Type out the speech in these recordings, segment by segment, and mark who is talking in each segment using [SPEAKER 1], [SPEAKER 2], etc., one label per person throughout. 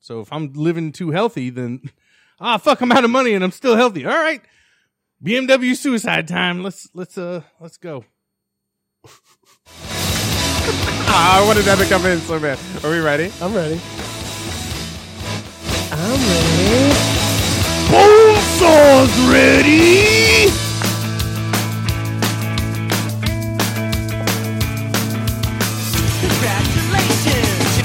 [SPEAKER 1] So if I'm living too healthy, then ah fuck, I'm out of money and I'm still healthy. All right, BMW suicide time. Let's let's uh let's go.
[SPEAKER 2] Ah, I wanted that to come in so bad. Are we ready?
[SPEAKER 3] I'm ready. I'm ready.
[SPEAKER 1] Saw's ready.
[SPEAKER 4] Congratulations.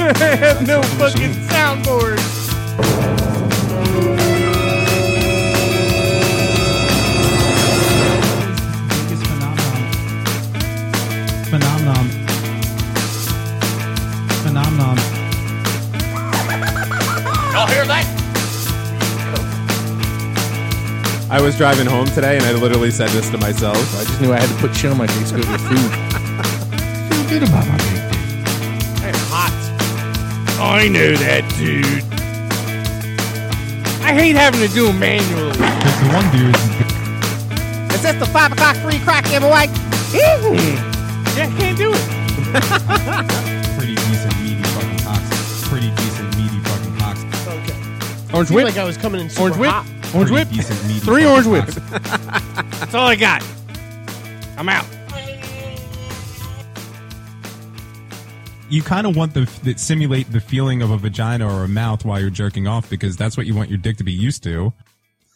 [SPEAKER 1] I have no fucking soundboard.
[SPEAKER 4] Biggest phenomenon. Phenomenon. Phenomenon.
[SPEAKER 5] Y'all hear that?
[SPEAKER 2] I was driving home today and I literally said this to myself.
[SPEAKER 1] I just knew I had to put shit on my face because of food.
[SPEAKER 4] Feel good about my big dick.
[SPEAKER 1] I know that, dude. I hate having to do it manually.
[SPEAKER 4] Because the one dude,
[SPEAKER 2] Is this the five o'clock free crack giveaway?
[SPEAKER 1] Yeah, I can't do it.
[SPEAKER 4] pretty decent meaty fucking cocks. Pretty decent meaty fucking cocks.
[SPEAKER 3] Okay.
[SPEAKER 1] Orange
[SPEAKER 3] Seemed
[SPEAKER 1] whip.
[SPEAKER 3] like I was coming in super
[SPEAKER 1] Orange whip.
[SPEAKER 3] hot.
[SPEAKER 1] Orange
[SPEAKER 4] Pretty
[SPEAKER 1] whip.
[SPEAKER 4] decent meaty
[SPEAKER 1] Three
[SPEAKER 4] fucking
[SPEAKER 1] orange
[SPEAKER 4] cocks.
[SPEAKER 1] whips. That's all I got. I'm out.
[SPEAKER 4] You kind of want the that simulate the feeling of a vagina or a mouth while you're jerking off because that's what you want your dick to be used to.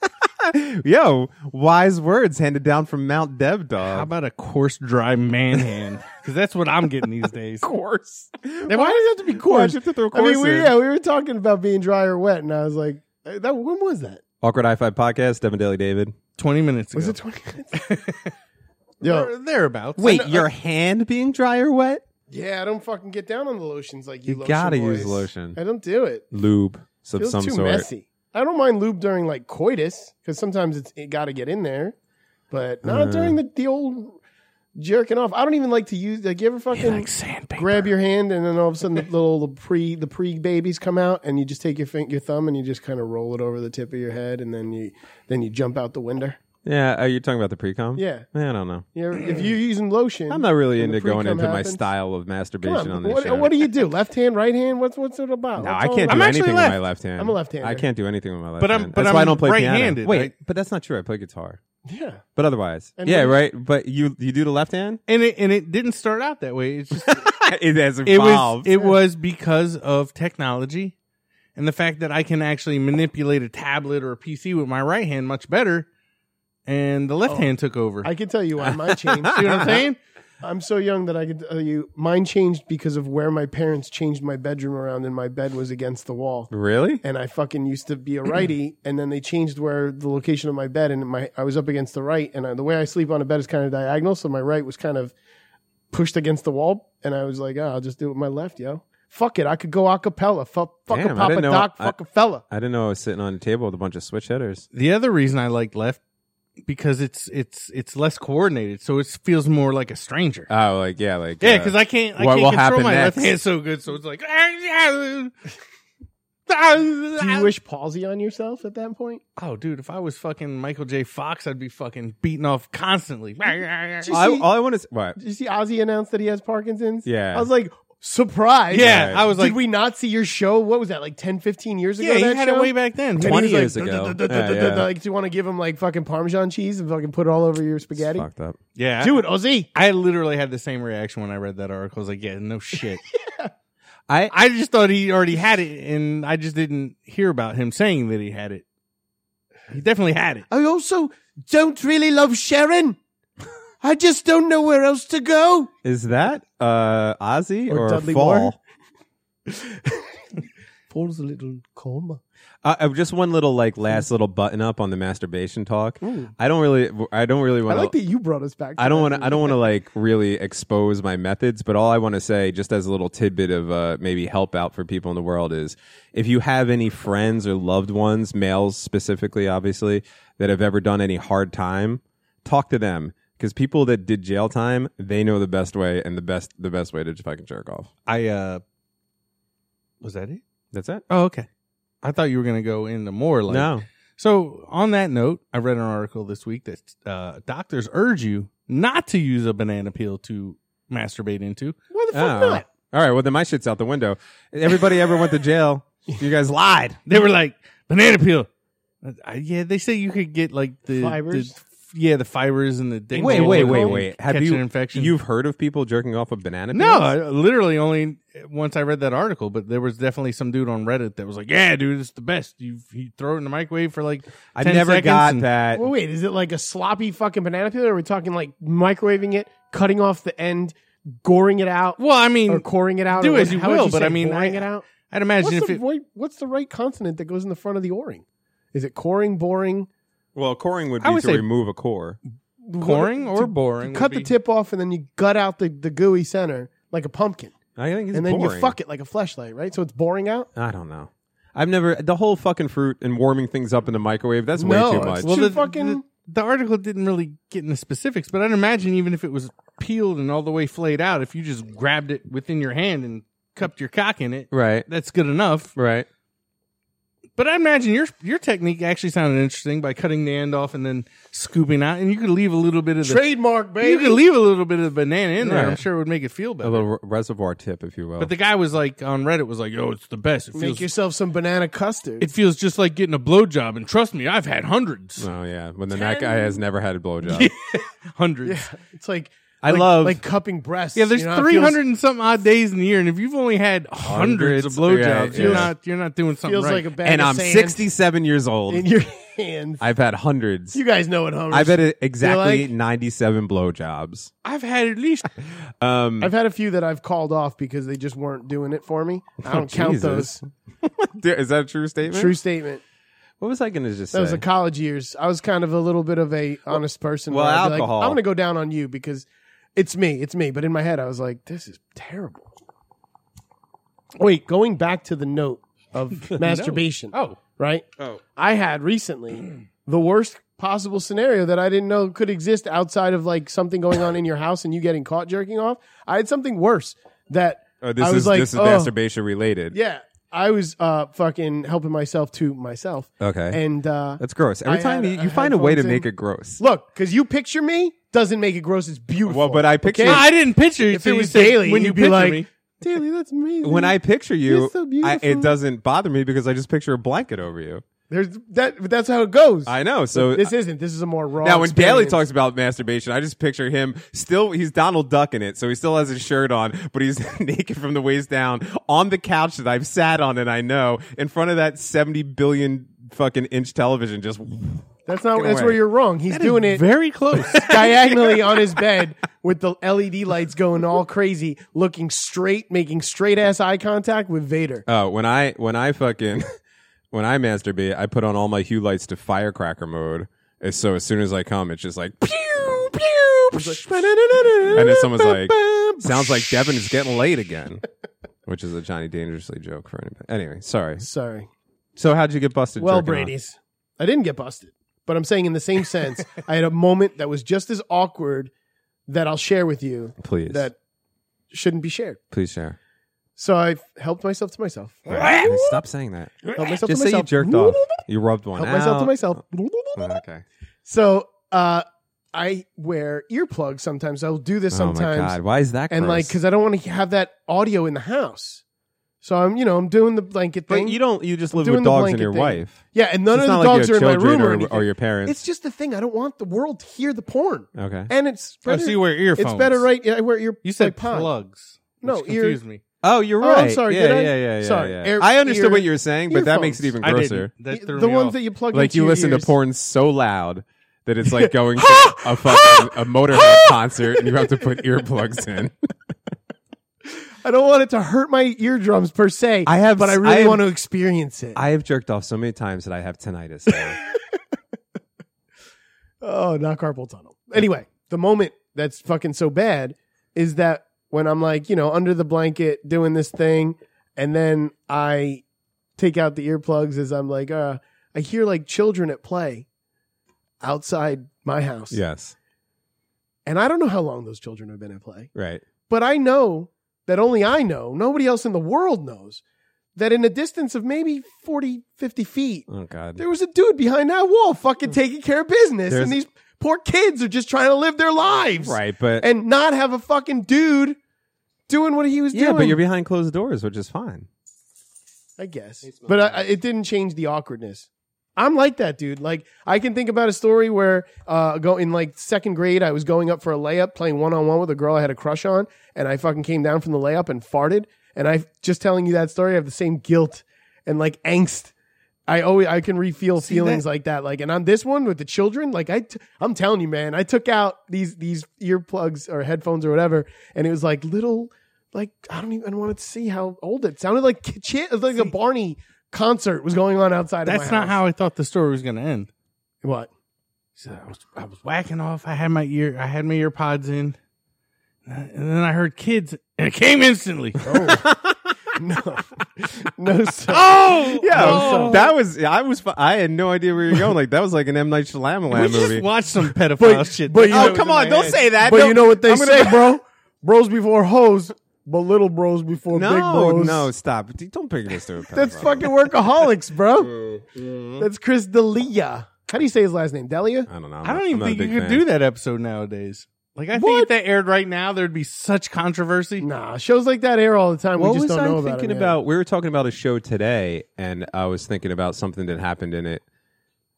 [SPEAKER 2] Yo, wise words handed down from Mount Dev
[SPEAKER 1] How
[SPEAKER 2] Dog.
[SPEAKER 1] about a coarse, dry man hand? Because that's what I'm getting these days.
[SPEAKER 2] course. Why,
[SPEAKER 1] why does
[SPEAKER 2] it have to be
[SPEAKER 1] coarse?
[SPEAKER 2] have to throw
[SPEAKER 3] I
[SPEAKER 2] coarse
[SPEAKER 3] mean, we,
[SPEAKER 2] in?
[SPEAKER 3] yeah, we were talking about being dry or wet, and I was like, eh, that when was that?
[SPEAKER 2] Awkward I Five podcast. Devin Daily David.
[SPEAKER 1] Twenty minutes ago.
[SPEAKER 3] Was it 20 minutes? Yo,
[SPEAKER 1] There- thereabouts? uh,
[SPEAKER 2] Wait, your hand being dry or wet?
[SPEAKER 3] yeah, I don't fucking get down on the lotions like you.
[SPEAKER 2] You
[SPEAKER 3] lotion
[SPEAKER 2] gotta
[SPEAKER 3] boys.
[SPEAKER 2] use lotion.
[SPEAKER 3] I don't do it.
[SPEAKER 2] Lube of
[SPEAKER 3] Feels
[SPEAKER 2] some
[SPEAKER 3] too
[SPEAKER 2] sort.
[SPEAKER 3] messy. I don't mind lube during like coitus because sometimes it's it got to get in there, but not
[SPEAKER 2] Uh.
[SPEAKER 3] during the, the old jerking off. I don't even like to use like you ever fucking
[SPEAKER 1] like sandpaper.
[SPEAKER 3] grab your hand and then all of a sudden the little the pre the pre babies come out and you just take your fin- your thumb and you just kind of roll it over the tip of your head and then you then you jump out the window.
[SPEAKER 2] Yeah, are you talking about the pre-com?
[SPEAKER 3] Yeah,
[SPEAKER 2] I don't know.
[SPEAKER 3] you ever- if you're using lotion,
[SPEAKER 2] I'm not really
[SPEAKER 3] and the
[SPEAKER 2] into going
[SPEAKER 3] pre-cum
[SPEAKER 2] into my
[SPEAKER 3] happens-
[SPEAKER 2] style of
[SPEAKER 3] Come
[SPEAKER 2] masturbation
[SPEAKER 3] on,
[SPEAKER 2] on, this
[SPEAKER 3] what,
[SPEAKER 2] show.
[SPEAKER 3] what do you do? Left hand, right hand? What's what's it about?
[SPEAKER 2] no,
[SPEAKER 3] What's
[SPEAKER 2] I
[SPEAKER 3] all
[SPEAKER 2] can't
[SPEAKER 3] that-
[SPEAKER 2] do
[SPEAKER 1] I'm actually
[SPEAKER 2] anything
[SPEAKER 1] left.
[SPEAKER 2] with my left hand.
[SPEAKER 3] I'm a left-hander.
[SPEAKER 2] I can't do anything with my left
[SPEAKER 1] But I'm-
[SPEAKER 2] hand.
[SPEAKER 1] but
[SPEAKER 2] That's why I
[SPEAKER 1] I'm
[SPEAKER 2] don't play
[SPEAKER 1] right-handed,
[SPEAKER 2] piano. Wait,
[SPEAKER 1] right?
[SPEAKER 2] but that's not true. I play guitar.
[SPEAKER 3] Yeah,
[SPEAKER 2] But otherwise,
[SPEAKER 3] And
[SPEAKER 2] yeah,
[SPEAKER 3] then-
[SPEAKER 2] right. But you you do the left hand.
[SPEAKER 1] And it and it didn't start out that way. It's just
[SPEAKER 2] it has
[SPEAKER 1] it was it was because of technology and the fact that I can actually manipulate a tablet or a PC with my right hand much better, and the left hand took over.
[SPEAKER 3] I can tell you why mine changed.
[SPEAKER 1] See what I'm saying?
[SPEAKER 3] I'm so young that I could tell you mine changed because of where my parents changed my bedroom around and my bed was against the wall.
[SPEAKER 2] really.
[SPEAKER 3] And I fucking used to be a righty, and then they changed where the location of my bed, and my I was up against the right, and I, the way I sleep on a bed is kind of diagonal, so my right was kind of pushed against the wall, and I was like, oh, I'll just do it with my left, yo. Fuck it, I could go a cappella. Fuck, fuck
[SPEAKER 2] Damn,
[SPEAKER 3] a
[SPEAKER 2] I
[SPEAKER 3] papa
[SPEAKER 2] didn't know-
[SPEAKER 3] doc,
[SPEAKER 2] I-
[SPEAKER 3] fuck a fella.
[SPEAKER 2] I didn't know I was sitting on a table with a bunch of switch hitters.
[SPEAKER 1] The other reason I like left because it's it's it's less coordinated, so it feels more like a stranger.
[SPEAKER 2] Oh, like yeah, like
[SPEAKER 1] yeah, because I can't I
[SPEAKER 2] What
[SPEAKER 1] can't
[SPEAKER 2] will
[SPEAKER 1] control
[SPEAKER 2] happen
[SPEAKER 1] my
[SPEAKER 2] next?
[SPEAKER 1] left hand so good, so it's like. "Ah,
[SPEAKER 3] Do you wish palsy on yourself at that point?
[SPEAKER 1] oh, dude! If I was fucking Michael J. Fox, I'd be fucking beating off constantly.
[SPEAKER 3] you
[SPEAKER 2] I,
[SPEAKER 3] see-
[SPEAKER 2] all I want is what
[SPEAKER 3] Did you see Ozzy announced that he has Parkinson's?
[SPEAKER 2] Yeah.
[SPEAKER 3] I was like, surprise.
[SPEAKER 1] Yeah, I was
[SPEAKER 3] Did
[SPEAKER 1] like-
[SPEAKER 3] we not see your show? What was that, like 10, 15 years ago?
[SPEAKER 1] Yeah, he
[SPEAKER 3] that
[SPEAKER 1] had
[SPEAKER 3] show?
[SPEAKER 1] it way back then.
[SPEAKER 3] And
[SPEAKER 2] 20
[SPEAKER 3] he's like,
[SPEAKER 2] years ago.
[SPEAKER 3] "Duh, duh, duh, duh,
[SPEAKER 2] Yeah,
[SPEAKER 3] duh,
[SPEAKER 2] yeah.
[SPEAKER 3] duh." Like, do you want to give him like fucking Parmesan cheese and fucking put it all over your spaghetti?
[SPEAKER 2] fucked up.
[SPEAKER 1] Yeah.
[SPEAKER 3] Do it, Ozzy.
[SPEAKER 1] I literally had the same reaction when I read that article. I was like, yeah, no shit.
[SPEAKER 2] I
[SPEAKER 1] I just thought he already had it, and I just didn't hear about him saying that he had it. He definitely had it.
[SPEAKER 3] I also don't really love Sharon. I just don't know where else to go.
[SPEAKER 2] is that uh Ozzy
[SPEAKER 3] Or
[SPEAKER 2] or,
[SPEAKER 3] Dudley
[SPEAKER 2] Fall?
[SPEAKER 3] Moore? Paul's a little calmer.
[SPEAKER 2] Uh, uh, just one little like
[SPEAKER 3] Mm.
[SPEAKER 2] last little button up on the masturbation talk.
[SPEAKER 3] Ooh.
[SPEAKER 2] I don't really, I don't really
[SPEAKER 3] I
[SPEAKER 2] want
[SPEAKER 3] like
[SPEAKER 2] to.
[SPEAKER 3] that you brought us back. To
[SPEAKER 2] I don't
[SPEAKER 3] that.
[SPEAKER 2] want to. I don't want to like really expose my methods, but all I want to say, just as a little tidbit of uh, maybe help out for people in the world, is if you have any friends or loved ones, males specifically, obviously, that have ever done any hard time, talk to them because people that did jail time, they know the best way and the best the best way to fucking jerk off.
[SPEAKER 1] I, uh, was that it?
[SPEAKER 2] That's it.
[SPEAKER 1] Oh, okay. I thought you were going to go into more like.
[SPEAKER 2] no,
[SPEAKER 1] So, on that note, I read an article this week that uh, doctors urge you not to use a banana peel to masturbate into.
[SPEAKER 3] Why the fuck
[SPEAKER 2] Oh.
[SPEAKER 3] not?
[SPEAKER 2] All right. Well, then my shit's out the window. Everybody ever went to jail? You guys lied.
[SPEAKER 1] They were like banana peel. Uh, I- yeah, they say you could get like the
[SPEAKER 3] Fibers?
[SPEAKER 1] the- yeah, the fibers and the dick.
[SPEAKER 2] Wait, wait, wait,
[SPEAKER 1] and
[SPEAKER 2] wait.
[SPEAKER 1] Catch
[SPEAKER 2] Have you
[SPEAKER 1] an infection?
[SPEAKER 2] You've heard of people jerking off a banana?
[SPEAKER 1] no,
[SPEAKER 2] peels?
[SPEAKER 1] I, literally only once I read that article, but there was definitely some dude on Reddit that was like, "Yeah, dude, it's the best. You you throw it in the microwave for like
[SPEAKER 2] I
[SPEAKER 1] 10
[SPEAKER 2] never
[SPEAKER 1] seconds
[SPEAKER 2] got
[SPEAKER 1] and-
[SPEAKER 2] that.
[SPEAKER 3] Well, wait, is it like a sloppy fucking banana peel? Or are we talking like microwaving it, cutting off the end, goring it out,
[SPEAKER 1] Well, I
[SPEAKER 3] or
[SPEAKER 1] mean,
[SPEAKER 3] coring it out?
[SPEAKER 1] do
[SPEAKER 3] or
[SPEAKER 1] as
[SPEAKER 3] what-
[SPEAKER 1] you
[SPEAKER 3] how would
[SPEAKER 1] will, but
[SPEAKER 3] say,
[SPEAKER 1] I mean,
[SPEAKER 3] goring
[SPEAKER 1] I-
[SPEAKER 3] it out.
[SPEAKER 1] I'd imagine
[SPEAKER 3] What's
[SPEAKER 1] if
[SPEAKER 3] the,
[SPEAKER 1] it,
[SPEAKER 3] right, what's the right consonant that goes in the front of the o-ring? Is it coring, boring?
[SPEAKER 2] Well, coring would
[SPEAKER 1] I
[SPEAKER 2] be
[SPEAKER 1] would
[SPEAKER 2] to
[SPEAKER 1] say-
[SPEAKER 2] remove a core.
[SPEAKER 1] coring
[SPEAKER 3] What-
[SPEAKER 1] or
[SPEAKER 3] to-
[SPEAKER 1] boring.
[SPEAKER 3] You
[SPEAKER 1] would
[SPEAKER 3] cut the
[SPEAKER 1] be-
[SPEAKER 3] tip off and then you gut out the, the gooey center like a pumpkin.
[SPEAKER 2] I think it's
[SPEAKER 3] and then
[SPEAKER 2] boring.
[SPEAKER 3] you fuck it like a fleshlight, right? So it's boring out?
[SPEAKER 2] I don't know. I've never the whole fucking fruit and warming things up in the microwave. That's
[SPEAKER 3] No,
[SPEAKER 2] way too
[SPEAKER 3] it's
[SPEAKER 2] much.
[SPEAKER 3] Well, Too fucking-
[SPEAKER 1] The, the article didn't really get into specifics, but I'd imagine even if it was peeled and all the way flayed out, if you just grabbed it within your hand and cupped your cock in it,
[SPEAKER 2] right,
[SPEAKER 1] that's good enough.
[SPEAKER 2] right.
[SPEAKER 1] But I imagine your your technique actually sounded interesting by cutting the end off and then scooping out, and you could leave a little bit of the
[SPEAKER 3] Trademark,
[SPEAKER 1] you could leave a little bit of the banana in there.
[SPEAKER 2] Right.
[SPEAKER 1] I'm sure it would make it feel
[SPEAKER 2] A
[SPEAKER 1] better.
[SPEAKER 2] little r- reservoir tip, if you will.
[SPEAKER 1] But the guy was like on Reddit was like, "Yo, it's the best. It
[SPEAKER 3] Make
[SPEAKER 1] feels
[SPEAKER 3] yourself some banana custard.
[SPEAKER 1] it feels just like getting a blowjob, and trust me, I've had hundreds,
[SPEAKER 2] oh yeah, when the that guy has never had a blowjob.
[SPEAKER 1] hundreds.
[SPEAKER 3] yeah, it's like
[SPEAKER 2] I
[SPEAKER 3] like-
[SPEAKER 2] love-
[SPEAKER 3] like cupping breasts.
[SPEAKER 1] Yeah, there's
[SPEAKER 3] you know how it
[SPEAKER 1] 300 and something odd days in the year, and if you've only had hundreds,
[SPEAKER 2] Hundreds,
[SPEAKER 1] of blowjobs,
[SPEAKER 2] right,
[SPEAKER 1] you're
[SPEAKER 2] yeah.
[SPEAKER 1] not you're not doing something
[SPEAKER 3] feels, feels
[SPEAKER 1] right.
[SPEAKER 3] like a bag
[SPEAKER 2] and
[SPEAKER 3] of
[SPEAKER 2] I'm
[SPEAKER 3] sand
[SPEAKER 2] 67 years old.
[SPEAKER 3] in your hands.
[SPEAKER 2] I've had hundreds.
[SPEAKER 3] you guys know what hummers.
[SPEAKER 2] I've had exactly
[SPEAKER 3] like-
[SPEAKER 2] 97 blowjobs.
[SPEAKER 1] I've had at least
[SPEAKER 2] Um,
[SPEAKER 3] I've had a few that I've called off because they just weren't doing it for me. I don't count
[SPEAKER 2] Jesus.
[SPEAKER 3] those.
[SPEAKER 2] is that a true statement?
[SPEAKER 3] True statement.
[SPEAKER 2] What was I going to just
[SPEAKER 3] That was
[SPEAKER 2] say?
[SPEAKER 3] the college years. I was kind of a little bit of a honest person.
[SPEAKER 2] well,
[SPEAKER 3] where I'd be like,
[SPEAKER 2] alcohol-
[SPEAKER 3] I'm going to go down on you because it's me. It's me. But in my head, I was like, this is terrible. Wait, going back to the note of masturbation.
[SPEAKER 1] oh
[SPEAKER 3] right?
[SPEAKER 1] oh
[SPEAKER 3] I had recently the worst possible scenario that I didn't know could exist outside of like something going on in your house and you getting caught jerking off. I had something worse that
[SPEAKER 2] Oh, this
[SPEAKER 3] I was
[SPEAKER 2] is
[SPEAKER 3] like,
[SPEAKER 2] this is
[SPEAKER 3] oh.
[SPEAKER 2] masturbation related.
[SPEAKER 3] yeah, I was uh fucking helping myself to myself.
[SPEAKER 2] Okay.
[SPEAKER 3] And uh
[SPEAKER 2] That's gross. Every
[SPEAKER 3] I
[SPEAKER 2] time
[SPEAKER 3] had,
[SPEAKER 2] you,
[SPEAKER 3] uh,
[SPEAKER 2] you find a way to
[SPEAKER 3] headphones in.
[SPEAKER 2] make it gross.
[SPEAKER 3] look, cuz you picture me doesn't make it gross, it's beautiful.
[SPEAKER 2] Well, but I picture-
[SPEAKER 1] No, I didn't picture you
[SPEAKER 3] if
[SPEAKER 1] till
[SPEAKER 3] it
[SPEAKER 1] you
[SPEAKER 3] was
[SPEAKER 1] said-
[SPEAKER 3] daily
[SPEAKER 1] when you
[SPEAKER 3] you'd be
[SPEAKER 1] picture
[SPEAKER 3] like
[SPEAKER 1] me.
[SPEAKER 3] Daily, that's amazing.
[SPEAKER 2] When I picture you,
[SPEAKER 3] You're so
[SPEAKER 2] I,
[SPEAKER 3] beautiful.
[SPEAKER 2] it doesn't bother me because I just picture a blanket over you.
[SPEAKER 3] There's that but that's how it goes.
[SPEAKER 2] I know. So uh,
[SPEAKER 3] this isn't. This is a more raw.
[SPEAKER 2] now, when Daly
[SPEAKER 3] experience.
[SPEAKER 2] talks about masturbation, I just picture him still. He's Donald Duck in it, so he still has his shirt on, but he's naked from the waist down on the couch that I've sat on and I know in front of that seventy billion fucking inch television. Just
[SPEAKER 3] that's not.
[SPEAKER 2] Get
[SPEAKER 3] That's
[SPEAKER 2] away.
[SPEAKER 3] where you're wrong. He's doing it
[SPEAKER 1] very close.
[SPEAKER 3] diagonally on his bed with the LED lights going all crazy, looking straight, making straight ass eye contact with Vader.
[SPEAKER 2] oh, when I when I fucking when I masturbate, I put on all my hue lights to firecracker mode. And so as soon as I come, it's just like pew pew, and then someone's like, "Sounds like Devin is getting laid again." Which is a Johnny Dangerously joke for anybody. Anyway, sorry.
[SPEAKER 3] Sorry.
[SPEAKER 2] So how'd you get busted?
[SPEAKER 3] Well,
[SPEAKER 2] jerking off?
[SPEAKER 3] Brady's. I didn't get busted, but I'm saying in the same sense, I had a moment that was just as awkward that I'll share with you
[SPEAKER 2] please,
[SPEAKER 3] that shouldn't be shared.
[SPEAKER 2] please share.
[SPEAKER 3] So I helped myself to myself.
[SPEAKER 2] Stop saying that.
[SPEAKER 3] Helped myself
[SPEAKER 2] Just
[SPEAKER 3] to
[SPEAKER 2] say you
[SPEAKER 3] myself.
[SPEAKER 2] jerked off. You rubbed one
[SPEAKER 3] Helped
[SPEAKER 2] out. Oh,
[SPEAKER 3] myself to myself.
[SPEAKER 2] Okay.
[SPEAKER 3] So uh, I wear earplugs sometimes. I'll do this
[SPEAKER 2] oh my
[SPEAKER 3] sometimes.
[SPEAKER 2] god, why is that?
[SPEAKER 3] and
[SPEAKER 2] gross?
[SPEAKER 3] like because I don't want to have that audio in the house. So I'm, you know, I'm doing the blanket thing.
[SPEAKER 2] but you don't. You just live
[SPEAKER 3] doing
[SPEAKER 2] with
[SPEAKER 3] the
[SPEAKER 2] dogs and
[SPEAKER 3] blanket
[SPEAKER 2] your
[SPEAKER 3] thing.
[SPEAKER 2] wife.
[SPEAKER 3] yeah, and none
[SPEAKER 2] It's
[SPEAKER 3] of
[SPEAKER 2] not
[SPEAKER 3] the
[SPEAKER 2] like
[SPEAKER 3] dogs
[SPEAKER 2] you
[SPEAKER 3] are in
[SPEAKER 2] have
[SPEAKER 3] my room
[SPEAKER 2] children
[SPEAKER 3] or,
[SPEAKER 2] or,
[SPEAKER 3] anything.
[SPEAKER 2] or your parents.
[SPEAKER 3] It's just the thing. I don't want the world to hear the porn,
[SPEAKER 2] okay.
[SPEAKER 3] and it's
[SPEAKER 1] I
[SPEAKER 3] better.
[SPEAKER 1] see where earphones.
[SPEAKER 3] it's better, right? I wear ear.
[SPEAKER 1] You said
[SPEAKER 3] like pod.
[SPEAKER 1] plugs.
[SPEAKER 3] No,
[SPEAKER 1] which
[SPEAKER 3] ear-
[SPEAKER 1] confused me.
[SPEAKER 2] Oh, you're
[SPEAKER 3] Oh, I'm
[SPEAKER 2] right.
[SPEAKER 3] sorry,
[SPEAKER 2] Yeah,
[SPEAKER 3] did I?
[SPEAKER 2] yeah, yeah, yeah.
[SPEAKER 3] Sorry.
[SPEAKER 2] yeah.
[SPEAKER 3] Ear-
[SPEAKER 2] I understood
[SPEAKER 3] ear-
[SPEAKER 2] what you were saying, but that
[SPEAKER 3] earphones.
[SPEAKER 2] makes it even
[SPEAKER 1] I
[SPEAKER 2] grosser.
[SPEAKER 1] didn't. That threw
[SPEAKER 3] The
[SPEAKER 1] me
[SPEAKER 3] ones
[SPEAKER 1] off.
[SPEAKER 3] that you plug
[SPEAKER 2] Like
[SPEAKER 3] into
[SPEAKER 2] you
[SPEAKER 3] your
[SPEAKER 2] listen
[SPEAKER 3] ears.
[SPEAKER 2] to porn so loud that it's like going to a fucking a Motorhead concert and you have to put earplugs in.
[SPEAKER 3] I don't want it to hurt my eardrums per se.
[SPEAKER 2] I have-
[SPEAKER 3] but I really
[SPEAKER 2] I have-
[SPEAKER 3] want to experience it.
[SPEAKER 2] I have jerked off so many times that I have tinnitus. now.
[SPEAKER 3] Oh, not carpal tunnel. Anyway, the moment that's fucking so bad is that when I'm like, you know, under the blanket doing this thing, and then I take out the earplugs as I'm like, uh, I hear like children at play outside my house.
[SPEAKER 2] yes.
[SPEAKER 3] And I don't know how long those children have been at play,
[SPEAKER 2] Right.
[SPEAKER 3] but I know that only I know, nobody else in the world knows, that in a distance of maybe 40, 50 feet,
[SPEAKER 2] Oh God.
[SPEAKER 3] there was a dude behind that wall fucking taking care of business,
[SPEAKER 2] Hmm. There's-
[SPEAKER 3] and these poor kids are just trying to live their lives
[SPEAKER 2] Right, but
[SPEAKER 3] and not have a fucking dude doing what he was
[SPEAKER 2] Yeah,
[SPEAKER 3] doing.
[SPEAKER 2] but you're behind closed doors, which is fine.
[SPEAKER 3] I guess.
[SPEAKER 1] They smell
[SPEAKER 3] But I,
[SPEAKER 1] bad.
[SPEAKER 3] I- it didn't change the awkwardness. I'm like that, dude. Like I can think about a story where uh go in like second grade, I was going up for a layup, playing one on one with a girl I had a crush on, and I fucking came down from the layup and farted. And I just telling you that story, I have the same guilt and like angst. I always I can refeel
[SPEAKER 1] See,
[SPEAKER 3] feelings
[SPEAKER 1] that-
[SPEAKER 3] like that. Like and on this one with the children, like I t- I'm telling you, man, I took out these these earplugs or headphones or whatever, and it was like little like I don't even want to see how old it sounded like ki- chi- it was like a Barney concert was going on outside
[SPEAKER 1] That's
[SPEAKER 3] of my
[SPEAKER 1] not how I thought the story was going to end.
[SPEAKER 3] how what
[SPEAKER 1] So I was I was whacking off. I had my ear I had my ear pods in, and then I heard kids, and it came instantly.
[SPEAKER 2] Oh.
[SPEAKER 3] no no sir.
[SPEAKER 1] oh
[SPEAKER 2] Yeah,
[SPEAKER 1] oh.
[SPEAKER 2] that was I was fu- I had no idea where you were going. Like that was like an M Night Shyamalan
[SPEAKER 1] we
[SPEAKER 2] movie.
[SPEAKER 1] just watched some pedophile shit.
[SPEAKER 3] but you
[SPEAKER 1] That
[SPEAKER 3] know-
[SPEAKER 2] oh
[SPEAKER 1] was
[SPEAKER 2] come
[SPEAKER 1] in
[SPEAKER 2] on,
[SPEAKER 1] my
[SPEAKER 2] don't
[SPEAKER 1] head.
[SPEAKER 2] say that.
[SPEAKER 3] but
[SPEAKER 2] Don't-
[SPEAKER 3] you know what they
[SPEAKER 2] I'm gonna-
[SPEAKER 3] say bro bros before hoes but little bros before big
[SPEAKER 2] No,
[SPEAKER 3] bros
[SPEAKER 2] no, stop. D- Don't pick this to a
[SPEAKER 3] that's fucking workaholics bro that's Chris D'Elia how do you say his last name Delia
[SPEAKER 2] I don't know.
[SPEAKER 1] I don't even think you could do that episode nowadays. Like I think if that aired right now, there'd be such controversy.
[SPEAKER 3] nah shows like that air all the time
[SPEAKER 2] What
[SPEAKER 3] we just
[SPEAKER 2] was
[SPEAKER 3] don't
[SPEAKER 2] I
[SPEAKER 3] know about
[SPEAKER 2] thinking
[SPEAKER 3] it, man.
[SPEAKER 2] about? We were talking about a show today, and I was thinking about something that happened in it.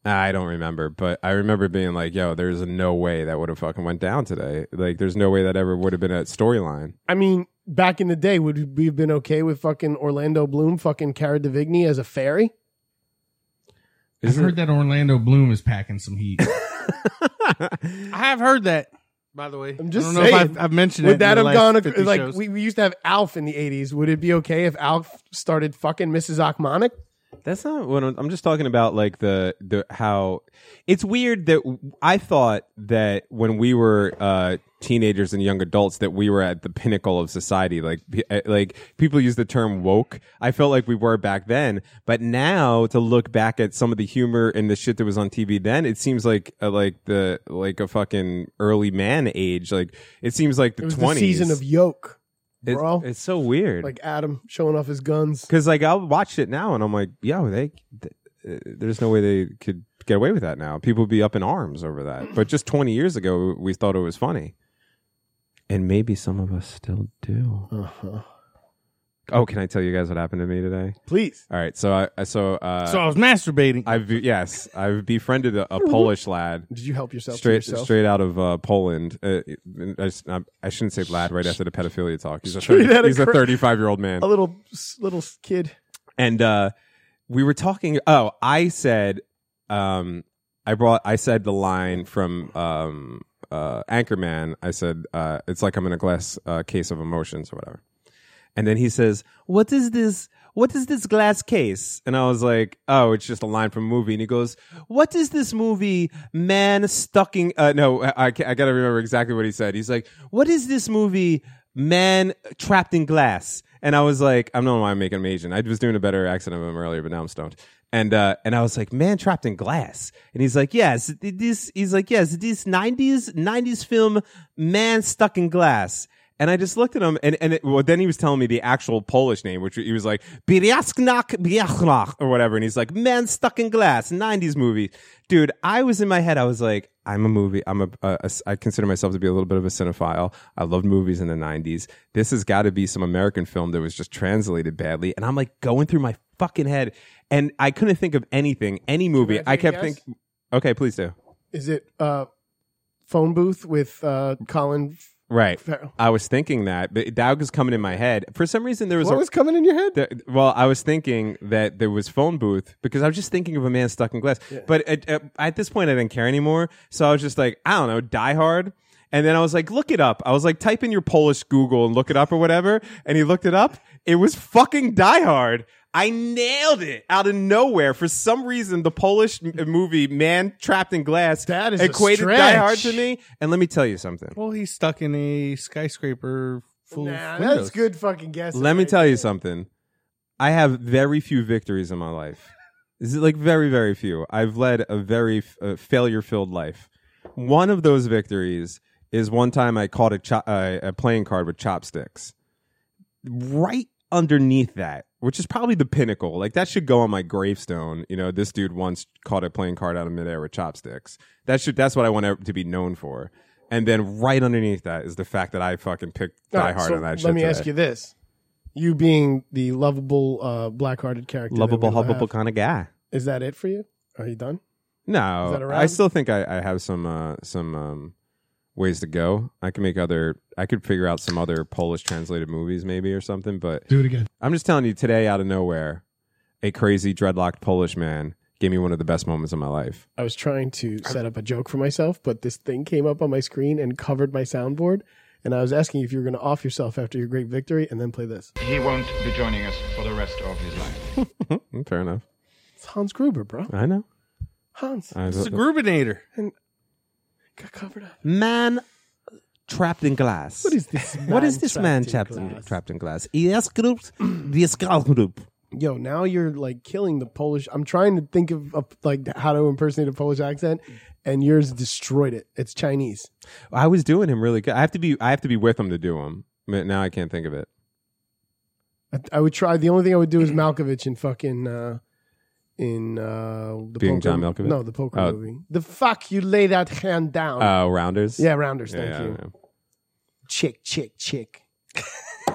[SPEAKER 2] I don't remember, but I remember being like, "Yo, there's no way that would have fucking went down today. Like, there's no way that ever would have been a storyline."
[SPEAKER 3] I mean back in the day would we have been okay with fucking Orlando Bloom fucking Cara Devigny as a fairy
[SPEAKER 1] I've
[SPEAKER 2] Isn't
[SPEAKER 1] heard that Orlando Bloom is packing some heat.
[SPEAKER 2] it?
[SPEAKER 1] I have heard that. By the way,
[SPEAKER 3] I'm just
[SPEAKER 1] I don't know if I've,
[SPEAKER 3] saying.
[SPEAKER 1] I've mentioned it.
[SPEAKER 3] Would that
[SPEAKER 1] in
[SPEAKER 3] have
[SPEAKER 1] the
[SPEAKER 3] gone
[SPEAKER 1] last 50
[SPEAKER 3] like
[SPEAKER 1] shows.
[SPEAKER 3] we, we used to have Alf in the eighties? Would it be okay if Alf started fucking Mrs. Achmonic?
[SPEAKER 2] That's not what I'm, I'm just talking about. Like the the how it's weird that w- I thought that when we were uh, teenagers and young adults that we were at the pinnacle of society. Like pe- uh, like people use the term woke. I felt like we were back then, but now to look back at some of the humor and the shit that was on TV then, it seems like uh, like the like a fucking early man age. Like it seems like
[SPEAKER 3] It was
[SPEAKER 2] the
[SPEAKER 3] the season of Yoke,
[SPEAKER 2] It-
[SPEAKER 3] bro.
[SPEAKER 2] it's so weird.
[SPEAKER 3] like Adam showing off his guns.
[SPEAKER 2] Because like I'll watch it now and I'm like, yo, they, th- uh, there's no way they could get away with that now. People would be up in arms over that. But just 20 years ago, we thought it was funny, and maybe some of us still do.
[SPEAKER 3] Uh-huh.
[SPEAKER 2] Oh, can I tell you guys what happened to me today?
[SPEAKER 3] Please,
[SPEAKER 2] All right, so I I- so uh,
[SPEAKER 1] so I was masturbating.
[SPEAKER 2] I've yes, I've befriended a, a Polish lad.
[SPEAKER 3] did you help yourself?
[SPEAKER 2] Straight,
[SPEAKER 3] to yourself?
[SPEAKER 2] straight out of uh, Poland. Uh, I, s- I- I shouldn't say lad right after the pedophilia talk. He's a
[SPEAKER 3] Straight
[SPEAKER 2] 30
[SPEAKER 3] outta
[SPEAKER 2] he's a
[SPEAKER 3] cra-
[SPEAKER 2] thirty-five year old man.
[SPEAKER 3] a little little kid.
[SPEAKER 2] and uh we were talking oh i said um i brought i said the line from um uh anchorman i said uh it's like i'm in a glass uh, case of emotions or whatever and then he says what is this what is this glass case? And I was like, oh, it's just a line from a movie. And he goes, what is this movie, man stuck in, uh, no, I, I, ca- I gotta remember exactly what he said. He's like, what is this movie, man trapped in glass? And I was like, I don't know why I'm making him Asian. I was doing a better accent of him earlier, but now I'm stoned. And, uh, and I was like, man trapped in glass. And he's like, yes, it- this, he's like, yes, this 90s, 90s film, man stuck in glass. And I just looked at him, and and it, well, then he was telling me the actual Polish name, which he was like Biryasnak Biachnach or whatever, and he's like Man Stuck in Glass, '90s movie, dude. I was in my head, I was like, I'm a movie, I'm a, a- a s- I consider myself to be a little bit of a cinephile. I loved movies in the '90s. This has got to be some American film that was just translated badly, and I'm like going through my fucking head, and I couldn't think of anything, any movie.
[SPEAKER 3] I
[SPEAKER 2] I
[SPEAKER 3] take a
[SPEAKER 2] kept
[SPEAKER 3] guess?
[SPEAKER 2] thinking, okay, please do,
[SPEAKER 3] Is it uh, phone booth with uh, Colin
[SPEAKER 2] right.
[SPEAKER 3] Farrell?
[SPEAKER 2] I was thinking that, but that was coming in my head. For some reason, there was
[SPEAKER 3] What
[SPEAKER 2] a,
[SPEAKER 3] was coming in your head?
[SPEAKER 2] The, well, I was thinking that there was phone booth because I was just thinking of a man stuck in glass. But at, at, at this point, I didn't care anymore. So I was just like, I don't know, Die Hard. And then I was like, look it up. I was like, type in your Polish Google and look it up or whatever. And he looked it up. It was fucking Die Hard. I nailed it out of nowhere. For some reason, the Polish m- movie Man Trapped in Glass
[SPEAKER 3] That is a
[SPEAKER 2] equated
[SPEAKER 3] stretch.
[SPEAKER 2] Die Hard to me. And let me tell you something.
[SPEAKER 1] well, he's stuck in a skyscraper full
[SPEAKER 3] Nah,
[SPEAKER 1] of
[SPEAKER 3] that's
[SPEAKER 1] windows.
[SPEAKER 3] good fucking guess.
[SPEAKER 2] Let me tell you something. I have very few victories in my life. This is like very, very few. I've led a very uh, failure filled life. One of those victories is one time I caught a, cho- uh, a playing card with chopsticks. Right underneath that, which is probably the pinnacle, like that should go on my gravestone. You know, this dude once caught a playing card out of midair with chopsticks. That should that's what I want to be known for. And then right underneath that is the fact that I fucking picked Die
[SPEAKER 3] Alright,
[SPEAKER 2] Hard
[SPEAKER 3] so
[SPEAKER 2] on that
[SPEAKER 3] Let
[SPEAKER 2] shit.
[SPEAKER 3] me ask you this: you being the lovable, uh, black-hearted character, that
[SPEAKER 2] lovable,
[SPEAKER 3] we all
[SPEAKER 2] hubbable
[SPEAKER 3] have,
[SPEAKER 2] kind of guy.
[SPEAKER 3] is that it for you? Are you done? Is that a
[SPEAKER 2] No,
[SPEAKER 3] wrap?
[SPEAKER 2] I still think I, I have some uh, some um, ways to go. I can make other. I could figure out some other Polish translated movies, maybe or something. But
[SPEAKER 5] Do it again.
[SPEAKER 2] I'm just telling you, today out of nowhere, a crazy dreadlocked Polish man gave me one of the best moments of my life.
[SPEAKER 3] I was trying to set up a joke for myself, but this thing came up on my screen and covered my soundboard. And I was asking if you were going to off yourself after your great victory and then play this.
[SPEAKER 6] He won't be joining us for the rest of his life.
[SPEAKER 2] Mm, Fair enough.
[SPEAKER 3] It's Hans Gruber, bro.
[SPEAKER 2] I know.
[SPEAKER 3] Hans
[SPEAKER 2] I
[SPEAKER 1] It's a Grubinator.
[SPEAKER 3] got covered up.
[SPEAKER 2] man trapped in glass.
[SPEAKER 3] What is this? Man
[SPEAKER 2] What is this man
[SPEAKER 3] trapped
[SPEAKER 2] trapped
[SPEAKER 3] in
[SPEAKER 2] in,
[SPEAKER 3] glass?
[SPEAKER 2] trapped in glass? Yes, group. Yes, group.
[SPEAKER 3] Yo, now you're like killing the Polish. I'm trying to think of, of like how to impersonate a Polish accent, and yours destroyed it. It's Chinese.
[SPEAKER 2] I was doing him really good. I have to be. I have to be with him to do him. But now I can't think of it.
[SPEAKER 3] I, I would try. The only thing I would do is Malkovich in fucking uh, in uh, the
[SPEAKER 2] Being
[SPEAKER 3] poker,
[SPEAKER 2] John Malkovich?
[SPEAKER 3] No, the poker
[SPEAKER 2] Oh.
[SPEAKER 3] movie. The fuck you lay that hand down.
[SPEAKER 2] Uh, rounders.
[SPEAKER 3] yeah, rounders. Thank
[SPEAKER 2] Yeah,
[SPEAKER 3] you.
[SPEAKER 2] yeah.
[SPEAKER 3] Chick, chick, chick.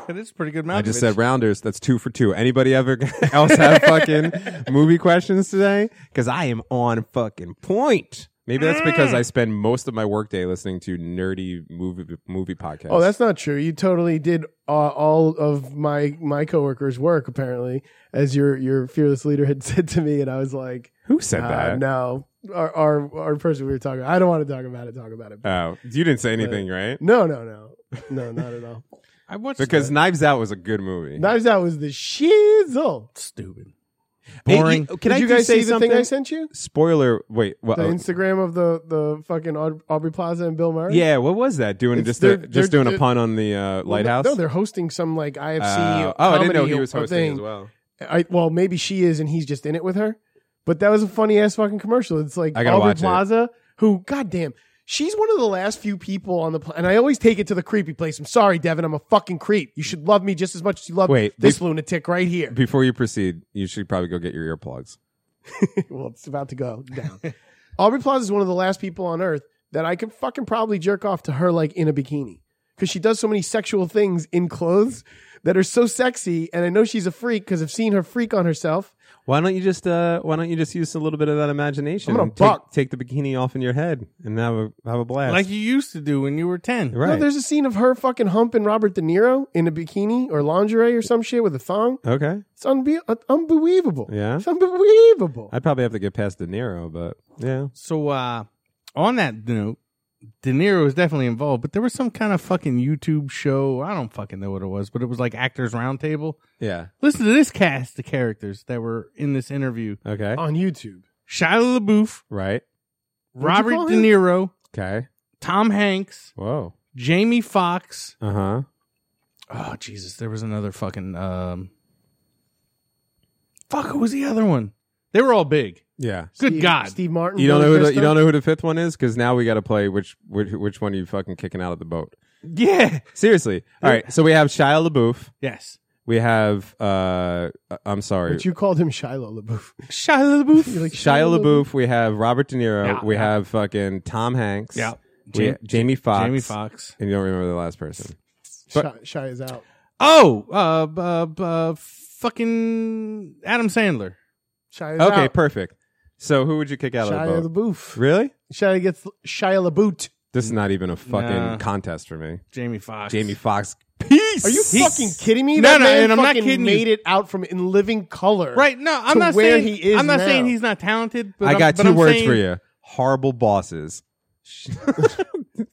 [SPEAKER 1] That is a pretty good Malkovich.
[SPEAKER 2] I just said rounders. That's two for two. Anybody ever else have fucking movie questions today? Because I am on fucking point. Maybe
[SPEAKER 3] Mm.
[SPEAKER 2] that's because I spend most of my workday listening to nerdy movie movie podcasts.
[SPEAKER 3] Oh, that's not true. You totally did uh, all of my my coworkers' work apparently, as your your fearless leader had said to me, and I was like,
[SPEAKER 2] who said
[SPEAKER 3] uh,
[SPEAKER 2] that?
[SPEAKER 3] no, our, our our person we were talking. I don't want to talk about it. Talk about it.
[SPEAKER 2] Oh, you didn't say anything, right?
[SPEAKER 3] no, no, no, no, not at all.
[SPEAKER 1] I watched
[SPEAKER 2] Because
[SPEAKER 1] that.
[SPEAKER 2] Knives Out was a good movie.
[SPEAKER 3] Knives Out was the shizzle.
[SPEAKER 1] stupid.
[SPEAKER 2] Hey,
[SPEAKER 1] Boring.
[SPEAKER 2] you- can
[SPEAKER 3] did
[SPEAKER 2] I
[SPEAKER 3] you
[SPEAKER 2] just
[SPEAKER 3] guys
[SPEAKER 2] say
[SPEAKER 3] see the
[SPEAKER 2] something?
[SPEAKER 3] thing I sent you?
[SPEAKER 2] Spoiler. Wait. What,
[SPEAKER 3] The Instagram of the the fucking Aud- Aubrey Plaza and Bill Murray.
[SPEAKER 2] yeah. What was that? Doing
[SPEAKER 3] It's-
[SPEAKER 2] just
[SPEAKER 3] they're-
[SPEAKER 2] the, just
[SPEAKER 3] they're-
[SPEAKER 2] doing
[SPEAKER 3] they're-
[SPEAKER 2] a pun on the uh,
[SPEAKER 3] Well,
[SPEAKER 2] lighthouse.
[SPEAKER 3] No, they're hosting some like IFC.
[SPEAKER 2] Uh, oh, I didn't know
[SPEAKER 3] comedy
[SPEAKER 2] he was
[SPEAKER 3] or
[SPEAKER 2] hosting
[SPEAKER 3] thing.
[SPEAKER 2] as well.
[SPEAKER 3] I well, maybe she is, and he's just in it with her. But that was a funny ass fucking commercial. It's like
[SPEAKER 2] I gotta
[SPEAKER 3] Aubrey
[SPEAKER 2] watch it.
[SPEAKER 3] Plaza, who, goddamn, she's one of the last few people on the planet. And I always take it to the creepy place. I'm sorry, Devin, I'm a fucking creep. You should love me just as much as you love
[SPEAKER 2] Wait,
[SPEAKER 3] this
[SPEAKER 2] they-
[SPEAKER 3] lunatic right here.
[SPEAKER 2] Before you proceed, you should probably go get your earplugs.
[SPEAKER 3] well, it's about to go down. Aubrey Plaza is one of the last people on earth that I could fucking probably jerk off to her like in a bikini because she does so many sexual things in clothes that are so sexy. And I know she's a freak because I've seen her freak on herself.
[SPEAKER 2] Why don't you just uh, Why don't you just use a little bit of that imagination?
[SPEAKER 3] I'm gonna
[SPEAKER 2] and
[SPEAKER 3] buck.
[SPEAKER 2] take, take the bikini off in your head and have a have a blast.
[SPEAKER 1] Like you used to do when you were 10.
[SPEAKER 2] right?
[SPEAKER 3] No, there's a scene of her fucking humping Robert De Niro in a bikini or lingerie or some shit with a thong.
[SPEAKER 2] okay.
[SPEAKER 3] It's unbe- uh, unbelievable.
[SPEAKER 2] Yeah.
[SPEAKER 3] It's unbelievable.
[SPEAKER 2] I'd probably have to get past De Niro, but yeah.
[SPEAKER 1] So uh on that note, De Niro was definitely involved, but there was some kind of fucking YouTube show. I don't fucking know what it was, but it was like Actors Roundtable.
[SPEAKER 2] Yeah.
[SPEAKER 1] Listen to this cast of characters that were in this interview:
[SPEAKER 2] Okay.
[SPEAKER 3] on YouTube.
[SPEAKER 1] Shia LaBeouf,
[SPEAKER 2] Right.
[SPEAKER 3] What'd you
[SPEAKER 1] Robert
[SPEAKER 3] call
[SPEAKER 1] De
[SPEAKER 3] him?
[SPEAKER 1] Niro,
[SPEAKER 2] Okay.
[SPEAKER 1] Tom Hanks,
[SPEAKER 2] Whoa.
[SPEAKER 1] Jamie Foxx.
[SPEAKER 2] Uh huh.
[SPEAKER 1] Oh Jesus, there was another fucking um. Fuck, who was the other one? They were all big.
[SPEAKER 2] Yeah.
[SPEAKER 1] Good
[SPEAKER 3] Steve-
[SPEAKER 1] God.
[SPEAKER 3] Steve Martin.
[SPEAKER 2] You don't
[SPEAKER 3] Billy
[SPEAKER 2] know who the,
[SPEAKER 3] Crystal.
[SPEAKER 2] you don't know who the fifth one is because now we got to play which, which which one you fucking kicking out of the boat.
[SPEAKER 1] Yeah.
[SPEAKER 2] Seriously. All right. So we have Shia LaBeouf.
[SPEAKER 1] Yes.
[SPEAKER 2] We have uh, I'm sorry,
[SPEAKER 3] But you called him Shiloh LaBeouf.
[SPEAKER 1] Shia LaBeouf.
[SPEAKER 3] You're like,
[SPEAKER 2] Shia LaBeouf. We have Robert De Niro.
[SPEAKER 1] Yeah,
[SPEAKER 2] we
[SPEAKER 1] yeah.
[SPEAKER 2] have fucking Tom Hanks.
[SPEAKER 1] Yeah.
[SPEAKER 2] We,
[SPEAKER 1] Jam-
[SPEAKER 2] Jamie Foxx.
[SPEAKER 1] Jamie Fox.
[SPEAKER 2] And you don't remember the last person.
[SPEAKER 3] Shia, Shia's out.
[SPEAKER 1] Oh, uh, b- uh, b- uh, fucking Adam Sandler.
[SPEAKER 3] Shia's
[SPEAKER 2] Okay.
[SPEAKER 3] out.
[SPEAKER 2] Perfect. So who would you kick out
[SPEAKER 3] Shia
[SPEAKER 2] of the boat?
[SPEAKER 3] LaBeouf.
[SPEAKER 2] Really?
[SPEAKER 3] Shia gets Shia LaBoot.
[SPEAKER 2] This is not even a fucking
[SPEAKER 1] Nah.
[SPEAKER 2] contest for me.
[SPEAKER 1] Jamie Fox.
[SPEAKER 2] Jamie Fox. Peace.
[SPEAKER 3] Are you
[SPEAKER 1] He's-
[SPEAKER 3] fucking kidding me?
[SPEAKER 1] No,
[SPEAKER 3] that
[SPEAKER 1] no,
[SPEAKER 3] man
[SPEAKER 1] and I'm not
[SPEAKER 3] fucking
[SPEAKER 1] kidding you.
[SPEAKER 3] Made it out from in living color.
[SPEAKER 1] Right? No, I'm
[SPEAKER 3] to
[SPEAKER 1] not
[SPEAKER 3] where
[SPEAKER 1] saying
[SPEAKER 3] he is
[SPEAKER 1] I'm not
[SPEAKER 3] now.
[SPEAKER 1] saying he's not talented. But
[SPEAKER 2] I
[SPEAKER 1] I'm-
[SPEAKER 2] got
[SPEAKER 1] but
[SPEAKER 2] 2
[SPEAKER 1] I'm
[SPEAKER 2] words
[SPEAKER 1] saying-
[SPEAKER 2] for you. Horrible bosses.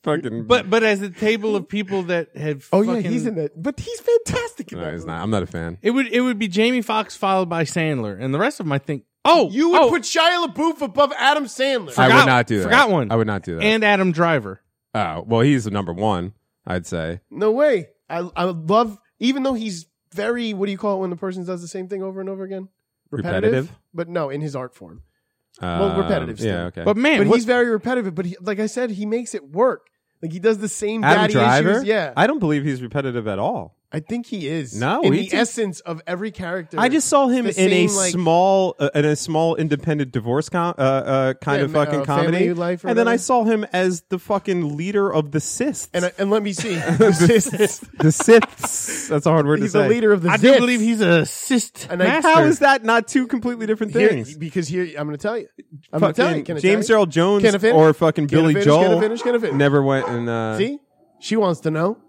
[SPEAKER 2] fucking.
[SPEAKER 1] But but as a table of people that have.
[SPEAKER 3] Oh
[SPEAKER 1] fucking,
[SPEAKER 3] yeah, he's in that. But he's fantastic. In
[SPEAKER 2] no,
[SPEAKER 3] that
[SPEAKER 2] he's
[SPEAKER 3] movie.
[SPEAKER 2] not. I'm not a fan.
[SPEAKER 1] It would it would be Jamie Foxx followed by Sandler, and the rest of them I think. Oh,
[SPEAKER 3] You would
[SPEAKER 1] oh,
[SPEAKER 3] put Shia LaBeouf above Adam Sandler.
[SPEAKER 1] Forgot-
[SPEAKER 2] I would not do that.
[SPEAKER 1] forgot one.
[SPEAKER 2] I would not do that.
[SPEAKER 1] and Adam Driver.
[SPEAKER 2] oh, well, he's the number one, I'd say.
[SPEAKER 3] No way. I I would love even though he's very what do you call it when the person does the same thing over and over again?
[SPEAKER 2] Repetitive?
[SPEAKER 3] But no, in his art form.
[SPEAKER 2] Uh,
[SPEAKER 3] Well, repetitive still.
[SPEAKER 2] Yeah, okay.
[SPEAKER 1] But man,
[SPEAKER 3] but
[SPEAKER 1] what-
[SPEAKER 3] he's very repetitive. But he, like I said, he makes it work. Like he does the same
[SPEAKER 2] Adam
[SPEAKER 3] daddy
[SPEAKER 2] Driver?
[SPEAKER 3] issues. Yeah,
[SPEAKER 2] I don't believe he's repetitive at all.
[SPEAKER 3] I think he is.
[SPEAKER 2] No,
[SPEAKER 3] in
[SPEAKER 2] he
[SPEAKER 3] the
[SPEAKER 2] did-
[SPEAKER 3] essence of every character.
[SPEAKER 2] I just saw him
[SPEAKER 3] the
[SPEAKER 2] in a
[SPEAKER 3] same, like-
[SPEAKER 2] small, uh, in a small independent divorce com- uh, uh, kind
[SPEAKER 3] Yeah,
[SPEAKER 2] of
[SPEAKER 3] ma-
[SPEAKER 2] fucking
[SPEAKER 3] uh,
[SPEAKER 2] comedy,
[SPEAKER 3] Family Life or
[SPEAKER 2] and then I
[SPEAKER 3] whatever.
[SPEAKER 2] saw him as the fucking leader of the Siths.
[SPEAKER 3] and I, and let me see.
[SPEAKER 2] the Siths. That's a hard word
[SPEAKER 3] he's
[SPEAKER 2] to say.
[SPEAKER 3] the leader of the.
[SPEAKER 1] I do
[SPEAKER 3] Zits.
[SPEAKER 1] believe he's a assist
[SPEAKER 3] And I-
[SPEAKER 1] master.
[SPEAKER 2] How is that not two completely different
[SPEAKER 3] Here-
[SPEAKER 2] things?
[SPEAKER 3] because here I'm going to tell you. I'm going to tell you.
[SPEAKER 2] Fucking
[SPEAKER 3] Can I tell
[SPEAKER 2] James
[SPEAKER 3] you?
[SPEAKER 2] Earl Jones
[SPEAKER 3] Can I finish?
[SPEAKER 2] or fucking
[SPEAKER 3] Can I
[SPEAKER 2] Billy
[SPEAKER 3] finish?
[SPEAKER 2] Joel
[SPEAKER 3] Can I finish? Can I finish?
[SPEAKER 2] never went and uh,
[SPEAKER 3] See, she wants to know.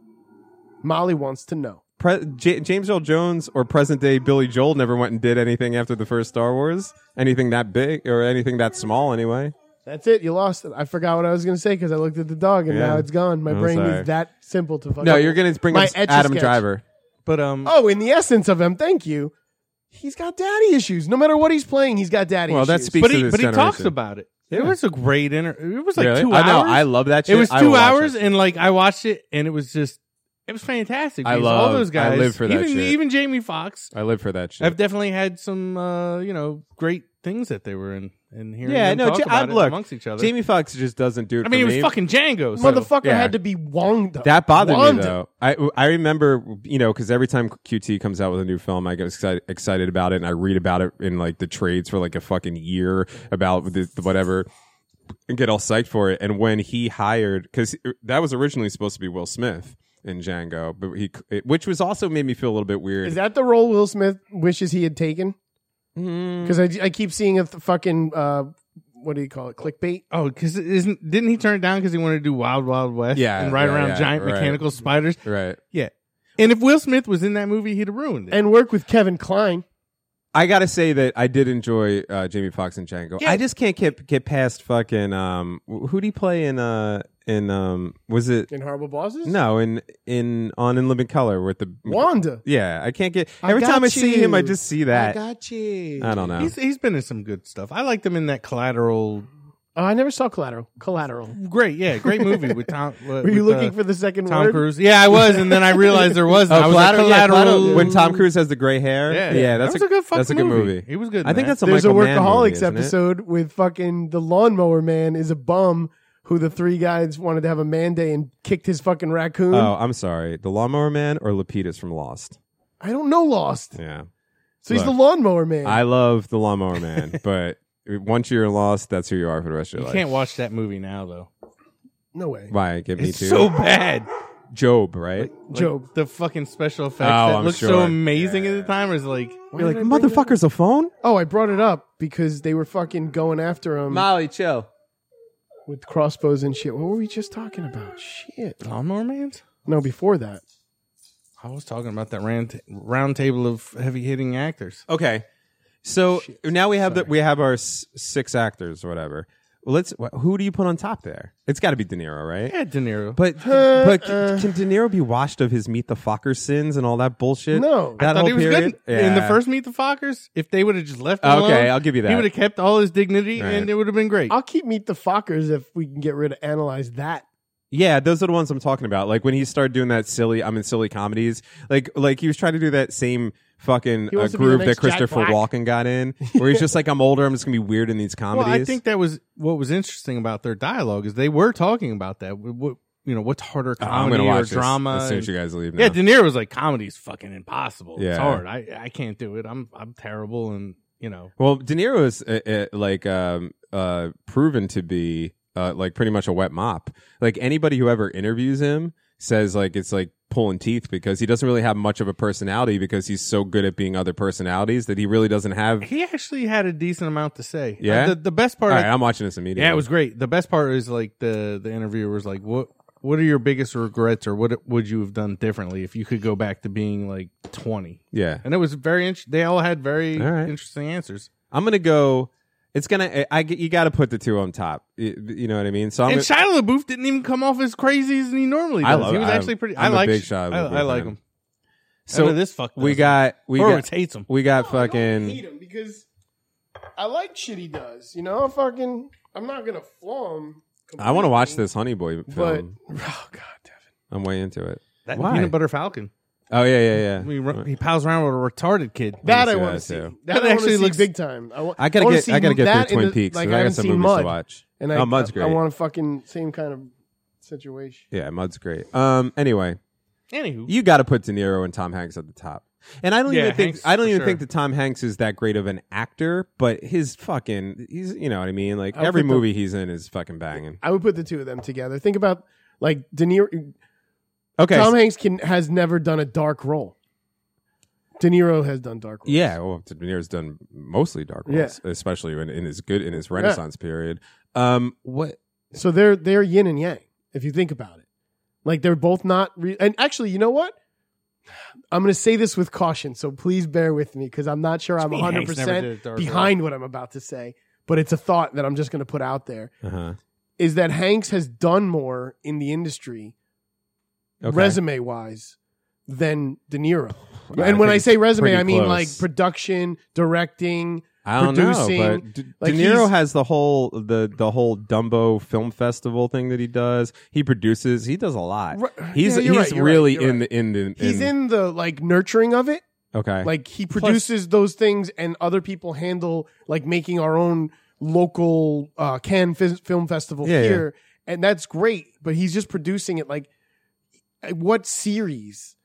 [SPEAKER 3] Molly wants to know.
[SPEAKER 2] Pre- J- James Earl Jones or present day Billy Joel never went and did anything after the first Star Wars, anything that big or anything that small anyway.
[SPEAKER 3] That's it. You lost it. I forgot what I was going to say because I looked at the dog and
[SPEAKER 2] Yeah.
[SPEAKER 3] now it's gone. My
[SPEAKER 2] I'm
[SPEAKER 3] brain
[SPEAKER 2] sorry.
[SPEAKER 3] is that simple to fuck.
[SPEAKER 2] No,
[SPEAKER 3] up.
[SPEAKER 2] you're gonna bring
[SPEAKER 3] My
[SPEAKER 2] up
[SPEAKER 3] Etch-a-Sketch.
[SPEAKER 2] Adam Driver.
[SPEAKER 1] But um,
[SPEAKER 3] Oh, in the essence of him, thank you. He's got daddy issues. No matter what he's playing, he's got daddy
[SPEAKER 2] Well, that
[SPEAKER 3] issues.
[SPEAKER 2] speaks-
[SPEAKER 1] but
[SPEAKER 2] to
[SPEAKER 1] he
[SPEAKER 2] this
[SPEAKER 1] but he talks
[SPEAKER 2] generation.
[SPEAKER 1] about it. It was a great inter. It was like
[SPEAKER 2] Really?
[SPEAKER 1] two
[SPEAKER 2] I
[SPEAKER 1] hours.
[SPEAKER 2] know. I love that shit.
[SPEAKER 1] It was
[SPEAKER 2] I
[SPEAKER 1] two
[SPEAKER 2] will watch
[SPEAKER 1] hours,
[SPEAKER 2] it.
[SPEAKER 1] and like I watched it, and it was just it was fantastic.
[SPEAKER 2] I
[SPEAKER 1] because all
[SPEAKER 2] love-
[SPEAKER 1] those
[SPEAKER 2] I
[SPEAKER 1] guys.
[SPEAKER 2] live for that
[SPEAKER 1] Even
[SPEAKER 2] shit.
[SPEAKER 1] even Jamie Foxx.
[SPEAKER 2] I live for that shit.
[SPEAKER 1] I've definitely had some uh, you know great things that they were in and hearing
[SPEAKER 2] yeah,
[SPEAKER 1] them
[SPEAKER 2] no,
[SPEAKER 1] talk
[SPEAKER 2] Ja- I-
[SPEAKER 1] about it
[SPEAKER 2] look,
[SPEAKER 1] amongst each other.
[SPEAKER 2] Jamie Foxx just doesn't do it.
[SPEAKER 1] I
[SPEAKER 2] for
[SPEAKER 1] mean, it was
[SPEAKER 2] me.
[SPEAKER 1] fucking Django. So.
[SPEAKER 3] Motherfucker
[SPEAKER 2] Yeah.
[SPEAKER 3] had to be wonged. up.
[SPEAKER 2] That bothered
[SPEAKER 3] Wonged.
[SPEAKER 2] me though. I I remember you know because every time QT comes out with a new film, I get excited, excited about it, and I read about it in like the trades for like a fucking year about the, the whatever, and get all psyched for it. And when he hired, because that was originally supposed to be Will Smith in Django, but he it, which was also made me feel a little bit weird.
[SPEAKER 3] Is that the role Will Smith wishes he had taken?
[SPEAKER 2] Mm.
[SPEAKER 3] Because I, I keep seeing a th- fucking uh, what do you call it? Clickbait.
[SPEAKER 1] Oh, because isn't didn't he turn it down because he wanted to do Wild Wild West?
[SPEAKER 2] Yeah,
[SPEAKER 1] and ride
[SPEAKER 2] yeah,
[SPEAKER 1] around
[SPEAKER 2] yeah,
[SPEAKER 1] giant
[SPEAKER 2] right.
[SPEAKER 1] mechanical spiders.
[SPEAKER 2] right?
[SPEAKER 1] Yeah, and if Will Smith was in that movie, he'd have ruined it.
[SPEAKER 3] And work with Kevin Klein.
[SPEAKER 2] I gotta say that I did enjoy uh, Jamie Foxx and Django.
[SPEAKER 1] Yeah.
[SPEAKER 2] I just can't get get past fucking um. wh- Who do he play in uh in um was it
[SPEAKER 3] In Horrible Bosses?
[SPEAKER 2] No, in in on in Living Color with the
[SPEAKER 3] Wanda.
[SPEAKER 2] Yeah, I can't get
[SPEAKER 3] I
[SPEAKER 2] every
[SPEAKER 3] got
[SPEAKER 2] time I see him, I
[SPEAKER 3] you.
[SPEAKER 2] just see that. Uh,
[SPEAKER 3] I
[SPEAKER 2] I,
[SPEAKER 3] got you.
[SPEAKER 2] don't know.
[SPEAKER 1] he's he's been in some good stuff. I liked him in that Collateral.
[SPEAKER 3] Oh, I never saw Collateral. Collateral.
[SPEAKER 1] Great, yeah, great movie with uh, Tom.
[SPEAKER 3] Were you
[SPEAKER 2] uh,
[SPEAKER 3] looking for the second
[SPEAKER 1] Tom
[SPEAKER 3] word?
[SPEAKER 1] Cruise? Yeah, I was, and then I realized there wasn't. I was like,
[SPEAKER 2] Oh, Collateral, yeah,
[SPEAKER 1] Oh, collateral.
[SPEAKER 2] Collateral. When Tom Cruise has the gray hair, yeah,
[SPEAKER 1] that
[SPEAKER 2] that's
[SPEAKER 1] was a, good. fucking
[SPEAKER 2] that's a good movie.
[SPEAKER 1] He was good. in
[SPEAKER 2] I think
[SPEAKER 1] that.
[SPEAKER 2] that's a
[SPEAKER 3] There's a
[SPEAKER 2] Michael Mann movie,
[SPEAKER 3] Workaholics
[SPEAKER 2] isn't it?
[SPEAKER 3] episode with fucking the lawnmower man is a bum who the three guys wanted to have a man day and kicked his fucking raccoon.
[SPEAKER 2] Oh, I'm sorry, the Lawnmower Man or Lapidus from Lost.
[SPEAKER 3] I don't know Lost.
[SPEAKER 2] Yeah,
[SPEAKER 3] So he's
[SPEAKER 2] Look,
[SPEAKER 3] the lawnmower man.
[SPEAKER 2] I love the Lawnmower Man, but once you're in Lost, that's who you are for the rest
[SPEAKER 1] you
[SPEAKER 2] of your life.
[SPEAKER 1] can't watch that movie now though.
[SPEAKER 3] no way.
[SPEAKER 2] Why get me
[SPEAKER 1] It's
[SPEAKER 2] too?
[SPEAKER 1] so bad.
[SPEAKER 2] Job, right?
[SPEAKER 1] Like,
[SPEAKER 3] Job.
[SPEAKER 1] the fucking special effects
[SPEAKER 2] Oh,
[SPEAKER 1] that
[SPEAKER 2] I'm
[SPEAKER 1] looked so
[SPEAKER 2] sure.
[SPEAKER 1] amazing at the time is like
[SPEAKER 2] you're like
[SPEAKER 3] did I bring that
[SPEAKER 2] motherfucker's a phone.
[SPEAKER 3] Oh, I brought it up because they were fucking going after him
[SPEAKER 2] Molly, chill.
[SPEAKER 3] with crossbows and shit. What were we just talking about? Shit.
[SPEAKER 1] Lawnmower Man's.
[SPEAKER 3] No, before that.
[SPEAKER 1] I was talking about that round, t- round table of heavy hitting actors.
[SPEAKER 2] Okay. So now we have the, we have our s- six actors or whatever. Well, Let's wh- who do you put on top there? It's got to be De Niro, right?
[SPEAKER 1] Yeah, De Niro.
[SPEAKER 2] But
[SPEAKER 1] Uh,
[SPEAKER 2] but can, can De Niro be washed of his meet the fucker sins and all that bullshit?
[SPEAKER 3] No.
[SPEAKER 2] that
[SPEAKER 1] I thought
[SPEAKER 2] whole
[SPEAKER 1] he was
[SPEAKER 2] period.
[SPEAKER 1] good in the
[SPEAKER 2] Yeah.
[SPEAKER 1] first Meet the Fockers. If they would have just left him
[SPEAKER 2] Okay,
[SPEAKER 1] alone,
[SPEAKER 2] I'll give you
[SPEAKER 1] He
[SPEAKER 2] that.
[SPEAKER 1] would have kept all his dignity,
[SPEAKER 2] Right.
[SPEAKER 1] and it would have been great.
[SPEAKER 3] I'll keep Meet the Fockers if we can get rid of Analyze That.
[SPEAKER 2] Yeah, those are the ones I'm talking about. Like when he started doing that silly, I'm in silly comedies. Like like he was trying to do that same fucking
[SPEAKER 3] He
[SPEAKER 2] uh,
[SPEAKER 3] wants to be the
[SPEAKER 2] groove that
[SPEAKER 3] next Jack
[SPEAKER 2] Christopher
[SPEAKER 3] Black.
[SPEAKER 2] Walken got in, where he's just like, I'm older, I'm just gonna be weird in these comedies.
[SPEAKER 1] Well, I think that was what was interesting about their dialogue is they were talking about that. What, what- you know, what's harder,
[SPEAKER 2] Oh, I'm
[SPEAKER 1] comedy
[SPEAKER 2] gonna
[SPEAKER 1] or
[SPEAKER 2] watch this
[SPEAKER 1] drama?
[SPEAKER 2] as soon as
[SPEAKER 1] and-
[SPEAKER 2] you guys leave.
[SPEAKER 1] Yeah,
[SPEAKER 2] now.
[SPEAKER 1] De Niro was like, "Comedy's fucking impossible. It's
[SPEAKER 2] Yeah.
[SPEAKER 1] hard. I I can't do it. I'm I'm terrible." And you know,
[SPEAKER 2] Well, De Niro is uh, uh, like um, uh, proven to be uh, like pretty much a wet mop. Like anybody who ever interviews him says, like it's like pulling teeth because he doesn't really have much of a personality because he's so good at being other personalities that he really doesn't have.
[SPEAKER 1] he actually had a decent amount to say.
[SPEAKER 2] Yeah?
[SPEAKER 1] Uh, the, the best
[SPEAKER 2] All
[SPEAKER 1] part. I
[SPEAKER 2] right, I'm watching this immediately.
[SPEAKER 1] Yeah, it was great. The best part is like the the interviewer was like, "What what are your biggest regrets, or what would you have done differently if you could go back to being like 20?
[SPEAKER 2] Yeah,
[SPEAKER 1] And it was very interesting. They all had very
[SPEAKER 2] All right.
[SPEAKER 1] interesting answers.
[SPEAKER 2] I'm gonna go. It's gonna. I, I you got to put the two on top. You, you know what I mean? So I'm
[SPEAKER 1] and
[SPEAKER 2] gonna-
[SPEAKER 1] Shia LaBeouf didn't even come off as crazy as he normally does.
[SPEAKER 2] I love-
[SPEAKER 1] he was
[SPEAKER 2] I'm-
[SPEAKER 1] actually pretty. i
[SPEAKER 2] I'm a
[SPEAKER 1] like
[SPEAKER 2] big Shia
[SPEAKER 1] I,
[SPEAKER 2] LaBeouf
[SPEAKER 1] I like
[SPEAKER 2] fan.
[SPEAKER 1] him. So
[SPEAKER 2] so
[SPEAKER 1] this fuck,
[SPEAKER 2] we got we
[SPEAKER 1] Horowitz
[SPEAKER 2] got
[SPEAKER 1] hates him.
[SPEAKER 2] we got
[SPEAKER 3] I hate
[SPEAKER 2] fucking.
[SPEAKER 3] him because I like shit he does. You know, I fucking I'm not gonna flaw him.
[SPEAKER 2] I want to watch
[SPEAKER 3] completely,
[SPEAKER 2] this Honey Boy film.
[SPEAKER 3] but oh god, Devin,
[SPEAKER 2] I'm way into it.
[SPEAKER 1] That
[SPEAKER 2] Why?
[SPEAKER 1] peanut butter falcon.
[SPEAKER 2] Oh yeah, yeah, yeah.
[SPEAKER 1] He, ru- he pals around with a retarded kid.
[SPEAKER 3] that I
[SPEAKER 2] see
[SPEAKER 3] want
[SPEAKER 2] that,
[SPEAKER 3] to see.
[SPEAKER 2] too.
[SPEAKER 3] That,
[SPEAKER 1] That actually
[SPEAKER 3] actually
[SPEAKER 1] looks-
[SPEAKER 3] looks big time. I, wa-
[SPEAKER 2] I gotta
[SPEAKER 3] wanna
[SPEAKER 2] get
[SPEAKER 3] see
[SPEAKER 2] I gotta get
[SPEAKER 3] that
[SPEAKER 2] through Twin
[SPEAKER 3] in the-
[SPEAKER 2] Peaks.
[SPEAKER 3] Like,
[SPEAKER 2] because I, got
[SPEAKER 3] haven't
[SPEAKER 2] some
[SPEAKER 3] seen
[SPEAKER 2] movies
[SPEAKER 3] Mud,
[SPEAKER 2] to watch.
[SPEAKER 3] and I,
[SPEAKER 2] oh, Mud's
[SPEAKER 3] I-
[SPEAKER 2] great.
[SPEAKER 3] I want a fucking same kind of situation.
[SPEAKER 2] yeah, Mud's great. Um, anyway,
[SPEAKER 1] Anywho,
[SPEAKER 2] you got to put De Niro and Tom Hanks at the top. And I don't
[SPEAKER 1] Yeah,
[SPEAKER 2] even think
[SPEAKER 1] Hanks,
[SPEAKER 2] I don't
[SPEAKER 1] for
[SPEAKER 2] even
[SPEAKER 1] sure.
[SPEAKER 2] think that Tom Hanks is that great of an actor, but his fucking he's you know what I mean. Like
[SPEAKER 3] I'll
[SPEAKER 2] every
[SPEAKER 3] put the-
[SPEAKER 2] movie he's in is fucking banging.
[SPEAKER 3] I would put the two of them together. Think about like De Niro.
[SPEAKER 2] Okay,
[SPEAKER 3] Tom
[SPEAKER 2] so-
[SPEAKER 3] Hanks can has never done a dark role. De Niro has done dark roles.
[SPEAKER 2] yeah. Well, De Niro's done mostly dark
[SPEAKER 3] Yeah.
[SPEAKER 2] roles, especially in, in his good in his Renaissance period. Um, what?
[SPEAKER 3] So they're they're yin and yang if you think about it. Like they're both not re- and actually, you know what? I'm going to say this with caution, so please bear with me because I'm not sure I'm
[SPEAKER 1] mean Hanks never
[SPEAKER 3] 100%
[SPEAKER 1] did a dark
[SPEAKER 3] behind what I'm about to say, but it's a thought that I'm just going to put out there
[SPEAKER 2] Uh-huh.
[SPEAKER 3] is that Hanks has done more in the industry
[SPEAKER 2] Okay.
[SPEAKER 3] resume wise than De Niro.
[SPEAKER 2] I
[SPEAKER 3] and when I
[SPEAKER 2] think
[SPEAKER 3] say
[SPEAKER 2] it's
[SPEAKER 3] resume,
[SPEAKER 2] pretty
[SPEAKER 3] I mean
[SPEAKER 2] close.
[SPEAKER 3] like production, directing,
[SPEAKER 2] I don't
[SPEAKER 3] producing,
[SPEAKER 2] know, but De,
[SPEAKER 3] like,
[SPEAKER 2] De Niro
[SPEAKER 3] he's-
[SPEAKER 2] has the whole the the whole Dumbo Film Festival thing that he does. He produces. He does a lot.
[SPEAKER 3] Right.
[SPEAKER 2] He's
[SPEAKER 3] Yeah, you're
[SPEAKER 2] he's
[SPEAKER 3] right, you're
[SPEAKER 2] really
[SPEAKER 3] right, you're
[SPEAKER 2] in
[SPEAKER 3] right.
[SPEAKER 2] the in the
[SPEAKER 3] he's in the like nurturing of it.
[SPEAKER 2] okay.
[SPEAKER 3] Like he produces those things, and other people handle like making our own local uh, Cannes Fis- Film Festival
[SPEAKER 2] Yeah, yeah.
[SPEAKER 3] here, and that's great. But he's just producing it. Like, eh, what series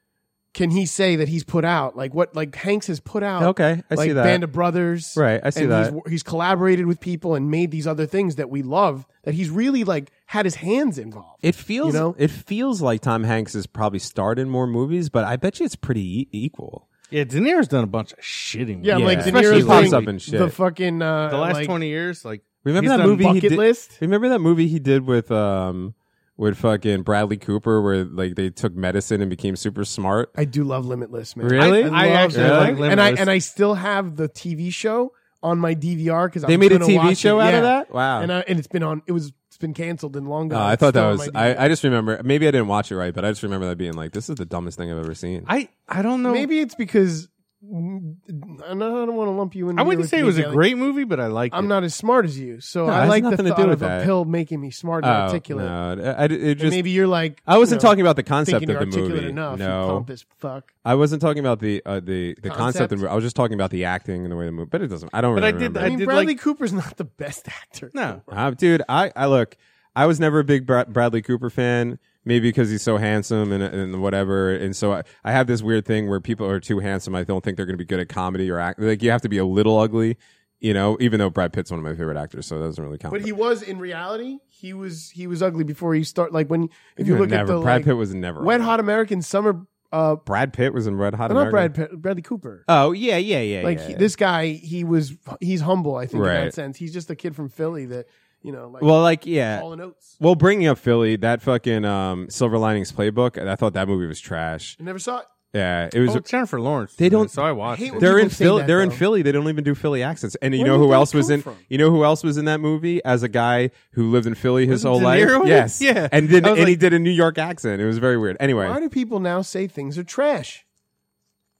[SPEAKER 3] can he say that he's put out? Like what? Like Hanks has put out.
[SPEAKER 2] okay, I
[SPEAKER 3] like
[SPEAKER 2] see that.
[SPEAKER 3] Band of Brothers.
[SPEAKER 2] Right, I see
[SPEAKER 3] and
[SPEAKER 2] that.
[SPEAKER 3] He's, he's collaborated with people and made these other things that we love. That he's really like had his hands involved.
[SPEAKER 2] It feels
[SPEAKER 3] You know?
[SPEAKER 2] it feels like Tom Hanks has probably starred in more movies, but I bet you it's pretty e- equal.
[SPEAKER 1] yeah, De Niro's done a bunch of shitty. movies.
[SPEAKER 3] yeah,
[SPEAKER 2] Yeah,
[SPEAKER 3] like De
[SPEAKER 1] especially
[SPEAKER 3] Niro's
[SPEAKER 1] pops
[SPEAKER 3] doing
[SPEAKER 2] up and shit.
[SPEAKER 3] The fucking uh,
[SPEAKER 1] the last
[SPEAKER 3] like,
[SPEAKER 1] twenty years, like
[SPEAKER 2] Remember
[SPEAKER 1] he's
[SPEAKER 2] that
[SPEAKER 1] done
[SPEAKER 2] movie he
[SPEAKER 3] bucket
[SPEAKER 2] did,
[SPEAKER 3] list.
[SPEAKER 2] Remember that movie he did with um with fucking Bradley Cooper where like they took medicine and became super smart.
[SPEAKER 3] I do love Limitless, man.
[SPEAKER 2] Really?
[SPEAKER 1] I
[SPEAKER 3] love
[SPEAKER 1] actually
[SPEAKER 3] that.
[SPEAKER 2] like
[SPEAKER 3] and I
[SPEAKER 1] Limitless.
[SPEAKER 3] and I still have the TV show on my DVR because
[SPEAKER 2] They made a TV show out of that? Wow.
[SPEAKER 3] And I, and it's been on. It was it's been canceled and long gone.
[SPEAKER 2] Uh, I
[SPEAKER 3] It's
[SPEAKER 2] thought that
[SPEAKER 3] still on
[SPEAKER 2] was
[SPEAKER 3] my
[SPEAKER 2] I,
[SPEAKER 3] DVR.
[SPEAKER 2] I just remember maybe I didn't watch it right, but I just remember that being like this is the dumbest thing I've ever seen.
[SPEAKER 1] I I don't know.
[SPEAKER 3] Maybe it's because mm, I don't, I don't want to lump you in.
[SPEAKER 1] I
[SPEAKER 3] here
[SPEAKER 1] wouldn't
[SPEAKER 3] with
[SPEAKER 1] say it
[SPEAKER 3] me,
[SPEAKER 1] was a
[SPEAKER 3] Kelly.
[SPEAKER 1] great movie, but I liked
[SPEAKER 3] I'm
[SPEAKER 1] it.
[SPEAKER 3] not as smart as you, so
[SPEAKER 2] No, it
[SPEAKER 3] I
[SPEAKER 2] has
[SPEAKER 3] like the
[SPEAKER 2] nothing to do
[SPEAKER 3] thought
[SPEAKER 2] with
[SPEAKER 3] of
[SPEAKER 2] that.
[SPEAKER 3] a pill making me smart
[SPEAKER 2] Oh,
[SPEAKER 3] and articulate.
[SPEAKER 2] no, I, I- it
[SPEAKER 3] And
[SPEAKER 2] just
[SPEAKER 3] maybe you're like
[SPEAKER 2] I wasn't
[SPEAKER 3] you know,
[SPEAKER 2] talking about the concept of
[SPEAKER 3] thinking
[SPEAKER 2] the
[SPEAKER 3] you're articulate
[SPEAKER 2] movie.
[SPEAKER 3] enough.
[SPEAKER 2] no,
[SPEAKER 3] you pompous fuck.
[SPEAKER 2] I wasn't talking about the uh, the the concept.
[SPEAKER 3] Concept?
[SPEAKER 2] of the movie. I was just talking about the acting and the way the movie. But it doesn't. I don't.
[SPEAKER 1] But
[SPEAKER 2] really
[SPEAKER 1] I did-
[SPEAKER 2] remember.
[SPEAKER 1] I
[SPEAKER 3] I mean,
[SPEAKER 1] did
[SPEAKER 3] Bradley
[SPEAKER 1] like-
[SPEAKER 3] Cooper's not the best actor.
[SPEAKER 1] no.
[SPEAKER 2] Uh, dude, I, I look. I was never a big Bra- Bradley Cooper fan. Maybe because he's so handsome and, and whatever, and so I, I have this weird thing where people are too handsome. I don't think they're going to be good at comedy or act. Like you have to be a little ugly, you know. Even though Brad Pitt's one of my favorite actors, so that doesn't really count.
[SPEAKER 3] But he was in reality. He was he was ugly before he start. Like when if you
[SPEAKER 2] You're
[SPEAKER 3] look at
[SPEAKER 2] never-
[SPEAKER 3] the
[SPEAKER 2] Brad
[SPEAKER 3] like,
[SPEAKER 2] Pitt was never
[SPEAKER 3] Wet
[SPEAKER 2] ugly.
[SPEAKER 3] Hot American Summer. Uh,
[SPEAKER 2] Brad Pitt was in Red Hot.
[SPEAKER 3] not
[SPEAKER 2] America.
[SPEAKER 3] Brad Pitt, Bradley Cooper.
[SPEAKER 2] Oh yeah, yeah, yeah.
[SPEAKER 3] like
[SPEAKER 2] yeah,
[SPEAKER 3] he,
[SPEAKER 2] yeah.
[SPEAKER 3] this guy, he was he's humble. I think in
[SPEAKER 2] Right.
[SPEAKER 3] that sense, he's just a kid from Philly that you know, like
[SPEAKER 2] Well, like yeah.
[SPEAKER 3] Hall and Oates.
[SPEAKER 2] Well, bringing up Philly, that fucking um, Silver Linings Playbook, I thought that movie was trash.
[SPEAKER 3] I never saw it.
[SPEAKER 2] Yeah, it was.
[SPEAKER 1] Oh, Jennifer Lawrence.
[SPEAKER 2] They don't-
[SPEAKER 1] So I watched.
[SPEAKER 3] I hate
[SPEAKER 1] it.
[SPEAKER 3] when
[SPEAKER 2] they're
[SPEAKER 3] people
[SPEAKER 2] in
[SPEAKER 3] say
[SPEAKER 2] Philly.
[SPEAKER 3] that,
[SPEAKER 2] They're in
[SPEAKER 3] though.
[SPEAKER 2] Philly. They don't even do Philly accents. And you
[SPEAKER 3] Where
[SPEAKER 2] know
[SPEAKER 3] did
[SPEAKER 2] who
[SPEAKER 3] that
[SPEAKER 2] else was
[SPEAKER 3] come
[SPEAKER 2] in?
[SPEAKER 3] from?
[SPEAKER 2] You know who else was in that movie as a guy who lived in Philly his
[SPEAKER 1] Wasn't
[SPEAKER 2] whole
[SPEAKER 1] De
[SPEAKER 2] life?
[SPEAKER 1] Niro in it?
[SPEAKER 2] Yes.
[SPEAKER 1] Yeah.
[SPEAKER 2] And then
[SPEAKER 1] I
[SPEAKER 2] and
[SPEAKER 1] was
[SPEAKER 2] he
[SPEAKER 1] like-
[SPEAKER 2] did a New York accent. It was very weird. Anyway,
[SPEAKER 3] Why do people now say things are trash?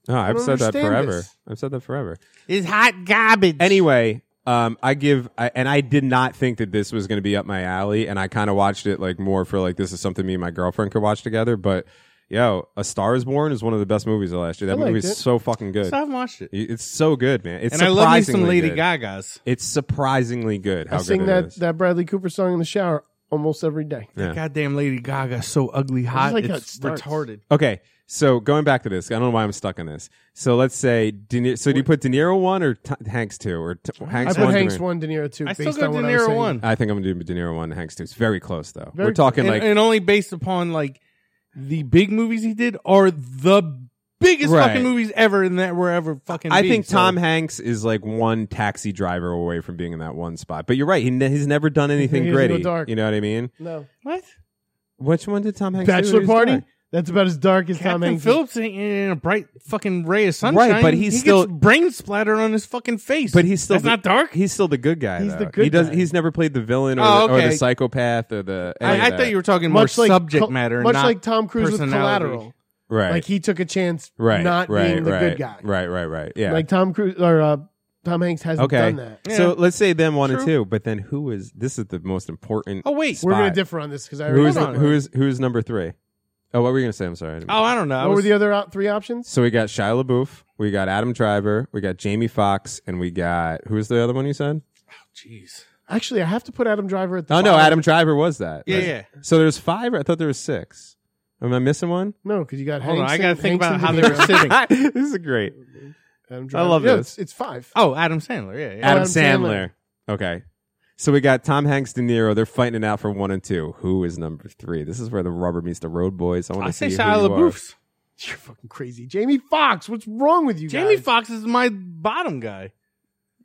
[SPEAKER 2] oh, I've
[SPEAKER 3] don't
[SPEAKER 2] said that
[SPEAKER 3] understand
[SPEAKER 2] forever.
[SPEAKER 3] this.
[SPEAKER 2] I've said that forever.
[SPEAKER 1] It's hot garbage.
[SPEAKER 2] Anyway, um, I give, I, and I did not think that this was going to be up my alley, and I kind of watched it like more for like this is something me and my girlfriend could watch together. But yo, A Star Is Born is one of the best movies of last year. That
[SPEAKER 3] liked
[SPEAKER 2] movie is
[SPEAKER 3] it.
[SPEAKER 2] so fucking good.
[SPEAKER 1] So I haven't watched it.
[SPEAKER 2] It's so good, man. It's
[SPEAKER 1] And I love me some
[SPEAKER 2] surprisingly
[SPEAKER 1] Lady
[SPEAKER 2] good.
[SPEAKER 1] Gaga's.
[SPEAKER 2] It's surprisingly good. How
[SPEAKER 3] I sing
[SPEAKER 2] good it
[SPEAKER 3] that
[SPEAKER 2] is.
[SPEAKER 3] that Bradley Cooper song in the shower almost every day.
[SPEAKER 2] Yeah.
[SPEAKER 1] Goddamn Lady Gaga, so ugly hot.
[SPEAKER 3] like how
[SPEAKER 1] it's
[SPEAKER 3] it starts.
[SPEAKER 1] retarded.
[SPEAKER 2] Okay, so going back to this, I don't know why I'm stuck on this. So let's say, De Ni- so do you put De Niro one or T- Hanks two or t-
[SPEAKER 3] I
[SPEAKER 2] Hanks
[SPEAKER 3] put
[SPEAKER 2] one? De
[SPEAKER 3] Hanks
[SPEAKER 2] Niro-
[SPEAKER 3] one, De Niro two.
[SPEAKER 1] I still
[SPEAKER 3] based
[SPEAKER 1] go
[SPEAKER 3] on
[SPEAKER 1] De
[SPEAKER 3] what I was
[SPEAKER 1] Niro
[SPEAKER 3] saying.
[SPEAKER 1] one,
[SPEAKER 2] I think I'm gonna do De Niro one, Hanks two. It's very close though.
[SPEAKER 3] Very
[SPEAKER 2] We're talking
[SPEAKER 1] and,
[SPEAKER 2] like
[SPEAKER 1] and only based upon like the big movies he did are the biggest
[SPEAKER 2] Right.
[SPEAKER 1] fucking movies ever and that were ever fucking.
[SPEAKER 2] I
[SPEAKER 1] be,
[SPEAKER 2] think
[SPEAKER 1] so-
[SPEAKER 2] Tom Hanks is like one taxi driver away from being in that one spot. But you're right; he ne- he's never done anything
[SPEAKER 3] He's gonna go
[SPEAKER 2] gritty.
[SPEAKER 3] dark.
[SPEAKER 2] You know what I mean?
[SPEAKER 3] No,
[SPEAKER 1] What?
[SPEAKER 2] Which one did Tom Hanks? do when
[SPEAKER 3] Bachelor
[SPEAKER 2] he was
[SPEAKER 3] Party.
[SPEAKER 2] dark?
[SPEAKER 3] That's about as dark as Tom
[SPEAKER 1] Captain
[SPEAKER 3] Hanks.
[SPEAKER 1] Phillips ain't in a bright fucking ray of sunshine.
[SPEAKER 2] Right, but he's
[SPEAKER 1] he
[SPEAKER 2] still-
[SPEAKER 1] gets brain splattered on his fucking face.
[SPEAKER 2] But he's still
[SPEAKER 1] That's
[SPEAKER 2] the-
[SPEAKER 1] not dark.
[SPEAKER 2] He's still the good guy.
[SPEAKER 3] He's the
[SPEAKER 2] though.
[SPEAKER 3] good
[SPEAKER 2] he does,
[SPEAKER 3] guy.
[SPEAKER 2] He's never played the villain or,
[SPEAKER 1] Oh,
[SPEAKER 2] the, or the
[SPEAKER 1] okay.
[SPEAKER 2] psychopath or the.
[SPEAKER 1] I, I thought you were talking more
[SPEAKER 3] much like
[SPEAKER 1] subject
[SPEAKER 3] Col-
[SPEAKER 1] matter,
[SPEAKER 3] much
[SPEAKER 1] not
[SPEAKER 3] like Tom Cruise with
[SPEAKER 1] personality.
[SPEAKER 3] Collateral.
[SPEAKER 2] were right.
[SPEAKER 3] Like he took a chance,
[SPEAKER 2] right.
[SPEAKER 3] not
[SPEAKER 2] right,
[SPEAKER 3] being the
[SPEAKER 2] right,
[SPEAKER 3] good guy.
[SPEAKER 2] Right. Right. Right. Yeah.
[SPEAKER 3] Like Tom Cruise or uh, Tom Hanks hasn't
[SPEAKER 2] okay.
[SPEAKER 3] done that.
[SPEAKER 2] So
[SPEAKER 1] Yeah.
[SPEAKER 2] let's say them one and
[SPEAKER 1] True.
[SPEAKER 2] two, but then who is? This is the most important.
[SPEAKER 1] Oh wait,
[SPEAKER 3] We're gonna
[SPEAKER 2] Spot.
[SPEAKER 3] differ on this because I
[SPEAKER 2] who
[SPEAKER 3] already
[SPEAKER 2] is?
[SPEAKER 1] hold
[SPEAKER 2] the-
[SPEAKER 1] on.
[SPEAKER 2] Who is? Who is number three? Oh, what were you gonna say? I'm sorry. I didn't-
[SPEAKER 1] oh I don't know. I
[SPEAKER 3] What were
[SPEAKER 1] was-
[SPEAKER 3] the other op- three options?
[SPEAKER 2] So we got Shia LaBeouf, we got Adam Driver, we got Jamie Foxx, and we got who was the other one you said?
[SPEAKER 1] Jeez.
[SPEAKER 3] Actually, I have to put Adam Driver at the.
[SPEAKER 2] Oh no,
[SPEAKER 3] bottom.
[SPEAKER 2] Adam Driver was that.
[SPEAKER 1] Yeah,
[SPEAKER 2] right?
[SPEAKER 1] yeah.
[SPEAKER 2] So there's five. I thought there was six. Am I missing one?
[SPEAKER 3] No, because you got.
[SPEAKER 1] Hold on,
[SPEAKER 3] Hanks
[SPEAKER 1] I gotta
[SPEAKER 3] and-
[SPEAKER 1] think
[SPEAKER 3] Hanks
[SPEAKER 1] about how they
[SPEAKER 3] and De
[SPEAKER 1] were
[SPEAKER 3] Niro,
[SPEAKER 1] sitting.
[SPEAKER 2] this is great.
[SPEAKER 3] Adam
[SPEAKER 2] I love
[SPEAKER 3] Driver. yeah,
[SPEAKER 2] this.
[SPEAKER 3] It's, it's five.
[SPEAKER 1] Oh, Adam Sandler. Yeah, yeah.
[SPEAKER 3] Adam
[SPEAKER 2] Adam, Sandler. Okay. So we got Tom Hanks, De Niro. They're fighting it out for one and two. Who is number three? This is where the rubber meets the road, boys. I want
[SPEAKER 1] I
[SPEAKER 2] to
[SPEAKER 1] say
[SPEAKER 2] see
[SPEAKER 1] Shia
[SPEAKER 2] who you are.
[SPEAKER 1] LaBeouf's.
[SPEAKER 3] You're fucking crazy, Jamie Fox. What's wrong with you?
[SPEAKER 1] Jamie
[SPEAKER 3] guys?
[SPEAKER 1] Foxx is my bottom guy.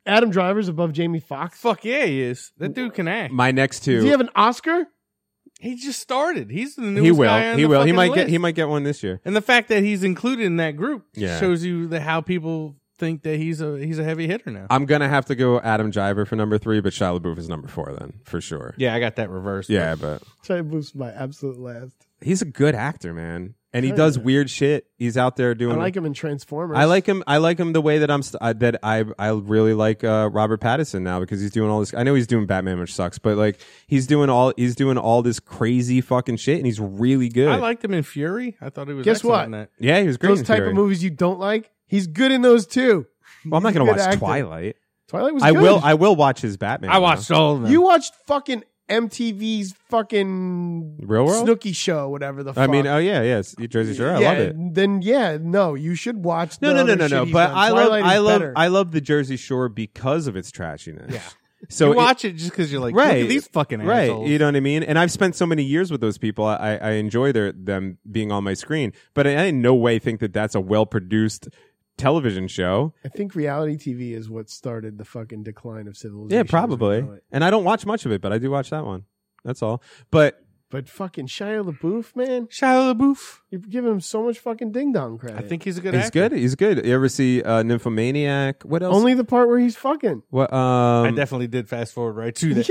[SPEAKER 3] Adam Driver's above Jamie Fox.
[SPEAKER 1] Fuck yeah, he is. That dude can act.
[SPEAKER 2] My next two.
[SPEAKER 3] Does he have an Oscar?
[SPEAKER 1] He just started. He's the newest guy
[SPEAKER 2] he will.
[SPEAKER 1] on
[SPEAKER 2] He
[SPEAKER 1] the
[SPEAKER 2] will. He
[SPEAKER 1] fucking
[SPEAKER 2] might get.
[SPEAKER 1] list.
[SPEAKER 2] He might get one this year.
[SPEAKER 1] And the fact that he's included in that group
[SPEAKER 2] Yeah.
[SPEAKER 1] shows you the, how people think that he's a he's a heavy hitter now.
[SPEAKER 2] I'm gonna have to go Adam Driver for number three, but Shia LaBeouf is number four then for sure.
[SPEAKER 1] yeah, I got that reversed.
[SPEAKER 2] Yeah, but
[SPEAKER 3] Sorry, Blue's my absolute last.
[SPEAKER 2] he's a good actor, man, and he does weird shit. He's out there
[SPEAKER 3] I
[SPEAKER 2] doing.
[SPEAKER 3] like him in Transformers.
[SPEAKER 2] I like him. I like him the way that I'm st- uh, that I I really like uh, Robert Pattinson now because he's doing all this. I know he's doing Batman, which sucks, but like he's doing all he's doing all this crazy fucking shit, and he's really good.
[SPEAKER 1] I liked him in Fury. I thought he was
[SPEAKER 3] Guess
[SPEAKER 1] excellent
[SPEAKER 3] what?
[SPEAKER 1] in that.
[SPEAKER 2] Yeah, he was great.
[SPEAKER 3] those
[SPEAKER 2] in
[SPEAKER 3] type
[SPEAKER 2] Fury.
[SPEAKER 3] of movies you don't like. He's good in those too.
[SPEAKER 2] Well, I'm not gonna
[SPEAKER 3] He's a
[SPEAKER 2] watch
[SPEAKER 3] good actor.
[SPEAKER 2] Twilight.
[SPEAKER 3] Twilight was.
[SPEAKER 2] I
[SPEAKER 3] good.
[SPEAKER 2] will. I will watch his Batman.
[SPEAKER 1] I watched all of them.
[SPEAKER 3] you watched fucking MTV's fucking
[SPEAKER 2] though. Real World.
[SPEAKER 3] Snooki show, whatever the. fuck.
[SPEAKER 2] I mean, oh yeah, yes, Jersey Shore. I
[SPEAKER 3] yeah,
[SPEAKER 2] love it.
[SPEAKER 3] Then yeah, no, you should watch.
[SPEAKER 2] No,
[SPEAKER 3] the
[SPEAKER 2] no, no,
[SPEAKER 3] other
[SPEAKER 2] no,
[SPEAKER 3] shit
[SPEAKER 2] no.
[SPEAKER 3] he's
[SPEAKER 2] But
[SPEAKER 3] done.
[SPEAKER 2] I love,
[SPEAKER 3] Twilight is
[SPEAKER 2] I love,
[SPEAKER 3] better.
[SPEAKER 2] I love the Jersey Shore because of its trashiness.
[SPEAKER 1] Yeah.
[SPEAKER 2] So
[SPEAKER 1] You
[SPEAKER 2] it-
[SPEAKER 1] watch it just because you're like,
[SPEAKER 2] Right.
[SPEAKER 1] Look at these fucking
[SPEAKER 2] right
[SPEAKER 1] assholes.
[SPEAKER 2] you know what i mean and i've spent so many years with those people i i I enjoy their them being on my screen but i in no way think that that's a well-produced television show
[SPEAKER 3] I think reality TV is what started the fucking decline of civilization.
[SPEAKER 2] yeah
[SPEAKER 3] as we
[SPEAKER 2] probably
[SPEAKER 3] know it.
[SPEAKER 2] and i don't watch much of it but i do watch that one that's all but
[SPEAKER 3] But fufucking Shia LaBeouf, man,
[SPEAKER 1] Shia LaBeouf.
[SPEAKER 3] you're giving him so much fucking ding dong credit.
[SPEAKER 1] I think he's a good
[SPEAKER 2] he's
[SPEAKER 1] actor.
[SPEAKER 2] good he's good you ever see uh, nymphomaniac what else
[SPEAKER 3] only the part where he's fucking.
[SPEAKER 2] what um
[SPEAKER 1] I definitely did fast forward right to that.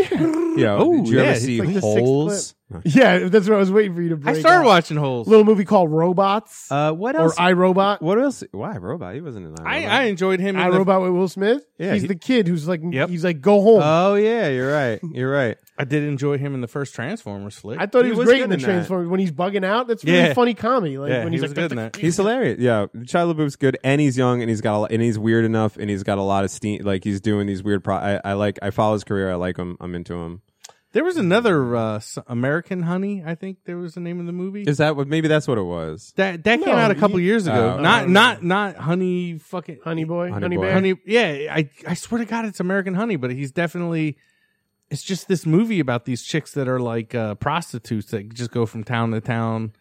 [SPEAKER 2] yeah
[SPEAKER 1] Oh,
[SPEAKER 2] did you
[SPEAKER 1] yeah,
[SPEAKER 2] ever
[SPEAKER 1] it's
[SPEAKER 2] see
[SPEAKER 3] like the sixth
[SPEAKER 2] holes
[SPEAKER 3] Yeah, that's what I was waiting for you to.
[SPEAKER 1] I
[SPEAKER 3] Break
[SPEAKER 1] started
[SPEAKER 3] out.
[SPEAKER 1] watching Holes.
[SPEAKER 3] little movie called Robots
[SPEAKER 2] uh what
[SPEAKER 3] or
[SPEAKER 2] else
[SPEAKER 3] I Robot.
[SPEAKER 2] what else why robot he wasn't an
[SPEAKER 1] I,
[SPEAKER 2] iRobot.
[SPEAKER 1] I enjoyed him.
[SPEAKER 3] I
[SPEAKER 1] in the-
[SPEAKER 3] Robot with Will Smith.
[SPEAKER 2] Yeah,
[SPEAKER 3] he's
[SPEAKER 2] he-
[SPEAKER 3] the kid who's like,
[SPEAKER 1] Yep.
[SPEAKER 3] he's like, go home.
[SPEAKER 2] oh yeah you're right you're right
[SPEAKER 1] I did enjoy him in the first Transformers flick.
[SPEAKER 3] I thought he,
[SPEAKER 2] he
[SPEAKER 3] was,
[SPEAKER 2] was
[SPEAKER 3] great
[SPEAKER 2] good
[SPEAKER 3] in the
[SPEAKER 2] in that.
[SPEAKER 3] Transformers when he's bugging out. That's really
[SPEAKER 1] Yeah.
[SPEAKER 3] funny comedy. Like
[SPEAKER 1] yeah,
[SPEAKER 3] when
[SPEAKER 1] he
[SPEAKER 3] he's
[SPEAKER 1] was
[SPEAKER 3] like,
[SPEAKER 1] good in that.
[SPEAKER 2] He's hilarious. Yeah, Shia LaBeouf's good, and he's young, and he's got a, lo- and he's weird enough, and he's got a lot of steam. Like he's doing these weird. Pro- I, I like. I follow his career. I like him. I'm into him.
[SPEAKER 1] There was another uh, s- American Honey. I think there was the name of the movie.
[SPEAKER 2] Is that what? Maybe that's what it was.
[SPEAKER 1] That that came
[SPEAKER 3] No,
[SPEAKER 1] out a couple
[SPEAKER 3] you-
[SPEAKER 1] years ago.
[SPEAKER 2] Oh.
[SPEAKER 1] not
[SPEAKER 3] Oh, no.
[SPEAKER 1] not not honey fucking
[SPEAKER 3] Honey Boy,
[SPEAKER 2] Honey
[SPEAKER 3] Honey,
[SPEAKER 2] Boy.
[SPEAKER 3] Bear.
[SPEAKER 1] honey. Yeah, I I swear to God, it's American Honey, but he's definitely. It's just this movie about these chicks that are like uh, prostitutes that just go from town to town,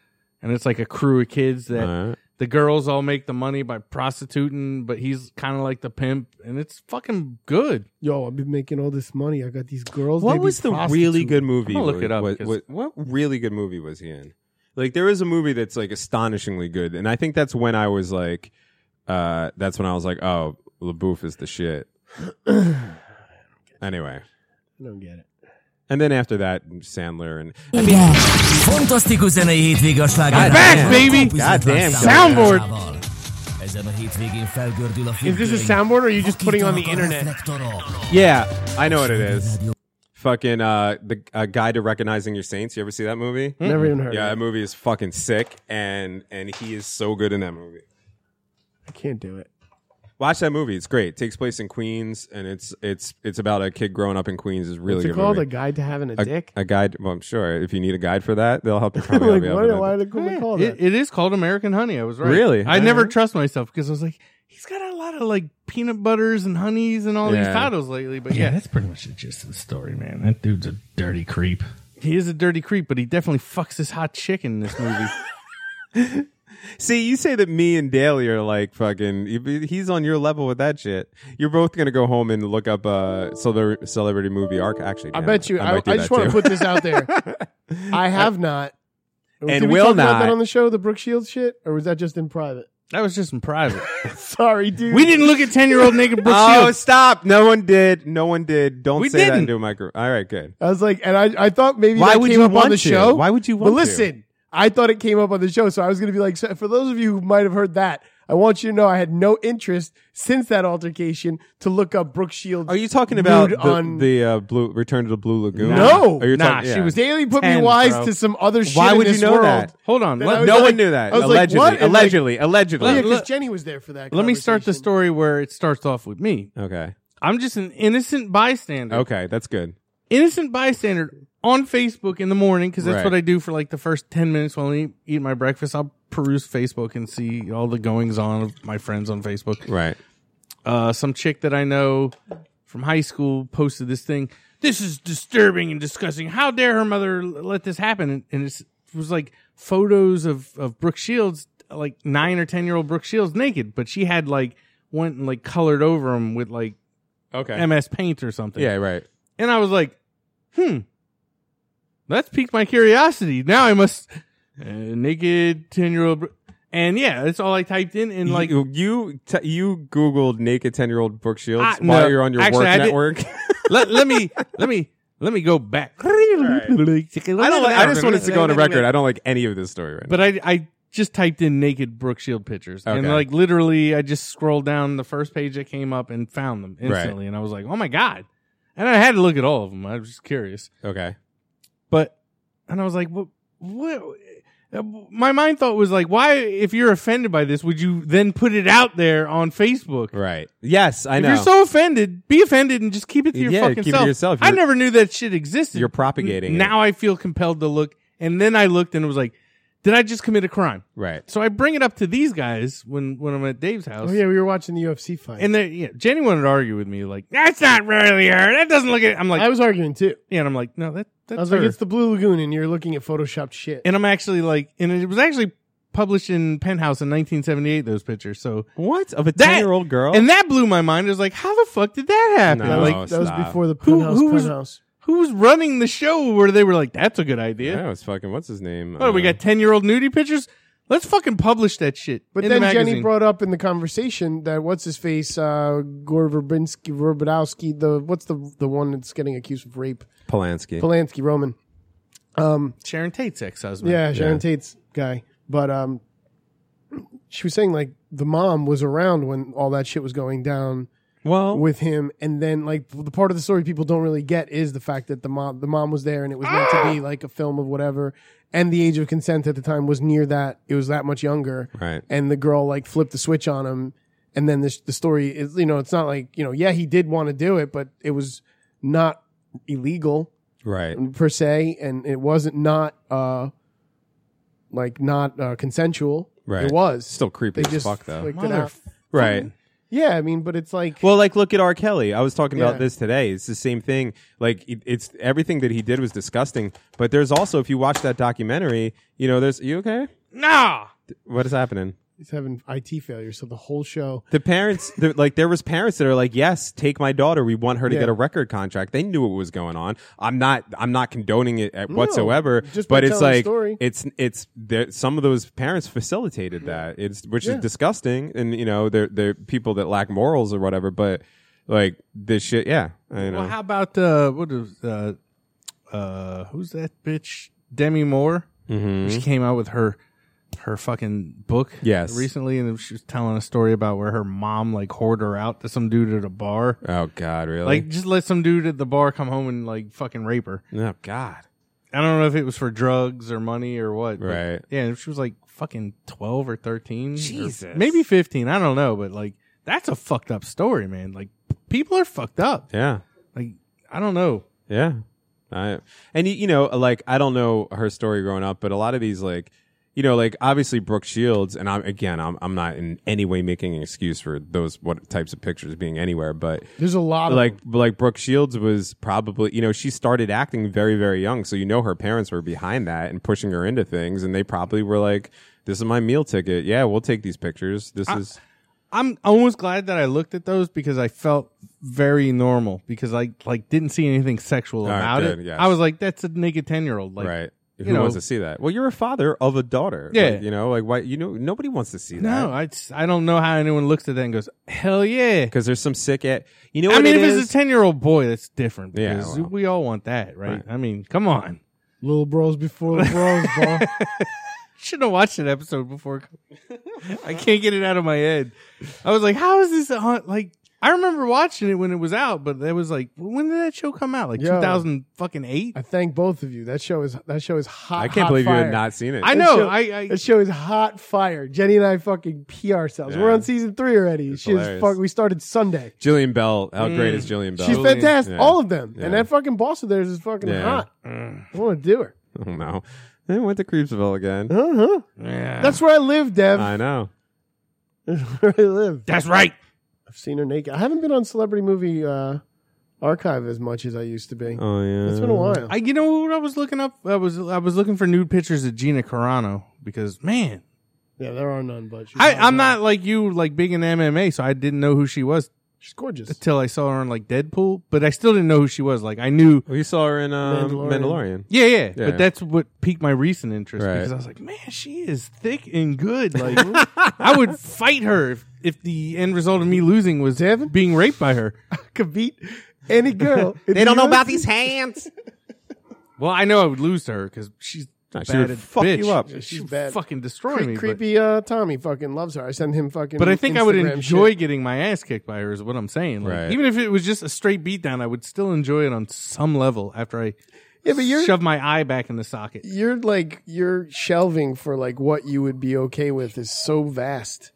[SPEAKER 1] and it's like a crew of kids that
[SPEAKER 2] Alright.
[SPEAKER 1] the girls all make the money by prostituting, but he's kind of like the pimp, and it's fucking good.
[SPEAKER 3] Yo, I've been making all this money. I got these girls. they
[SPEAKER 2] What
[SPEAKER 3] be
[SPEAKER 2] was the really
[SPEAKER 3] prostitutes.
[SPEAKER 2] good movie?
[SPEAKER 1] I'm gonna look
[SPEAKER 2] wa-
[SPEAKER 1] it up
[SPEAKER 2] wa-
[SPEAKER 1] 'cause-
[SPEAKER 2] wa- what really good movie was he in? Like there is a movie that's like astonishingly good, and I think that's when I was like, uh, that's when I was like, oh, LaBeouf is the shit. anyway,
[SPEAKER 3] I don't get it.
[SPEAKER 2] and then after that, Sandler and
[SPEAKER 5] Hát Fantasztikus zenei hétvég a
[SPEAKER 3] Hát
[SPEAKER 5] sláger.
[SPEAKER 2] God
[SPEAKER 1] damn, baby!
[SPEAKER 5] Komputer
[SPEAKER 2] God damn,
[SPEAKER 5] soundboard! Ezen a hétvégén felgördül a
[SPEAKER 3] Is
[SPEAKER 5] függöny.
[SPEAKER 3] this a soundboard or are you just putting on the
[SPEAKER 5] Vakítanak a
[SPEAKER 3] internet?
[SPEAKER 5] reflektorok.
[SPEAKER 2] yeah, I know what it is. fucking uh the uh, guide to recognizing your saints you ever see that movie
[SPEAKER 3] Never even heard.
[SPEAKER 2] yeah
[SPEAKER 3] Yeah,
[SPEAKER 2] that movie is fucking sick and and he is so good in that movie
[SPEAKER 3] I can't do it.
[SPEAKER 2] watch that movie it's great it takes place in queens and it's it's it's about a kid growing up in queens is really
[SPEAKER 3] What's it
[SPEAKER 2] good
[SPEAKER 3] called? A
[SPEAKER 2] movie.
[SPEAKER 3] guide to having a, dick?
[SPEAKER 2] a guide well i'm sure if you need a guide for that they'll help you
[SPEAKER 3] like,
[SPEAKER 2] probably
[SPEAKER 3] why,
[SPEAKER 2] be able to-
[SPEAKER 3] why did they call
[SPEAKER 1] Eh, It,
[SPEAKER 3] that?
[SPEAKER 1] it is called American Honey. I was right.
[SPEAKER 2] Really?
[SPEAKER 1] I never
[SPEAKER 7] Uh-huh.
[SPEAKER 2] Alright.
[SPEAKER 1] trust myself because I was like, he's got a lot of like peanut butters and honeys and all
[SPEAKER 2] Yeah.
[SPEAKER 1] these titles lately. But yeah,
[SPEAKER 7] that's pretty much the gist of the story, man. That dude's a dirty creep.
[SPEAKER 1] he is a dirty creep, but he definitely fucks this hot chick in this movie.
[SPEAKER 2] see you say that me and daly are like fucking you- he's on your level with that shit you're both gonna go home and look up uh celebrity, celebrity movie arc actually
[SPEAKER 3] I
[SPEAKER 2] damn
[SPEAKER 3] bet
[SPEAKER 2] it,
[SPEAKER 3] you. I, I,
[SPEAKER 2] might do
[SPEAKER 3] just
[SPEAKER 2] that
[SPEAKER 3] want to
[SPEAKER 2] too.
[SPEAKER 3] put this out there. I have not.
[SPEAKER 2] And
[SPEAKER 3] Did we
[SPEAKER 2] will
[SPEAKER 3] talk about
[SPEAKER 2] not.
[SPEAKER 3] that on the show, the Brooke Shields shit, or was that just in private?
[SPEAKER 1] that was just in private.
[SPEAKER 3] Sorry, dude.
[SPEAKER 1] We didn't look at ten year old naked Brooke
[SPEAKER 2] oh,
[SPEAKER 1] Shields.
[SPEAKER 2] stop! No one did. No one did. Don't
[SPEAKER 1] We
[SPEAKER 2] say that
[SPEAKER 1] didn't.
[SPEAKER 2] into a micro. All right, good.
[SPEAKER 3] I was like, and I, I thought maybe
[SPEAKER 2] Why
[SPEAKER 3] that
[SPEAKER 2] would
[SPEAKER 3] came
[SPEAKER 2] you
[SPEAKER 3] up
[SPEAKER 2] want
[SPEAKER 3] on the
[SPEAKER 2] to?
[SPEAKER 3] show.
[SPEAKER 2] Why would you
[SPEAKER 3] But
[SPEAKER 2] want to?
[SPEAKER 3] listen, I thought it came up on the show, so I was going to be like, so for those of you who might have heard that, I want you to know I had no interest since that altercation to look up Brooke Shields.
[SPEAKER 2] Are you talking about
[SPEAKER 3] Nude
[SPEAKER 2] the,
[SPEAKER 3] on-
[SPEAKER 2] the uh, blue Return to the Blue Lagoon?
[SPEAKER 3] No.
[SPEAKER 2] Are you
[SPEAKER 1] Nah,
[SPEAKER 2] talking-
[SPEAKER 1] she was-
[SPEAKER 3] Daily put me
[SPEAKER 1] 10,
[SPEAKER 3] wise
[SPEAKER 1] bro.
[SPEAKER 3] to some other shit.
[SPEAKER 2] Why
[SPEAKER 3] in
[SPEAKER 2] would you
[SPEAKER 3] this
[SPEAKER 2] know
[SPEAKER 3] world.
[SPEAKER 2] that?
[SPEAKER 1] Hold on.
[SPEAKER 3] Then
[SPEAKER 1] Let,
[SPEAKER 3] I was
[SPEAKER 2] No
[SPEAKER 3] like-
[SPEAKER 2] one knew that.
[SPEAKER 3] I was like,
[SPEAKER 2] Allegedly,
[SPEAKER 3] what? And, like-
[SPEAKER 2] allegedly, allegedly.
[SPEAKER 3] Oh, Yeah, because
[SPEAKER 1] Look-
[SPEAKER 3] Jenny was there for that.
[SPEAKER 1] let me start the
[SPEAKER 3] conversation.
[SPEAKER 1] story where it starts off with me.
[SPEAKER 2] okay,
[SPEAKER 1] I'm just an innocent bystander.
[SPEAKER 2] okay, that's good.
[SPEAKER 1] Innocent bystander on Facebook in the morning because that's
[SPEAKER 2] Right.
[SPEAKER 1] what I do for like the first 10 minutes while I eat, eat my breakfast. I'll peruse Facebook and see all the goings on of my friends on Facebook.
[SPEAKER 2] Right.
[SPEAKER 1] Uh, some chick that I know from high school posted this thing. This is disturbing and disgusting. How dare her mother l- let this happen? And, and it's, it was like photos of, of Brooke Shields, like nine or 10 year old Brooke Shields naked, but she had like went and like colored over them with like
[SPEAKER 2] Okay.
[SPEAKER 1] MS paint or something.
[SPEAKER 2] yeah. Right.
[SPEAKER 1] And I was like, hmm, that's piqued my curiosity. Now I must uh, naked 10 year old. And yeah, that's all I typed in. And like,
[SPEAKER 2] you you, t- you googled naked ten year old Brooke Shields
[SPEAKER 1] I-
[SPEAKER 2] while
[SPEAKER 1] no,
[SPEAKER 2] you're on your
[SPEAKER 1] actually,
[SPEAKER 2] work
[SPEAKER 1] I did-
[SPEAKER 2] network.
[SPEAKER 1] let, let me, let me, let me go back.
[SPEAKER 2] I don't. Like, I just wanted to go on a record. I don't like any of this story right now.
[SPEAKER 1] But I, I just typed in naked Brooke Shield pictures. And
[SPEAKER 2] Okay.
[SPEAKER 1] like literally, I just scrolled down the first page that came up and found them instantly. And I was like, oh my God. And I had to look at all of them. I was just curious.
[SPEAKER 2] Okay.
[SPEAKER 1] but and I was like, what? what? uh, My mind thought was like, why? If you're offended by this, would you then put it out there on Facebook?
[SPEAKER 2] Right. Yes, I
[SPEAKER 1] If
[SPEAKER 2] know.
[SPEAKER 1] you're so offended, be offended and just keep it to your
[SPEAKER 2] Yeah,
[SPEAKER 1] fucking
[SPEAKER 2] keep it to
[SPEAKER 1] self.
[SPEAKER 2] yourself.
[SPEAKER 1] I
[SPEAKER 2] You're-
[SPEAKER 1] never knew that shit existed.
[SPEAKER 2] You're propagating
[SPEAKER 1] N- Now I feel compelled to look, and then I looked and it was like, did I just commit a crime?
[SPEAKER 2] right.
[SPEAKER 1] So I bring it up to these guys when when I'm at Dave's house.
[SPEAKER 3] Oh yeah, we were watching the UFC fight.
[SPEAKER 1] And they, yeah, Jenny wanted to argue with me, like that's not really her. That doesn't look. At, I'm like,
[SPEAKER 3] I was arguing too.
[SPEAKER 1] yeah, and I'm like, no, that that's
[SPEAKER 3] I was
[SPEAKER 1] her.
[SPEAKER 3] like, it's the Blue Lagoon, and you're looking at photoshopped shit.
[SPEAKER 1] and I'm actually like, and it was actually published in Penthouse in 1978. Those pictures, so
[SPEAKER 2] What of a
[SPEAKER 1] that
[SPEAKER 2] ten year old girl?
[SPEAKER 1] and that blew my mind. It was like, how the fuck did that happen?
[SPEAKER 3] that
[SPEAKER 2] No.
[SPEAKER 3] was,
[SPEAKER 1] Like,
[SPEAKER 3] that was
[SPEAKER 2] stop.
[SPEAKER 3] before the
[SPEAKER 1] Who-
[SPEAKER 3] penthouse.
[SPEAKER 1] who was-
[SPEAKER 3] penthouse.
[SPEAKER 1] who's running the show? Where they were like, that's a good idea.
[SPEAKER 2] that was fucking. What's his name? Uh,
[SPEAKER 1] What Oh, we got? Ten year old nudie pictures? Let's fucking publish that shit.
[SPEAKER 3] But
[SPEAKER 1] in
[SPEAKER 3] then
[SPEAKER 1] the
[SPEAKER 3] Jenny
[SPEAKER 1] magazine.
[SPEAKER 3] brought up in the conversation that what's his face, uh, Gore Verbinski, Verbadowski, the what's the the one that's getting accused of rape,
[SPEAKER 2] Polanski.
[SPEAKER 3] Polanski, Roman, Um,
[SPEAKER 1] Sharon Tate's ex husband.
[SPEAKER 3] yeah, Sharon Tate's guy. But um, she was saying like the mom was around when all that shit was going down
[SPEAKER 2] well,
[SPEAKER 3] with him, and then like the part of the story people don't really get is the fact that the mom the mom was there, and it was meant to be like a film of whatever, and the age of consent at the time was near that it was that much younger,
[SPEAKER 2] Right.
[SPEAKER 3] And the girl like flipped the switch on him, and then this the story is you know it's not like you know yeah he did want to do it, but it was not illegal
[SPEAKER 2] right.
[SPEAKER 3] per se, and it wasn't not uh like not uh, consensual.
[SPEAKER 2] Right.
[SPEAKER 3] It was
[SPEAKER 2] Still creepy
[SPEAKER 3] They
[SPEAKER 2] as
[SPEAKER 3] just
[SPEAKER 2] fuck, though.
[SPEAKER 3] flicked it out.
[SPEAKER 1] Motherf-
[SPEAKER 2] Right.
[SPEAKER 3] Yeah, I mean, but it's like
[SPEAKER 2] Well, like look at R. Kelly. I was talking about
[SPEAKER 3] Yeah.
[SPEAKER 2] this today. It's the same thing. Like it, it's everything that he did was disgusting. But there's also if you watch that documentary, you know, there's you okay?
[SPEAKER 1] Nah.
[SPEAKER 2] What is happening?
[SPEAKER 3] he's having IT failure, so the whole show.
[SPEAKER 2] The parents, the, like there was parents that are like, "Yes, take my daughter. We want her to
[SPEAKER 3] Yeah.
[SPEAKER 2] get a record contract." They knew what was going on. I'm not, I'm not condoning it at whatsoever.
[SPEAKER 3] just by
[SPEAKER 2] but it's
[SPEAKER 3] telling the
[SPEAKER 2] like,
[SPEAKER 3] story. Mm-hmm.
[SPEAKER 2] it's, it's there, some of those parents facilitated that. It's which is disgusting, and you know, they're they're people that lack morals or whatever. But like this shit, yeah. I know.
[SPEAKER 1] Well, how about uh, what is uh, uh, who's that bitch? Demi Moore. Mm-hmm. She came out with her her fucking book
[SPEAKER 2] Yes.
[SPEAKER 1] recently, and she was telling a story about where her mom like whored her out to some dude at a bar.
[SPEAKER 2] oh God, really?
[SPEAKER 1] Like, just let some dude at the bar come home and like fucking rape her.
[SPEAKER 2] oh God.
[SPEAKER 1] I don't know if it was for drugs or money or what. but-
[SPEAKER 2] Right.
[SPEAKER 1] Yeah, she was like fucking twelve or thirteen. Jesus. Maybe fifteen. I don't know, but like that's a fucked up story, man. Like people are fucked up.
[SPEAKER 2] Yeah.
[SPEAKER 1] Like I don't know.
[SPEAKER 2] Yeah. I, and you, you know, like I don't know her story growing up, but a lot of these like you know, like obviously Brooke Shields, and I'm again, I'm I'm not in any way making an excuse for those what types of pictures being anywhere, but
[SPEAKER 3] There's a lot of
[SPEAKER 2] like like Brooke Shields was probably you know she started acting very very young, so you know her parents were behind that and pushing her into things, and they probably were like, "This is my meal ticket. Yeah, we'll take these pictures. This is
[SPEAKER 1] I'm almost glad that I looked at those because I felt very normal because I like didn't see anything sexual
[SPEAKER 2] right,
[SPEAKER 1] about
[SPEAKER 2] good,
[SPEAKER 1] it.
[SPEAKER 2] yes.
[SPEAKER 1] I was like, that's a naked ten year old. Like
[SPEAKER 2] right." Who
[SPEAKER 1] know-
[SPEAKER 2] wants to see that? Well, you're a father of a daughter.
[SPEAKER 1] Yeah.
[SPEAKER 2] Like, you know, like why? You know, nobody wants to see that.
[SPEAKER 1] No, I, I don't know how anyone looks at that and goes, hell yeah.
[SPEAKER 2] because there's some sick at you know what
[SPEAKER 1] I mean,
[SPEAKER 2] it
[SPEAKER 1] if
[SPEAKER 2] is
[SPEAKER 1] it's a 10 year old boy, that's different.
[SPEAKER 2] Yeah,
[SPEAKER 1] Because
[SPEAKER 2] well.
[SPEAKER 1] we all want that, right?
[SPEAKER 2] Right.
[SPEAKER 1] I mean, come on.
[SPEAKER 3] little bros before the bros, bro.
[SPEAKER 1] Should have watched an episode before. I can't get it out of my head. I was like, how is this on? Like, I remember watching it when it was out, but that was like when did that show come out? Like
[SPEAKER 3] Yeah.
[SPEAKER 1] two thousand fucking eight.
[SPEAKER 3] I thank both of you. That show is that show is hot.
[SPEAKER 2] I can't
[SPEAKER 3] hot
[SPEAKER 2] believe you
[SPEAKER 3] fire.
[SPEAKER 2] had not seen it.
[SPEAKER 1] I
[SPEAKER 3] That
[SPEAKER 1] know.
[SPEAKER 3] show-
[SPEAKER 1] I, I
[SPEAKER 3] that show is hot fire. Jenny and I fucking pee ourselves. We're
[SPEAKER 2] Yeah.
[SPEAKER 3] on season three already. She is
[SPEAKER 2] hilarious.
[SPEAKER 3] fuck. We started Sunday.
[SPEAKER 2] Jillian Bell. How great is Jillian Bell?
[SPEAKER 3] Mm. She's
[SPEAKER 1] Jillian.
[SPEAKER 3] fantastic.
[SPEAKER 2] Yeah.
[SPEAKER 3] All of them.
[SPEAKER 2] Yeah.
[SPEAKER 3] And that fucking boss of theirs is fucking
[SPEAKER 2] Yeah.
[SPEAKER 3] hot.
[SPEAKER 2] Mm,
[SPEAKER 3] I want to do her.
[SPEAKER 2] oh no, I went to Creepsville again.
[SPEAKER 3] Uh huh.
[SPEAKER 1] yeah.
[SPEAKER 3] That's where I live, Dev.
[SPEAKER 2] I know.
[SPEAKER 3] That's where I live.
[SPEAKER 1] that's right.
[SPEAKER 3] I've seen her naked. I haven't been on Celebrity Movie uh, Archive as much as I used to be.
[SPEAKER 2] Oh yeah,
[SPEAKER 3] It's been a while.
[SPEAKER 1] I you know what I was looking up? I was I was looking for nude pictures of Gina Carano because man,
[SPEAKER 3] yeah, there are none, but she's
[SPEAKER 1] I,
[SPEAKER 3] hot
[SPEAKER 1] I'm
[SPEAKER 3] now.
[SPEAKER 1] not like you, like big in MMA, so I didn't know who she was
[SPEAKER 3] She's gorgeous.
[SPEAKER 1] until I saw her on like Deadpool, but I still didn't know who she was. Like I knew,
[SPEAKER 2] We saw her in um,
[SPEAKER 3] Mandalorian.
[SPEAKER 2] Mandalorian.
[SPEAKER 1] yeah, yeah,
[SPEAKER 2] Yeah.
[SPEAKER 1] but that's what piqued my recent interest
[SPEAKER 2] Right.
[SPEAKER 1] because I was like, man, she is thick and good. Like I would fight her if, if the end result of me losing was
[SPEAKER 3] Devin?
[SPEAKER 1] being raped by her.
[SPEAKER 3] could beat any girl. they
[SPEAKER 2] these hands.
[SPEAKER 1] Well, I know I would lose to her because she's
[SPEAKER 2] Nah,
[SPEAKER 1] bad
[SPEAKER 2] she would
[SPEAKER 1] as
[SPEAKER 2] fuck
[SPEAKER 1] bitch.
[SPEAKER 2] you up.
[SPEAKER 1] She'd
[SPEAKER 3] She's bad.
[SPEAKER 1] fucking destroy me. but-
[SPEAKER 3] creepy uh, Tommy fucking loves her. I send him fucking.
[SPEAKER 1] But I think I would
[SPEAKER 3] Instagram
[SPEAKER 1] enjoy
[SPEAKER 3] shit.
[SPEAKER 1] getting my ass kicked by her. Is what I'm saying. Like,
[SPEAKER 2] Right.
[SPEAKER 1] Even if it was just a straight beatdown, I would still enjoy it on some level after I
[SPEAKER 3] Yeah, but you're
[SPEAKER 1] shove my eye back in the socket.
[SPEAKER 3] you're like your shelving for like what you would be okay with is so vast.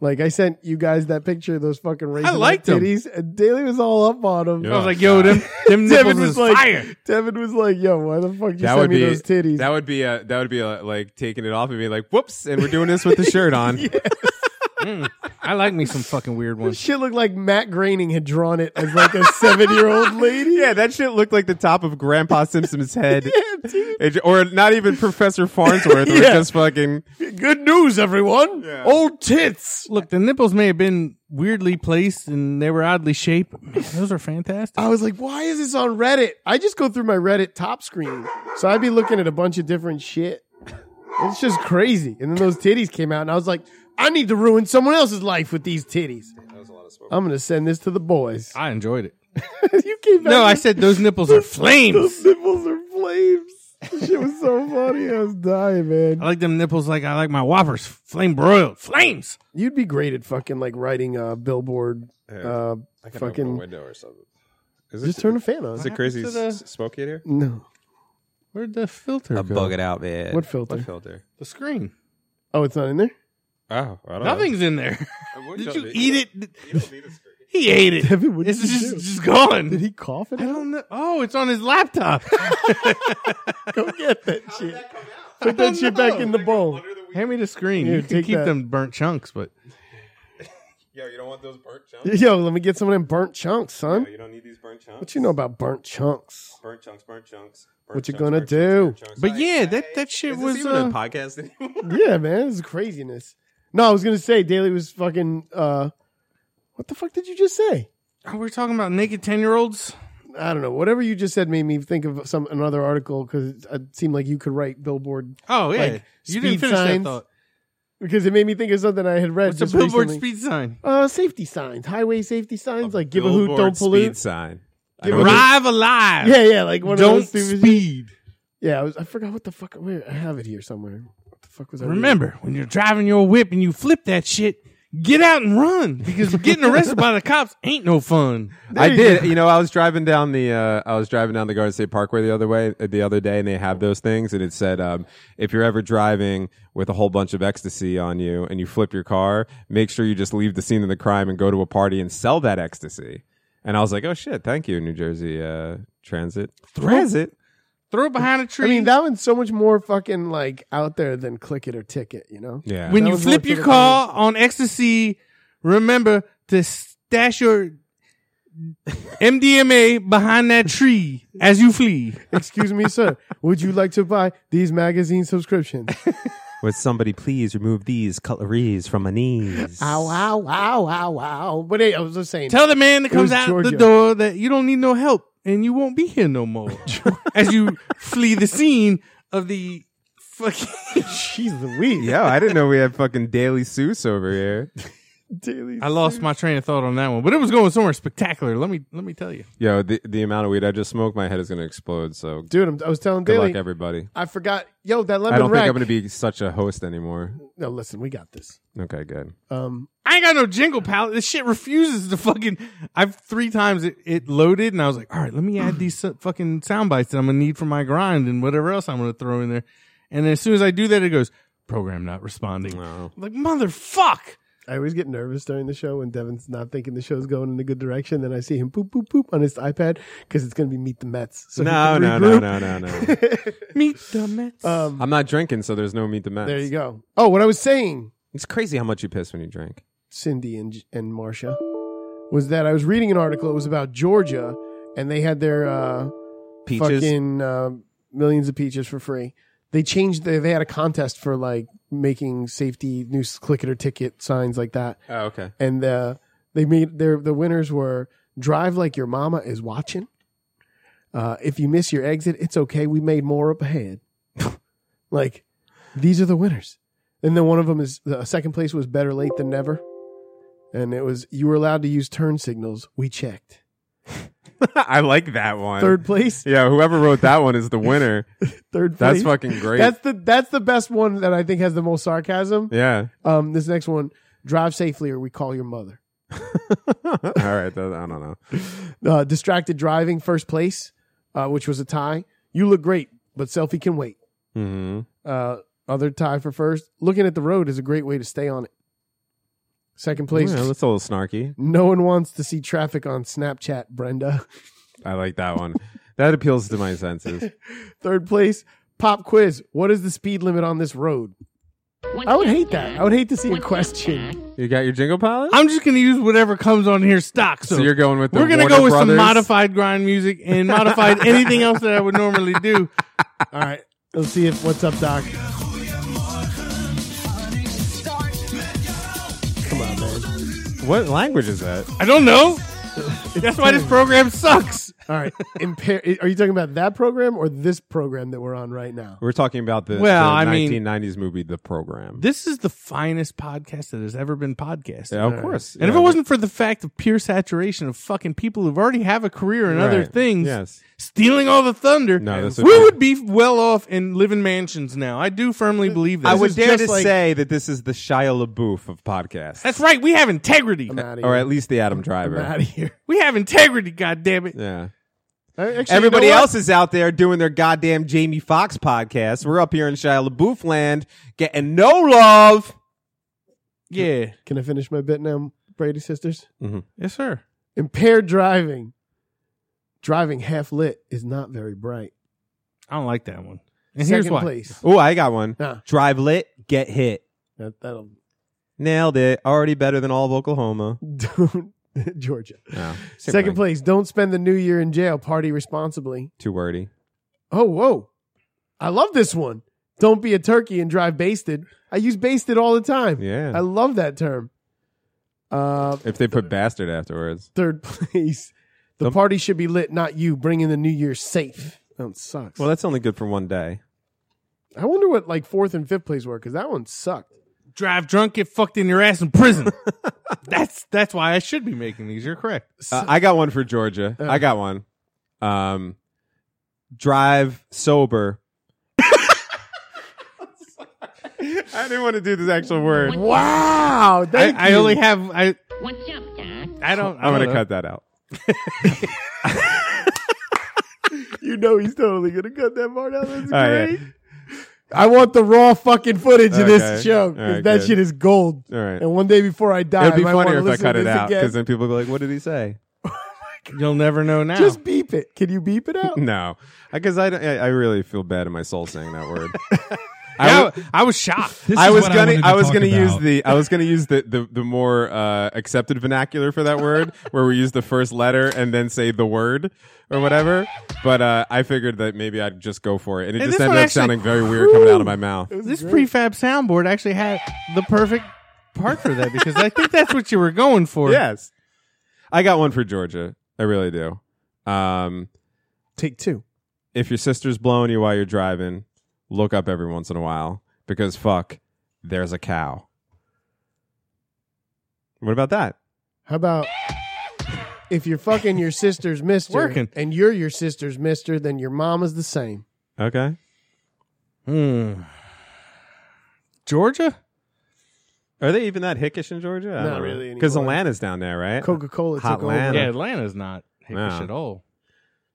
[SPEAKER 3] Like I sent you guys that picture of those fucking racing
[SPEAKER 1] liked 'em.
[SPEAKER 3] titties, and Daly was all up on them.
[SPEAKER 1] I was like, yo, them them nipples
[SPEAKER 3] Devin was
[SPEAKER 1] is
[SPEAKER 3] like,
[SPEAKER 1] fire.
[SPEAKER 3] Devin was like, yo, why the fuck you
[SPEAKER 2] That
[SPEAKER 3] send
[SPEAKER 2] would
[SPEAKER 3] me
[SPEAKER 2] be
[SPEAKER 3] those titties?
[SPEAKER 2] that would be a that would be a, like taking it off and being like, whoops, and we're doing this with the shirt on.
[SPEAKER 1] I like me some fucking weird ones.
[SPEAKER 3] Shit looked like Matt Groening had drawn it as like a seven year old lady.
[SPEAKER 2] Yeah, that shit looked like the top of Grandpa Simpson's head. It- or not even Professor Farnsworth. It was
[SPEAKER 3] Yeah.
[SPEAKER 2] just fucking.
[SPEAKER 3] Good news, everyone. Old tits.
[SPEAKER 1] Look, the nipples may have been weirdly placed and they were oddly shaped. but Man, those are fantastic.
[SPEAKER 3] I was like, why is this on Reddit? I just go through my Reddit top screen. So I'd be looking at a bunch of different shit. It's just crazy. And then those titties came out, and I was like, I need to ruin someone else's life with these titties. I'm going to send this to the boys.
[SPEAKER 1] I enjoyed it.
[SPEAKER 3] you came back.
[SPEAKER 1] No, I
[SPEAKER 3] with-
[SPEAKER 1] said those nipples are
[SPEAKER 3] Those
[SPEAKER 1] flames.
[SPEAKER 3] nipples are flames. This shit was so funny. I was dying, man.
[SPEAKER 1] I like them nipples like I like my whoppers flame broiled flames.
[SPEAKER 3] You'd be great at fucking like writing a billboard. Uh, fucking
[SPEAKER 2] window or something.
[SPEAKER 3] just turn the fan on.
[SPEAKER 2] Is it crazy
[SPEAKER 1] happened to
[SPEAKER 2] s- smoke heater?
[SPEAKER 3] No,
[SPEAKER 1] Where'd the filter go?
[SPEAKER 2] it out, man.
[SPEAKER 3] What filter?
[SPEAKER 2] What filter?
[SPEAKER 1] The screen.
[SPEAKER 3] oh, it's not in there.
[SPEAKER 2] Oh, I don't
[SPEAKER 1] Nothing's in there.
[SPEAKER 2] know.
[SPEAKER 1] Did you eat it? He ate it.
[SPEAKER 3] Devin, what did
[SPEAKER 1] it's
[SPEAKER 3] you
[SPEAKER 1] just,
[SPEAKER 3] do?
[SPEAKER 1] just gone.
[SPEAKER 3] Did he cough it?
[SPEAKER 1] I
[SPEAKER 3] out?
[SPEAKER 1] don't know. Oh, it's on his laptop.
[SPEAKER 3] Go get that shit. Put that shit back in the bowl.
[SPEAKER 1] Hand me the screen.
[SPEAKER 3] Here,
[SPEAKER 1] you can
[SPEAKER 3] take
[SPEAKER 1] keep
[SPEAKER 3] that.
[SPEAKER 1] them burnt chunks, but
[SPEAKER 2] Yo, you don't want those burnt chunks?
[SPEAKER 3] Yo, let me get some of them burnt chunks, son.
[SPEAKER 2] you don't need these burnt chunks.
[SPEAKER 3] What you know about burnt chunks?
[SPEAKER 2] Burnt chunks, burnt chunks.
[SPEAKER 3] What you chunks, gonna burnt chunks, do? burnt
[SPEAKER 1] but yeah, that that shit was. uh,
[SPEAKER 2] podcast anymore?
[SPEAKER 3] Yeah, man, this is craziness. No, I was gonna say Daly was fucking. uh What the fuck did you just say?
[SPEAKER 1] oh, we're talking about naked ten year olds.
[SPEAKER 3] I don't know. Whatever you just said made me think of some another article because it seemed like you could write billboard
[SPEAKER 1] Oh yeah,
[SPEAKER 3] Like,
[SPEAKER 1] you didn't
[SPEAKER 3] speed
[SPEAKER 1] finish
[SPEAKER 3] signs.
[SPEAKER 1] that thought.
[SPEAKER 3] because it made me think of something I had read.
[SPEAKER 1] It's a
[SPEAKER 3] just
[SPEAKER 1] billboard
[SPEAKER 3] recently.
[SPEAKER 1] speed sign.
[SPEAKER 3] Uh, safety signs, highway safety signs, like give a hoot, don't pollute.
[SPEAKER 2] Speed sign. I
[SPEAKER 3] Give
[SPEAKER 2] know
[SPEAKER 3] a
[SPEAKER 2] that-
[SPEAKER 1] Drive alive.
[SPEAKER 3] Yeah, yeah, like one
[SPEAKER 1] Don't
[SPEAKER 3] of those stupid.
[SPEAKER 1] speed.
[SPEAKER 3] Yeah, I, was, I forgot what the fuck. Where I have it here somewhere. What the fuck was I? reading?
[SPEAKER 1] Remember, when you're driving your whip and you flip that shit, get out and run because getting arrested by the cops ain't no fun.
[SPEAKER 2] I did. You know, I was driving down the uh, I was driving down the Garden State Parkway the other way uh, the other day, and they have those things, and it said um, if you're ever driving with a whole bunch of ecstasy on you and you flip your car, make sure you just leave the scene of the crime and go to a party and sell that ecstasy. And I was like, oh shit, thank you, New Jersey uh, Transit. Transit.
[SPEAKER 1] Throw it behind a tree.
[SPEAKER 3] I mean, that one's so much more fucking like out there than click it or ticket. You know.
[SPEAKER 2] Yeah.
[SPEAKER 1] when
[SPEAKER 3] That
[SPEAKER 1] you
[SPEAKER 3] was more
[SPEAKER 1] flip
[SPEAKER 3] to
[SPEAKER 1] your
[SPEAKER 3] the
[SPEAKER 1] car on ecstasy, remember to stash your MDMA behind that tree as you flee.
[SPEAKER 3] Excuse me, sir. Would you like to buy these magazine subscriptions?
[SPEAKER 2] Would somebody please remove these cutleries from my knees?
[SPEAKER 3] ow, ow, ow, ow, ow. But hey, I was just saying.
[SPEAKER 1] Tell the man that comes
[SPEAKER 3] was
[SPEAKER 1] out the
[SPEAKER 3] Georgia.
[SPEAKER 1] door that you don't need no help and you won't be here no more as you flee the scene of the fucking.
[SPEAKER 3] She's the weed.
[SPEAKER 2] Yo, I didn't know we had fucking Daily Seuss over here.
[SPEAKER 8] Daily.
[SPEAKER 1] I lost my train of thought on that one, but it was going somewhere spectacular. Let me let me tell you.
[SPEAKER 2] Yo, the, the amount of weed I just smoked, my head is going to explode. So
[SPEAKER 3] Dude, I'm, I was telling
[SPEAKER 2] good
[SPEAKER 3] Daily,
[SPEAKER 2] luck, everybody.
[SPEAKER 3] I forgot. Yo, that lemon
[SPEAKER 2] I don't
[SPEAKER 3] rag.
[SPEAKER 2] think I'm going to be such a host anymore.
[SPEAKER 3] No, listen, we got this.
[SPEAKER 2] Okay, good.
[SPEAKER 3] Um,
[SPEAKER 1] I ain't got no jingle palette. This shit refuses to fucking. I've three times it, it loaded, and I was like, all right, let me add these so- fucking sound bites that I'm gonna need for my grind and whatever else I'm gonna throw in there. And as soon as I do that, it goes program not responding.
[SPEAKER 2] No.
[SPEAKER 1] Like motherfuck.
[SPEAKER 3] I always get nervous during the show when Devin's not thinking the show's going in a good direction. Then I see him poop, poop, poop on his iPad because it's going to be Meet the Mets. So he
[SPEAKER 2] No,
[SPEAKER 3] can
[SPEAKER 2] no, no,
[SPEAKER 3] regroup.
[SPEAKER 2] no, no, no.
[SPEAKER 1] Meet the Mets.
[SPEAKER 3] Um,
[SPEAKER 2] I'm not drinking, so there's no meet the mess.
[SPEAKER 3] there you go. Oh, what I was saying,
[SPEAKER 2] It's crazy how much you piss when you drink.
[SPEAKER 3] Cindy and and Marcia, was that I was reading an article. It was about Georgia, and they had their uh,
[SPEAKER 2] Peaches.
[SPEAKER 3] fucking uh, millions of peaches for free. They changed. They, they had a contest for like making safety new s- click it or ticket signs like that.
[SPEAKER 2] oh, okay.
[SPEAKER 3] and uh, they made their the winners were drive like your mama is watching. Uh, if you miss your exit, it's okay. We made more up ahead. like these are the winners, and then one of them is the second place was better late than never, and it was you were allowed to use turn signals. We checked.
[SPEAKER 2] I like that one.
[SPEAKER 3] Third place,
[SPEAKER 2] Yeah, whoever wrote that one is the winner.
[SPEAKER 3] third place.
[SPEAKER 2] That's fucking great.
[SPEAKER 3] That's the that's the best one that I think has the most sarcasm.
[SPEAKER 2] yeah.
[SPEAKER 3] Um, this next one, drive safely or we call your mother.
[SPEAKER 2] All right. that- I don't know.
[SPEAKER 3] uh, distracted driving first place, uh, which was a tie. You look great, but selfie can wait.
[SPEAKER 2] hmm
[SPEAKER 3] Uh, other tie for first. Looking at the road is a great way to stay on it. Second place.
[SPEAKER 2] Yeah, that's a little snarky.
[SPEAKER 3] no one wants to see traffic on Snapchat, Brenda.
[SPEAKER 2] I like that one. that appeals to my senses.
[SPEAKER 3] Third place. Pop quiz. What is the speed limit on this road? I would hate that. I would hate to see a question.
[SPEAKER 2] You got your jingle pilot?
[SPEAKER 1] I'm just gonna use whatever comes on here stock. So,
[SPEAKER 2] so you're going with the
[SPEAKER 1] we're gonna
[SPEAKER 2] Warner
[SPEAKER 1] go with some
[SPEAKER 2] Brothers?
[SPEAKER 1] modified grind music and modified anything else that I would normally do.
[SPEAKER 3] All right. Let's see if what's up, Doc. Come on, man.
[SPEAKER 2] What language is that?
[SPEAKER 1] I don't know. That's why this program sucks.
[SPEAKER 3] All right. Impa- are you talking about that program or this program that we're on right now?
[SPEAKER 2] We're talking about the,
[SPEAKER 1] Well,
[SPEAKER 2] the
[SPEAKER 1] I mean-
[SPEAKER 2] 1990s movie, The Program.
[SPEAKER 1] This is the finest podcast that has ever been podcasted.
[SPEAKER 2] yeah, of course.
[SPEAKER 1] And if
[SPEAKER 2] Yeah.
[SPEAKER 1] it wasn't for the fact of pure saturation of fucking people who've already have a career and other
[SPEAKER 2] Right.
[SPEAKER 1] things
[SPEAKER 2] Yes.
[SPEAKER 1] stealing all the thunder,
[SPEAKER 2] No, this
[SPEAKER 1] we
[SPEAKER 2] would be-
[SPEAKER 1] would be well off and live in mansions now. I do firmly believe that.
[SPEAKER 2] I would
[SPEAKER 3] is
[SPEAKER 2] dare
[SPEAKER 3] just
[SPEAKER 2] to
[SPEAKER 3] like-
[SPEAKER 2] say that this is the Shia LaBeouf of podcasts.
[SPEAKER 1] That's right. We have integrity.
[SPEAKER 3] I'm out of
[SPEAKER 2] or
[SPEAKER 3] here.
[SPEAKER 2] at least the Adam
[SPEAKER 3] I'm
[SPEAKER 2] Driver.
[SPEAKER 3] out of here.
[SPEAKER 1] We have integrity. God damn it.
[SPEAKER 2] yeah.
[SPEAKER 3] Actually, you know
[SPEAKER 2] Everybody
[SPEAKER 3] what?
[SPEAKER 2] else is out there doing their goddamn Jamie Foxx podcast. We're up here in Shia LaBeouf land getting no love.
[SPEAKER 1] Yeah.
[SPEAKER 3] Can I finish my bit now, Brady sisters?
[SPEAKER 1] Yes, sir.
[SPEAKER 3] Impaired driving. Driving half lit is not very bright.
[SPEAKER 1] I don't like that one. And
[SPEAKER 3] Second
[SPEAKER 1] here's why.
[SPEAKER 3] place.
[SPEAKER 2] Oh, I got one.
[SPEAKER 3] Nah,
[SPEAKER 2] Drive lit, get hit.
[SPEAKER 3] that, that'll
[SPEAKER 2] Nailed it. Already better than all of Oklahoma.
[SPEAKER 3] don't Georgia.
[SPEAKER 2] No, same
[SPEAKER 3] Second
[SPEAKER 2] thing.
[SPEAKER 3] place. Don't spend the new year in jail. Party responsibly.
[SPEAKER 2] Too wordy.
[SPEAKER 3] Oh, whoa! I love this one. Don't be a turkey and drive basted. I use basted all the time.
[SPEAKER 2] Yeah.
[SPEAKER 3] I love that term. Uh,
[SPEAKER 2] If they put bastard afterwards.
[SPEAKER 3] third place. The
[SPEAKER 2] Don't-
[SPEAKER 3] party should be lit, not you. Bringing the new year safe. That sucks.
[SPEAKER 2] Well, that's only good for one day.
[SPEAKER 3] I wonder what like fourth and fifth place were because that one sucked.
[SPEAKER 1] Drive drunk, get fucked in your ass in prison. that's that's why I should be making these. You're correct.
[SPEAKER 2] Uh, I got one for Georgia. I got one. Um, drive sober. I didn't want to do this actual word.
[SPEAKER 3] Wow, thank
[SPEAKER 1] I, I
[SPEAKER 3] you.
[SPEAKER 1] only have I
[SPEAKER 9] What's up, Doc?
[SPEAKER 1] I don't I don't
[SPEAKER 2] I'm going to
[SPEAKER 1] know.
[SPEAKER 2] cut that out.
[SPEAKER 3] you know he's totally gonna cut that part out. That's
[SPEAKER 2] All right.
[SPEAKER 3] great. I want the raw fucking footage of
[SPEAKER 2] Okay.
[SPEAKER 3] this show 'cause
[SPEAKER 2] All right,
[SPEAKER 3] that
[SPEAKER 2] good.
[SPEAKER 3] shit is gold.
[SPEAKER 2] All right.
[SPEAKER 3] And one day before I die,
[SPEAKER 2] It'd be
[SPEAKER 3] I might wanna
[SPEAKER 2] funnier if I
[SPEAKER 3] listen
[SPEAKER 2] cut
[SPEAKER 3] to
[SPEAKER 2] it
[SPEAKER 3] this
[SPEAKER 2] out
[SPEAKER 3] again.
[SPEAKER 2] because then people go like, "What did he say?"
[SPEAKER 1] You'll never know now.
[SPEAKER 3] Just beep it. Can you beep it out?
[SPEAKER 2] No, because I, don't- I I really feel bad in my soul saying that word.
[SPEAKER 1] Yeah,
[SPEAKER 2] I,
[SPEAKER 1] I,
[SPEAKER 2] wa-
[SPEAKER 1] was shocked.
[SPEAKER 4] This
[SPEAKER 2] I
[SPEAKER 4] is
[SPEAKER 2] was
[SPEAKER 4] what
[SPEAKER 2] gonna
[SPEAKER 4] wanted to
[SPEAKER 2] I, was
[SPEAKER 4] talk
[SPEAKER 2] gonna use
[SPEAKER 4] about.
[SPEAKER 2] the I was gonna use the the, the more uh, accepted vernacular for that word where we use the first letter and then say the word or whatever. But uh, I figured that maybe I'd just go for it, and it
[SPEAKER 1] And
[SPEAKER 2] just
[SPEAKER 1] this
[SPEAKER 2] ended
[SPEAKER 1] one
[SPEAKER 2] up
[SPEAKER 1] actually-
[SPEAKER 2] sounding very weird coming out of my mouth.
[SPEAKER 1] This prefab soundboard actually had the perfect part for that because I think that's what you were going for.
[SPEAKER 2] Yes, I got one for Georgia. I really do. Um,
[SPEAKER 3] Take two.
[SPEAKER 2] if your sister's blowing you while you're driving, look up every once in a while because fuck, there's a cow. What about that?
[SPEAKER 3] How about if you're fucking your sister's mister
[SPEAKER 1] Working.
[SPEAKER 3] and you're your sister's mister, then your mama's the same.
[SPEAKER 2] Okay.
[SPEAKER 1] Hmm. Georgia?
[SPEAKER 2] Are they even that hickish in Georgia?
[SPEAKER 3] Not
[SPEAKER 2] I don't know.
[SPEAKER 3] really
[SPEAKER 2] Because
[SPEAKER 3] anymore.
[SPEAKER 2] Atlanta's down there, right?
[SPEAKER 3] Coca Cola
[SPEAKER 2] Hot
[SPEAKER 3] took over.
[SPEAKER 2] Lana.
[SPEAKER 1] Yeah, Atlanta's not hickish
[SPEAKER 2] No.
[SPEAKER 1] at all.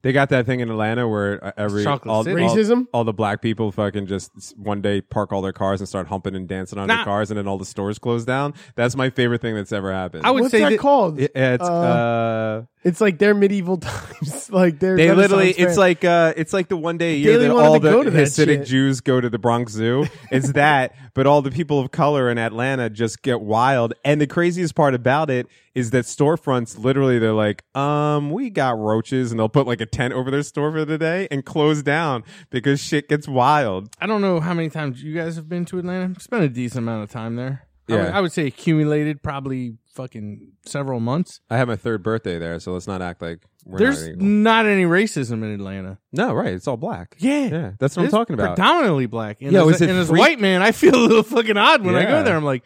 [SPEAKER 2] They got that thing in Atlanta where uh, every
[SPEAKER 1] Chocolate
[SPEAKER 2] all,
[SPEAKER 1] City.
[SPEAKER 2] all-
[SPEAKER 3] Racism?
[SPEAKER 2] all the black people fucking just s- one day park all their cars and start humping and dancing on
[SPEAKER 1] Nah.
[SPEAKER 2] their cars, and then all the stores close down. That's my favorite thing that's ever happened.
[SPEAKER 1] I would
[SPEAKER 3] What's
[SPEAKER 1] say
[SPEAKER 3] that
[SPEAKER 1] that-
[SPEAKER 3] called?
[SPEAKER 2] It- it's
[SPEAKER 3] Uh,
[SPEAKER 2] uh,
[SPEAKER 3] it's like their medieval times. like their
[SPEAKER 2] they
[SPEAKER 3] Renaissance
[SPEAKER 2] literally
[SPEAKER 3] fair.
[SPEAKER 2] it's like uh it's like the one day a year
[SPEAKER 3] Daily
[SPEAKER 2] that
[SPEAKER 3] wanted
[SPEAKER 2] all
[SPEAKER 3] to go
[SPEAKER 2] the
[SPEAKER 3] to that
[SPEAKER 2] Hasidic
[SPEAKER 3] shit.
[SPEAKER 2] Jews go to the Bronx Zoo. It's that, but all the people of color in Atlanta just get wild. And the craziest part about it is that storefronts literally they're like, um, we got roaches, and they'll put like a tent over their store for the day and close down because shit gets wild.
[SPEAKER 1] I don't know how many times you guys have been to Atlanta. It's been a decent amount of time there. I would- I,
[SPEAKER 2] Yeah.
[SPEAKER 1] would, say accumulated probably fucking several months.
[SPEAKER 2] I had my third birthday there, so let's not act like we're
[SPEAKER 1] There's
[SPEAKER 2] not equal.
[SPEAKER 1] not any racism in Atlanta.
[SPEAKER 2] no right. It's all black.
[SPEAKER 1] Yeah.
[SPEAKER 2] yeah, that's what I'm
[SPEAKER 1] It's
[SPEAKER 2] talking about.
[SPEAKER 1] Predominantly black. And,
[SPEAKER 2] Yeah,
[SPEAKER 1] as,
[SPEAKER 2] was
[SPEAKER 1] a,
[SPEAKER 2] it
[SPEAKER 1] and as a
[SPEAKER 2] freak-
[SPEAKER 1] white man, I feel a little fucking odd when I
[SPEAKER 2] Yeah.
[SPEAKER 1] go there. I'm like,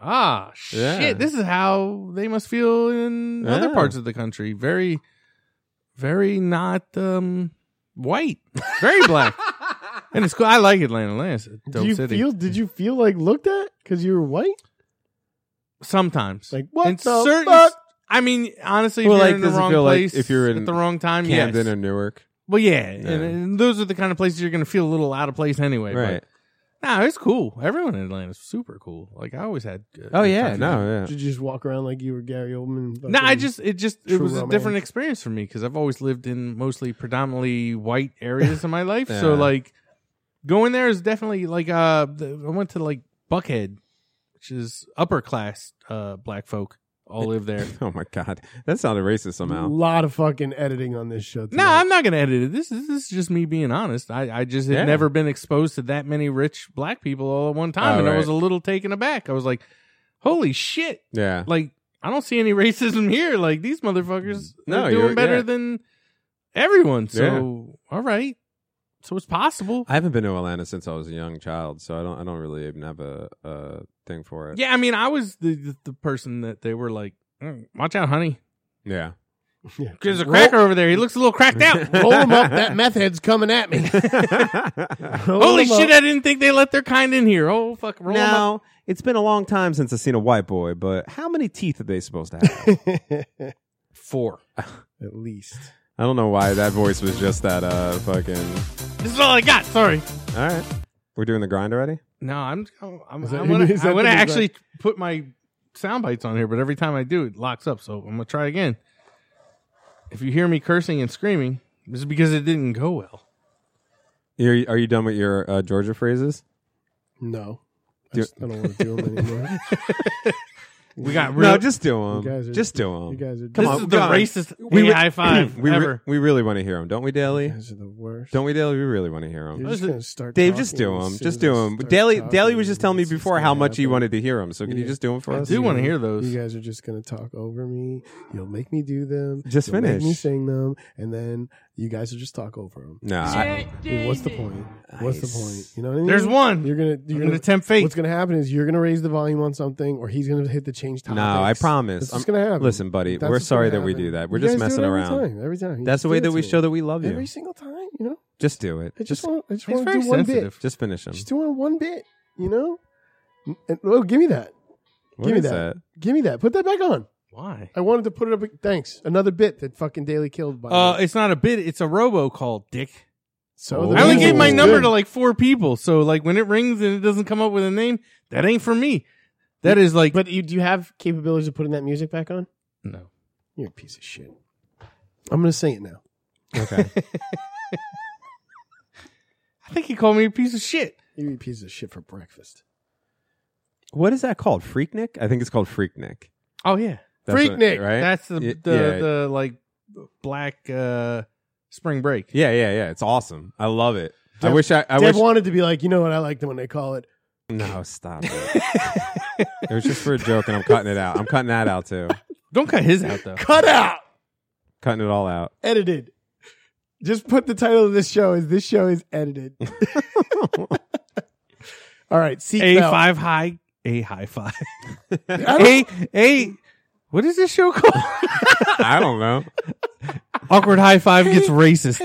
[SPEAKER 1] ah, shit,
[SPEAKER 2] Yeah.
[SPEAKER 1] this is how they must feel in other
[SPEAKER 2] Yeah.
[SPEAKER 1] parts of the country. Very, very not um, white, very black. and it's cool. I like Atlanta. Atlanta's a dope
[SPEAKER 3] Do you
[SPEAKER 1] city.
[SPEAKER 3] feel? Did you feel like looked at because you were white?
[SPEAKER 1] Sometimes.
[SPEAKER 3] Like, what
[SPEAKER 1] In
[SPEAKER 3] the
[SPEAKER 1] certain-
[SPEAKER 3] fuck?
[SPEAKER 1] I mean, honestly, if
[SPEAKER 2] Well,
[SPEAKER 1] you're
[SPEAKER 2] like,
[SPEAKER 1] in the
[SPEAKER 2] does it
[SPEAKER 1] wrong
[SPEAKER 2] feel like
[SPEAKER 1] place,
[SPEAKER 2] if you're in
[SPEAKER 1] at the wrong time,
[SPEAKER 2] Camden
[SPEAKER 1] yes.
[SPEAKER 2] or Newark,
[SPEAKER 1] well, yeah, and-
[SPEAKER 2] Yeah.
[SPEAKER 1] And, those are the kind of places you're going to feel a little out of place anyway. but-
[SPEAKER 2] right?
[SPEAKER 1] Nah, it's cool. Everyone in Atlanta's super cool. Like I always had. uh,
[SPEAKER 2] Oh yeah,
[SPEAKER 1] good
[SPEAKER 2] no,
[SPEAKER 1] times.
[SPEAKER 2] yeah.
[SPEAKER 3] Did you just walk around like you were Gary Oldman?
[SPEAKER 1] No, I
[SPEAKER 3] fucking-
[SPEAKER 1] just it just it
[SPEAKER 3] True
[SPEAKER 1] was a
[SPEAKER 3] romance.
[SPEAKER 1] different experience for me because I've always lived in mostly predominantly white areas of my life. So
[SPEAKER 2] Yeah.
[SPEAKER 1] like going there is definitely like uh the, I went to like Buckhead, which is upper class uh black folk all live there.
[SPEAKER 2] Oh my god, that sounded racist
[SPEAKER 3] a
[SPEAKER 2] somehow.
[SPEAKER 3] lot of fucking editing on this show.
[SPEAKER 1] No,
[SPEAKER 3] tonight.
[SPEAKER 1] I'm not gonna edit it. This is this is just me being honest. I, I just had
[SPEAKER 2] Yeah.
[SPEAKER 1] never been exposed to that many rich black people all at one time,
[SPEAKER 2] Oh,
[SPEAKER 1] and I
[SPEAKER 2] right.
[SPEAKER 1] was a little taken aback. I was like, "Holy shit!"
[SPEAKER 2] Yeah,
[SPEAKER 1] Like I don't see any racism here. Like these motherfuckers
[SPEAKER 2] No,
[SPEAKER 1] are
[SPEAKER 2] you're-
[SPEAKER 1] doing better
[SPEAKER 2] yeah.
[SPEAKER 1] than everyone. So all right, so it's possible.
[SPEAKER 2] I haven't been to Atlanta since I was a young child, so I don't. I don't really even have a, a thing for it.
[SPEAKER 1] yeah, I mean, I was the the, the person that they were like, "Mm, "Watch out, honey."
[SPEAKER 2] Yeah.
[SPEAKER 1] There's a cracker over there. He looks a little cracked out.
[SPEAKER 3] roll him up. That meth head's coming at me. Roll
[SPEAKER 1] Holy
[SPEAKER 3] 'em up.
[SPEAKER 1] shit! I didn't think they let their kind in here. Oh fuck! Roll 'em up.
[SPEAKER 2] now it's been a long time since I've seen a white boy, but how many teeth are they supposed to have?
[SPEAKER 1] four.
[SPEAKER 3] At least.
[SPEAKER 2] I don't know why that voice was just that. Uh, fucking. All
[SPEAKER 1] This is all I got. Sorry.
[SPEAKER 2] right, we're doing the grind already.
[SPEAKER 1] No, I'm. I'm. I'm
[SPEAKER 3] Is that-
[SPEAKER 1] I wanna,
[SPEAKER 3] is that
[SPEAKER 1] I wanna
[SPEAKER 3] the design?
[SPEAKER 1] actually put my sound bites on here, but every time I do, it locks up. So I'm gonna try again. If you hear me cursing and screaming, this is because it didn't go well.
[SPEAKER 2] You're, are you done with your uh, Georgia phrases?
[SPEAKER 3] No. I,
[SPEAKER 2] Do-
[SPEAKER 3] just, I don't want to do them anymore.
[SPEAKER 1] We got real.
[SPEAKER 2] No, just do them.
[SPEAKER 3] You guys are-
[SPEAKER 2] just do them.
[SPEAKER 3] You guys are
[SPEAKER 1] this
[SPEAKER 2] Um, come on,
[SPEAKER 1] is the
[SPEAKER 2] come on.
[SPEAKER 1] racist
[SPEAKER 2] We
[SPEAKER 1] hey,
[SPEAKER 2] re-
[SPEAKER 1] high five
[SPEAKER 2] we, re-
[SPEAKER 1] ever.
[SPEAKER 2] we really want to hear them, don't we, Daily?
[SPEAKER 3] You guys are the worst.
[SPEAKER 2] Don't we, Daily? We really want to hear them.
[SPEAKER 3] You're just gonna start
[SPEAKER 2] Dave, just
[SPEAKER 3] talking
[SPEAKER 2] do
[SPEAKER 3] as
[SPEAKER 2] them.
[SPEAKER 3] soon
[SPEAKER 2] Just
[SPEAKER 3] as
[SPEAKER 2] do
[SPEAKER 3] I
[SPEAKER 2] them.
[SPEAKER 3] start
[SPEAKER 2] Daily,
[SPEAKER 3] talking.
[SPEAKER 2] Daily was just telling me
[SPEAKER 3] It's
[SPEAKER 2] before
[SPEAKER 3] gonna
[SPEAKER 2] how much you
[SPEAKER 3] happen.
[SPEAKER 2] wanted to hear them. So can you
[SPEAKER 3] Yeah.
[SPEAKER 2] just do them for
[SPEAKER 3] I
[SPEAKER 2] us?
[SPEAKER 1] do want to hear
[SPEAKER 3] You
[SPEAKER 1] those.
[SPEAKER 3] guys are just gonna talk over me. You'll make me do them.
[SPEAKER 2] Just
[SPEAKER 3] You'll Make me
[SPEAKER 2] finish.
[SPEAKER 3] sing them, and then you guys will just talk over them.
[SPEAKER 2] No, I,
[SPEAKER 3] what's the point? What's the point? You know what I mean?
[SPEAKER 1] There's one.
[SPEAKER 3] You're gonna
[SPEAKER 1] I'm
[SPEAKER 3] you're
[SPEAKER 1] gonna tempt fate.
[SPEAKER 3] What's gonna happen is you're gonna raise the volume on something, or he's gonna hit the change topics.
[SPEAKER 2] no, I
[SPEAKER 3] That's
[SPEAKER 2] promise.
[SPEAKER 3] what's gonna happen.
[SPEAKER 2] Listen, buddy,
[SPEAKER 3] That's
[SPEAKER 2] we're
[SPEAKER 3] what's
[SPEAKER 2] sorry
[SPEAKER 3] gonna
[SPEAKER 2] that we
[SPEAKER 3] happen.
[SPEAKER 2] do that. We're
[SPEAKER 3] You
[SPEAKER 2] just
[SPEAKER 3] guys do it
[SPEAKER 2] messing
[SPEAKER 3] every
[SPEAKER 2] around.
[SPEAKER 3] Time, every time. You
[SPEAKER 2] That's the way
[SPEAKER 3] do it
[SPEAKER 2] that we
[SPEAKER 3] to
[SPEAKER 2] show
[SPEAKER 3] me.
[SPEAKER 2] that we love you.
[SPEAKER 3] Every single time, you know.
[SPEAKER 2] Just do it.
[SPEAKER 3] I just,
[SPEAKER 2] Just,
[SPEAKER 3] want. I just
[SPEAKER 1] He's
[SPEAKER 3] want to
[SPEAKER 1] very
[SPEAKER 3] do one bit.
[SPEAKER 1] sensitive.
[SPEAKER 2] just finish them.
[SPEAKER 3] Just doing one bit, you know. And, oh, give me that.
[SPEAKER 2] What
[SPEAKER 3] give me
[SPEAKER 2] is
[SPEAKER 3] that. Give me that. Put that back on.
[SPEAKER 1] Why?
[SPEAKER 3] I wanted to put it up. Thanks. Another bit that fucking Daily killed by.
[SPEAKER 1] Uh,
[SPEAKER 3] the way.
[SPEAKER 1] it's not a bit. It's a robocall, Dick.
[SPEAKER 3] so
[SPEAKER 1] I only
[SPEAKER 2] Ooh.
[SPEAKER 1] gave my
[SPEAKER 2] Good.
[SPEAKER 1] number to like four people, so like when it rings and it doesn't come up with a name, that ain't for me. That is like
[SPEAKER 3] But you, do you have capabilities of putting that music back on?
[SPEAKER 1] no.
[SPEAKER 3] You're a piece of shit. I'm gonna sing it now.
[SPEAKER 2] Okay.
[SPEAKER 1] I think he called me a piece of shit.
[SPEAKER 3] You eat pieces of shit for breakfast.
[SPEAKER 2] what is that called? Freaknik? I think it's called Freaknik.
[SPEAKER 1] Oh yeah.
[SPEAKER 2] That's what-
[SPEAKER 3] Freaknik.
[SPEAKER 2] right?
[SPEAKER 1] That's the
[SPEAKER 2] Y-
[SPEAKER 1] the,
[SPEAKER 2] yeah.
[SPEAKER 1] the like black uh spring break.
[SPEAKER 2] yeah, yeah, yeah. It's awesome. I love it. I
[SPEAKER 3] Deb-
[SPEAKER 2] wish I, I
[SPEAKER 3] Deb
[SPEAKER 2] wish.
[SPEAKER 3] wanted to be like, you know what? I like them when they call it.
[SPEAKER 2] no, stop it. it was just for a joke, and I'm cutting it out. I'm cutting that out too.
[SPEAKER 1] Don't cut his out though.
[SPEAKER 3] Cut out.
[SPEAKER 2] Cutting it all out.
[SPEAKER 3] Edited. Just put the title of this show is this show is edited. All right,
[SPEAKER 1] A
[SPEAKER 3] seatbelt.
[SPEAKER 1] five high a high five. a a what is this show called?
[SPEAKER 2] I don't know.
[SPEAKER 1] Awkward high five gets racist.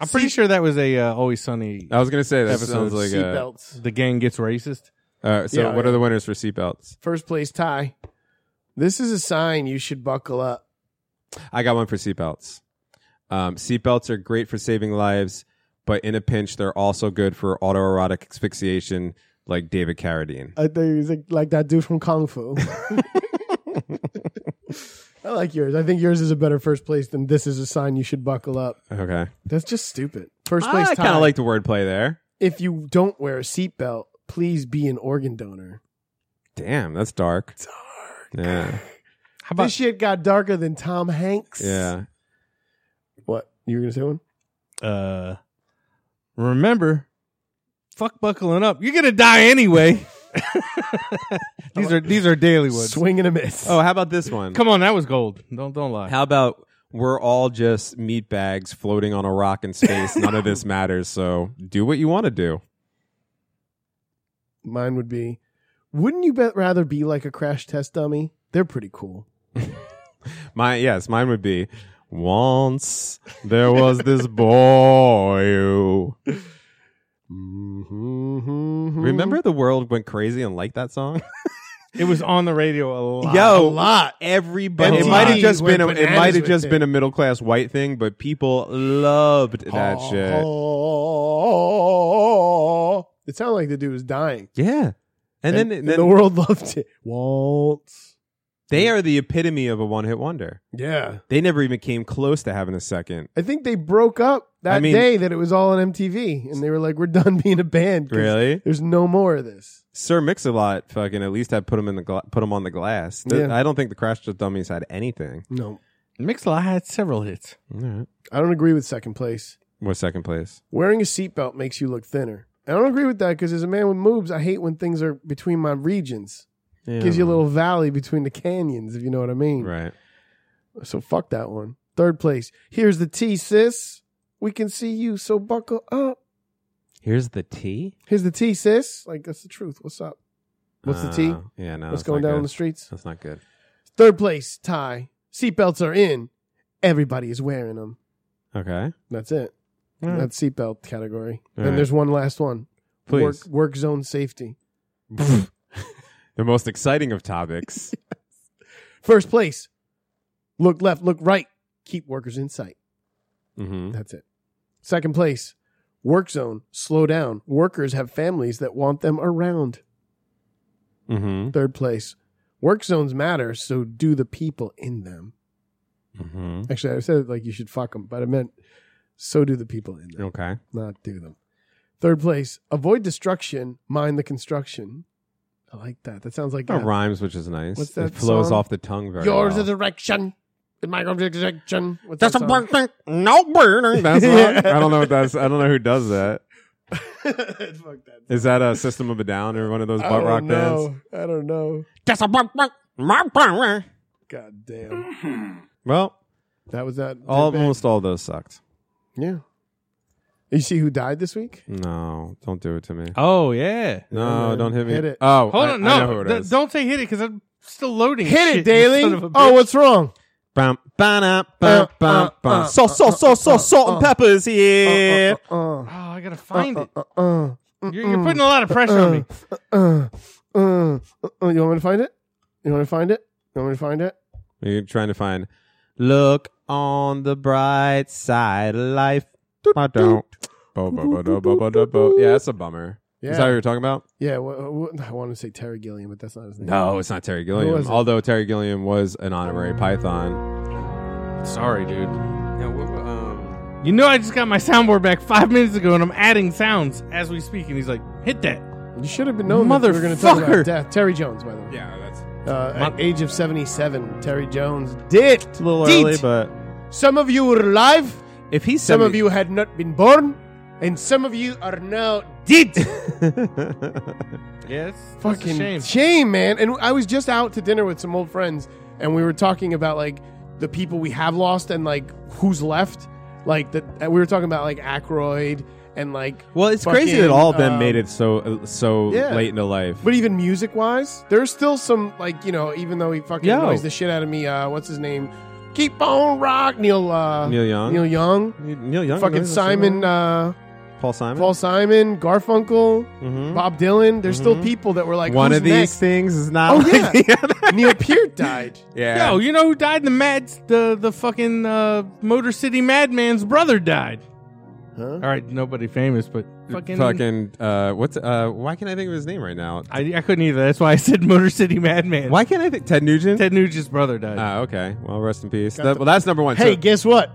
[SPEAKER 1] I'm pretty sure that was a uh, Always Sunny.
[SPEAKER 2] I was gonna say that
[SPEAKER 1] Episode
[SPEAKER 2] sounds like a.
[SPEAKER 3] Seatbelts.
[SPEAKER 1] The gang gets racist.
[SPEAKER 2] Uh, so,
[SPEAKER 3] Yeah,
[SPEAKER 2] what
[SPEAKER 3] yeah.
[SPEAKER 2] are the winners for seatbelts?
[SPEAKER 3] First place tie. This is a sign you should buckle up.
[SPEAKER 2] I got one for seatbelts. Um, seatbelts are great for saving lives, but in a pinch, they're also good for autoerotic asphyxiation, like David Carradine.
[SPEAKER 3] I think it's like, like that dude from Kung Fu. I like yours. I think yours is a better first place than this is a sign you should buckle up.
[SPEAKER 2] Okay,
[SPEAKER 3] That's just stupid. First place
[SPEAKER 2] Ah, I
[SPEAKER 3] tie.
[SPEAKER 2] kind of like the wordplay there.
[SPEAKER 3] if you don't wear a seatbelt, please be an organ donor.
[SPEAKER 2] Damn, that's dark. Yeah,
[SPEAKER 1] How about
[SPEAKER 3] this shit got darker than Tom Hanks.
[SPEAKER 2] yeah.
[SPEAKER 3] What? You were gonna say one?
[SPEAKER 1] uh remember fuck buckling up you're gonna die anyway these are these are daily ones
[SPEAKER 3] Swing and a miss.
[SPEAKER 2] Oh, how about this one?
[SPEAKER 1] come on that was gold don't don't lie
[SPEAKER 2] How about we're all just meat bags floating on a rock in space? None of this matters. So do what you want to do.
[SPEAKER 3] Mine would be. Wouldn't you bet rather be like a crash test dummy? They're pretty cool.
[SPEAKER 2] My yes, mine would be. Once there was this boy. who-"
[SPEAKER 3] Mm-hmm,
[SPEAKER 2] Remember the world went crazy and liked that song?
[SPEAKER 1] it was on the radio a lot
[SPEAKER 2] Yo, a lot. Everybody.
[SPEAKER 3] A
[SPEAKER 2] it might have
[SPEAKER 3] lot.
[SPEAKER 2] just been. A,
[SPEAKER 3] Went
[SPEAKER 2] it
[SPEAKER 3] bananas
[SPEAKER 2] might have
[SPEAKER 3] with
[SPEAKER 2] just
[SPEAKER 3] it.
[SPEAKER 2] been a middle class white thing, but people loved that shit.
[SPEAKER 3] It sounded like the dude was dying.
[SPEAKER 2] Yeah. And, then,
[SPEAKER 3] and
[SPEAKER 2] then
[SPEAKER 3] the world loved it. Waltz.
[SPEAKER 2] they are the epitome of a one hit wonder.
[SPEAKER 3] Yeah.
[SPEAKER 2] They never even came close to having a second.
[SPEAKER 3] I think they broke up that
[SPEAKER 2] I mean-
[SPEAKER 3] day that it was all on MTV, and they were like, "We're done being a band. 'cause
[SPEAKER 2] Really?
[SPEAKER 3] There's no more of this."
[SPEAKER 2] Sir Mix-a-Lot fucking at least had put him in the gla- put him on the glass. Th-
[SPEAKER 3] Yeah.
[SPEAKER 2] I don't think the Crash Test Dummies had anything.
[SPEAKER 3] No,
[SPEAKER 1] Mixla had several hits
[SPEAKER 2] All right.
[SPEAKER 3] I don't agree with second place.
[SPEAKER 2] What's second place?
[SPEAKER 3] Wearing a seatbelt makes you look thinner. I don't agree with that because as a man with moobs, I hate when things are between my regions.
[SPEAKER 2] Yeah.
[SPEAKER 3] Gives you a little valley between the canyons, if you know what I mean.
[SPEAKER 2] right.
[SPEAKER 3] So fuck that one. Third place. Here's the T, sis. We can see you, so buckle up.
[SPEAKER 2] Here's the T.
[SPEAKER 3] Here's the T, sis. Like that's the truth. What's up? What's the T?
[SPEAKER 2] Yeah, Uh, no.
[SPEAKER 3] What's
[SPEAKER 2] that's
[SPEAKER 3] going
[SPEAKER 2] not
[SPEAKER 3] down on
[SPEAKER 2] good.
[SPEAKER 3] the streets?
[SPEAKER 2] That's not good.
[SPEAKER 3] Third place tie. Seatbelts are in. Everybody is wearing them.
[SPEAKER 2] Okay.
[SPEAKER 3] That's it.
[SPEAKER 2] Alright.
[SPEAKER 3] That's seatbelt category.
[SPEAKER 2] All
[SPEAKER 3] then
[SPEAKER 2] right.
[SPEAKER 3] there's one last one.
[SPEAKER 2] Please.
[SPEAKER 3] Work, work zone safety.
[SPEAKER 2] The most exciting of topics.
[SPEAKER 3] First place. Look left, look right. Keep workers in sight.
[SPEAKER 2] mm-hmm.
[SPEAKER 3] That's it. Second place. Work zone. Slow down. Workers have families that want them around.
[SPEAKER 2] Mm-hmm.
[SPEAKER 3] Third place. Work zones matter, so do the people in them.
[SPEAKER 2] Mm-hmm.
[SPEAKER 3] Actually, I said it like you should fuck them, but I meant so do the people in them,
[SPEAKER 2] Okay.
[SPEAKER 3] not do them. Third place. Avoid destruction. Mind the construction. I like that. That sounds like
[SPEAKER 2] That
[SPEAKER 3] that.
[SPEAKER 2] rhymes, which is nice.
[SPEAKER 3] What's
[SPEAKER 2] it
[SPEAKER 3] that
[SPEAKER 2] flows
[SPEAKER 3] song?
[SPEAKER 2] off the tongue very
[SPEAKER 3] Yours
[SPEAKER 2] well.
[SPEAKER 3] is direction. In my direction. What's
[SPEAKER 2] That's
[SPEAKER 3] that
[SPEAKER 2] a
[SPEAKER 3] song?
[SPEAKER 2] burning, no burning. That's not, I don't know what that's. I don't know who does that.
[SPEAKER 3] Fuck that.
[SPEAKER 2] Is that a System of a Down or one of those
[SPEAKER 3] I
[SPEAKER 2] butt
[SPEAKER 3] don't
[SPEAKER 2] rock
[SPEAKER 3] know.
[SPEAKER 2] bands?
[SPEAKER 3] I don't know.
[SPEAKER 2] That's a bump, bump, bump, bump.
[SPEAKER 3] God damn.
[SPEAKER 2] Well,
[SPEAKER 3] That was that. that bad.
[SPEAKER 2] almost all those sucked.
[SPEAKER 3] Yeah. You see who died this week?
[SPEAKER 2] No, don't do it to me.
[SPEAKER 1] oh yeah
[SPEAKER 2] No, don't hit me.
[SPEAKER 3] Hit it.
[SPEAKER 2] Oh,
[SPEAKER 1] hold
[SPEAKER 2] I-
[SPEAKER 1] on
[SPEAKER 2] I
[SPEAKER 1] no
[SPEAKER 2] know who it
[SPEAKER 1] th-
[SPEAKER 2] is.
[SPEAKER 1] don't say hit it because i'm still loading
[SPEAKER 3] Hit
[SPEAKER 1] shit,
[SPEAKER 3] it,
[SPEAKER 1] you son
[SPEAKER 3] Daily.
[SPEAKER 1] of a
[SPEAKER 3] Oh,
[SPEAKER 1] bitch.
[SPEAKER 3] what's wrong?
[SPEAKER 2] Bum, ba-da, bum,
[SPEAKER 3] Uh,
[SPEAKER 2] bum,
[SPEAKER 3] uh,
[SPEAKER 2] bum.
[SPEAKER 3] uh,
[SPEAKER 2] Salt, salt, salt, salt, salt and pepper is here.
[SPEAKER 3] Uh,
[SPEAKER 1] oh i gotta find
[SPEAKER 3] uh,
[SPEAKER 1] it
[SPEAKER 3] uh, uh,
[SPEAKER 1] you're, you're putting a lot of pressure on me
[SPEAKER 3] uh, uh, uh, uh, you want me to find it? You want me to find it? You want me to find it?
[SPEAKER 2] You're trying to find. Look on the bright side of life. I don't. Bo- bo- bo- do- bo- bo- do- bo- Yeah, that's a bummer. Is that what
[SPEAKER 3] Yeah.
[SPEAKER 2] you're talking about?
[SPEAKER 3] Yeah. wh- wh- I want to say Terry Gilliam, but that's not his name.
[SPEAKER 2] No, it's not Terry
[SPEAKER 3] Who
[SPEAKER 2] Gilliam.
[SPEAKER 3] was it?
[SPEAKER 2] Although Terry Gilliam was an honorary Python.
[SPEAKER 1] sorry dude you know i just got my soundboard back five minutes ago and i'm adding sounds as we speak and he's like hit that
[SPEAKER 3] You should have been known that we were going to talk
[SPEAKER 1] Motherfucker.
[SPEAKER 3] about death. Terry Jones, by the way.
[SPEAKER 2] yeah, that's
[SPEAKER 3] Uh, at age of 77, Terry Jones did.
[SPEAKER 2] a little
[SPEAKER 3] Deet.
[SPEAKER 2] early, but
[SPEAKER 3] Some of you were alive.
[SPEAKER 2] if he's
[SPEAKER 3] Some of you had not been born, and some of you are now dead.
[SPEAKER 1] yes
[SPEAKER 3] Fucking shame. man. And I was just out to dinner with some old friends, and we were talking about like the people we have lost and like who's left. Like that, we were talking about like Aykroyd and like.
[SPEAKER 2] Well, it's crazy
[SPEAKER 3] fucking,
[SPEAKER 2] that all of them
[SPEAKER 3] um,
[SPEAKER 2] made it so uh, so
[SPEAKER 3] yeah.
[SPEAKER 2] late into life.
[SPEAKER 3] But even music wise, there's still some like you know, even though he fucking
[SPEAKER 2] Yo.
[SPEAKER 3] annoys the shit out of me. Uh, what's his name? Keep on rock, Neil. Uh,
[SPEAKER 2] Neil Young?
[SPEAKER 3] Neil Young.
[SPEAKER 2] Neil Young,
[SPEAKER 3] fucking
[SPEAKER 2] was a
[SPEAKER 3] Simon,
[SPEAKER 2] singer.
[SPEAKER 3] uh,
[SPEAKER 2] Paul Simon,
[SPEAKER 3] Paul Simon, Garfunkel,
[SPEAKER 1] Mm-hmm.
[SPEAKER 2] Mhm.
[SPEAKER 3] Bob Dylan. There's still people that were like,
[SPEAKER 2] Mm-hmm. One
[SPEAKER 3] "Who's
[SPEAKER 2] of these
[SPEAKER 3] next?"
[SPEAKER 2] things is not.
[SPEAKER 3] Oh
[SPEAKER 2] like
[SPEAKER 3] yeah,
[SPEAKER 2] the other.
[SPEAKER 3] Neil Peart died.
[SPEAKER 2] yeah. oh,
[SPEAKER 1] Yo, you know who died? The mad, the the fucking uh, Motor City Madman's brother died. All right, nobody famous, but fucking.
[SPEAKER 2] fucking uh, what's uh, why can't I think of his name right now?
[SPEAKER 1] I, I couldn't either. That's why I said Motor City Madman.
[SPEAKER 2] Why can't I think Ted Nugent?
[SPEAKER 1] Ted Nugent's brother died.
[SPEAKER 2] Ah, okay. Well, rest in peace.
[SPEAKER 3] Got
[SPEAKER 2] That-
[SPEAKER 3] the-
[SPEAKER 2] well, that's number one.
[SPEAKER 3] Hey,
[SPEAKER 2] So-
[SPEAKER 3] guess what?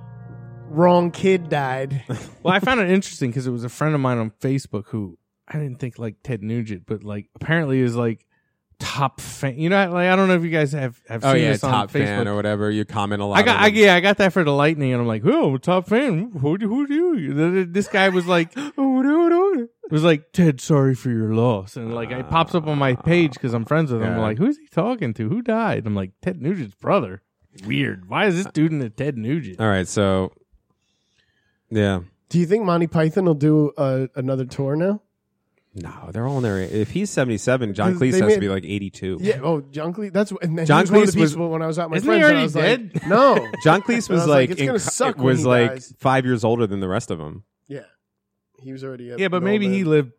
[SPEAKER 3] Wrong kid died.
[SPEAKER 1] Well, I found it interesting because it was a friend of mine on Facebook who I didn't think like Ted Nugent, but like apparently is like top fan. You know, like I don't know if you guys have have
[SPEAKER 2] oh
[SPEAKER 1] seen
[SPEAKER 2] yeah,
[SPEAKER 1] this on
[SPEAKER 2] top
[SPEAKER 1] Facebook.
[SPEAKER 2] fan or whatever. You comment a lot.
[SPEAKER 1] I got,
[SPEAKER 2] on
[SPEAKER 1] I,
[SPEAKER 2] it.
[SPEAKER 1] yeah, I got that for the Lightning, and I'm like, oh, top fan. Who do, who do you? Th- th- This guy was like, it was like Ted, sorry for your loss, and like it pops up on my page because I'm friends with him. I'm
[SPEAKER 2] Ah. Yeah.
[SPEAKER 1] like, who's he talking to? Who died? I'm like Ted Nugent's brother. Weird. Why is this dude in a Ted Nugent?
[SPEAKER 2] Uh, All right, so yeah,
[SPEAKER 3] Do you think Monty Python will do uh, another tour now?
[SPEAKER 2] no, they're all in there. If he's seventy-seven, John
[SPEAKER 3] They
[SPEAKER 2] Cleese has
[SPEAKER 3] made-
[SPEAKER 2] to be like eighty-two.
[SPEAKER 3] Yeah. Oh, John Cleese. That's what. And then
[SPEAKER 2] John
[SPEAKER 3] John was one of
[SPEAKER 2] Cleese
[SPEAKER 3] the
[SPEAKER 2] was-
[SPEAKER 3] people when I was at my
[SPEAKER 1] Isn't he
[SPEAKER 3] friend's. and I
[SPEAKER 1] already
[SPEAKER 3] was
[SPEAKER 1] dead?
[SPEAKER 3] Like, no.
[SPEAKER 2] John Cleese was,
[SPEAKER 3] I was like,
[SPEAKER 2] like,
[SPEAKER 3] "It's gonna
[SPEAKER 2] inc-
[SPEAKER 3] suck when
[SPEAKER 2] was
[SPEAKER 3] he
[SPEAKER 2] like
[SPEAKER 3] dies."
[SPEAKER 2] five years older than the rest of them.
[SPEAKER 3] yeah. He was already. A
[SPEAKER 1] Yeah, but
[SPEAKER 3] an
[SPEAKER 1] maybe
[SPEAKER 3] old
[SPEAKER 1] he
[SPEAKER 3] man.
[SPEAKER 1] lived.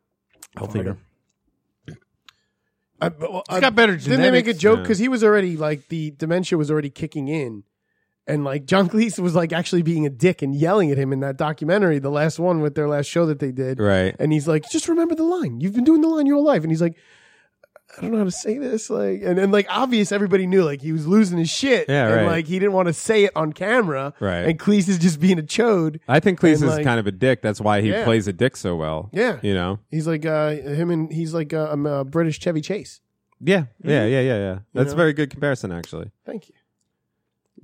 [SPEAKER 2] Healthier.
[SPEAKER 3] I, but, well, I-
[SPEAKER 1] He's got better genetics.
[SPEAKER 3] didn't they make a joke
[SPEAKER 2] yeah.
[SPEAKER 3] because he was already like the dementia was already kicking in, and like John Cleese was like actually being a dick and yelling at him in that documentary, the last one with their last show that they did.
[SPEAKER 2] Right.
[SPEAKER 3] And he's like, just remember the line. You've been doing the line your whole life. And he's like, I don't know how to say this. Like, and then like obvious, everybody knew like he was losing his shit.
[SPEAKER 2] Yeah,
[SPEAKER 3] And
[SPEAKER 2] right.
[SPEAKER 3] like he didn't want to say it on camera.
[SPEAKER 2] Right.
[SPEAKER 3] And Cleese is just being a chode.
[SPEAKER 2] I think Cleese
[SPEAKER 3] And,
[SPEAKER 2] is
[SPEAKER 3] like-
[SPEAKER 2] kind of a dick. That's why he
[SPEAKER 3] Yeah.
[SPEAKER 2] plays a dick so well.
[SPEAKER 3] Yeah.
[SPEAKER 2] You know.
[SPEAKER 3] He's like uh, him and he's like uh, um, uh, British Chevy Chase.
[SPEAKER 2] Yeah. Yeah. Yeah. Yeah. Yeah. That's
[SPEAKER 3] know?
[SPEAKER 2] a very good comparison, actually.
[SPEAKER 3] Thank you. uh,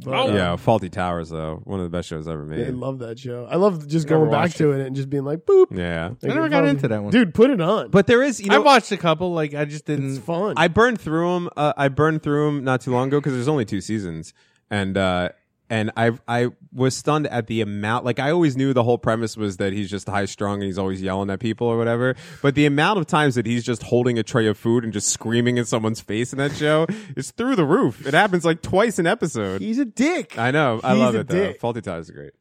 [SPEAKER 1] Oh.
[SPEAKER 2] Yeah. Faulty Towers, though, one of the best shows ever made.
[SPEAKER 3] I love that show. I love just
[SPEAKER 1] Never
[SPEAKER 3] going back
[SPEAKER 1] watched
[SPEAKER 3] to it. and just being like, boop.
[SPEAKER 2] yeah.
[SPEAKER 1] I never got into that one.
[SPEAKER 3] Dude, put it on.
[SPEAKER 2] But there is, you
[SPEAKER 1] I
[SPEAKER 2] know,
[SPEAKER 1] watched a couple. Like I just didn't.
[SPEAKER 3] it's fun.
[SPEAKER 2] I burned through them. Uh, I burned through them not too long ago because there's only two seasons, and uh, and I I was stunned at the amount. Like I always knew the whole premise was that he's just high strung and he's always yelling at people or whatever. But the amount of times that he's just holding a tray of food and just screaming in someone's face in that show is through the roof. It happens like twice an episode.
[SPEAKER 3] he's a dick.
[SPEAKER 2] I know. I
[SPEAKER 3] he's
[SPEAKER 2] love
[SPEAKER 3] a
[SPEAKER 2] it though.
[SPEAKER 3] dick.
[SPEAKER 2] Faulty Towers is great.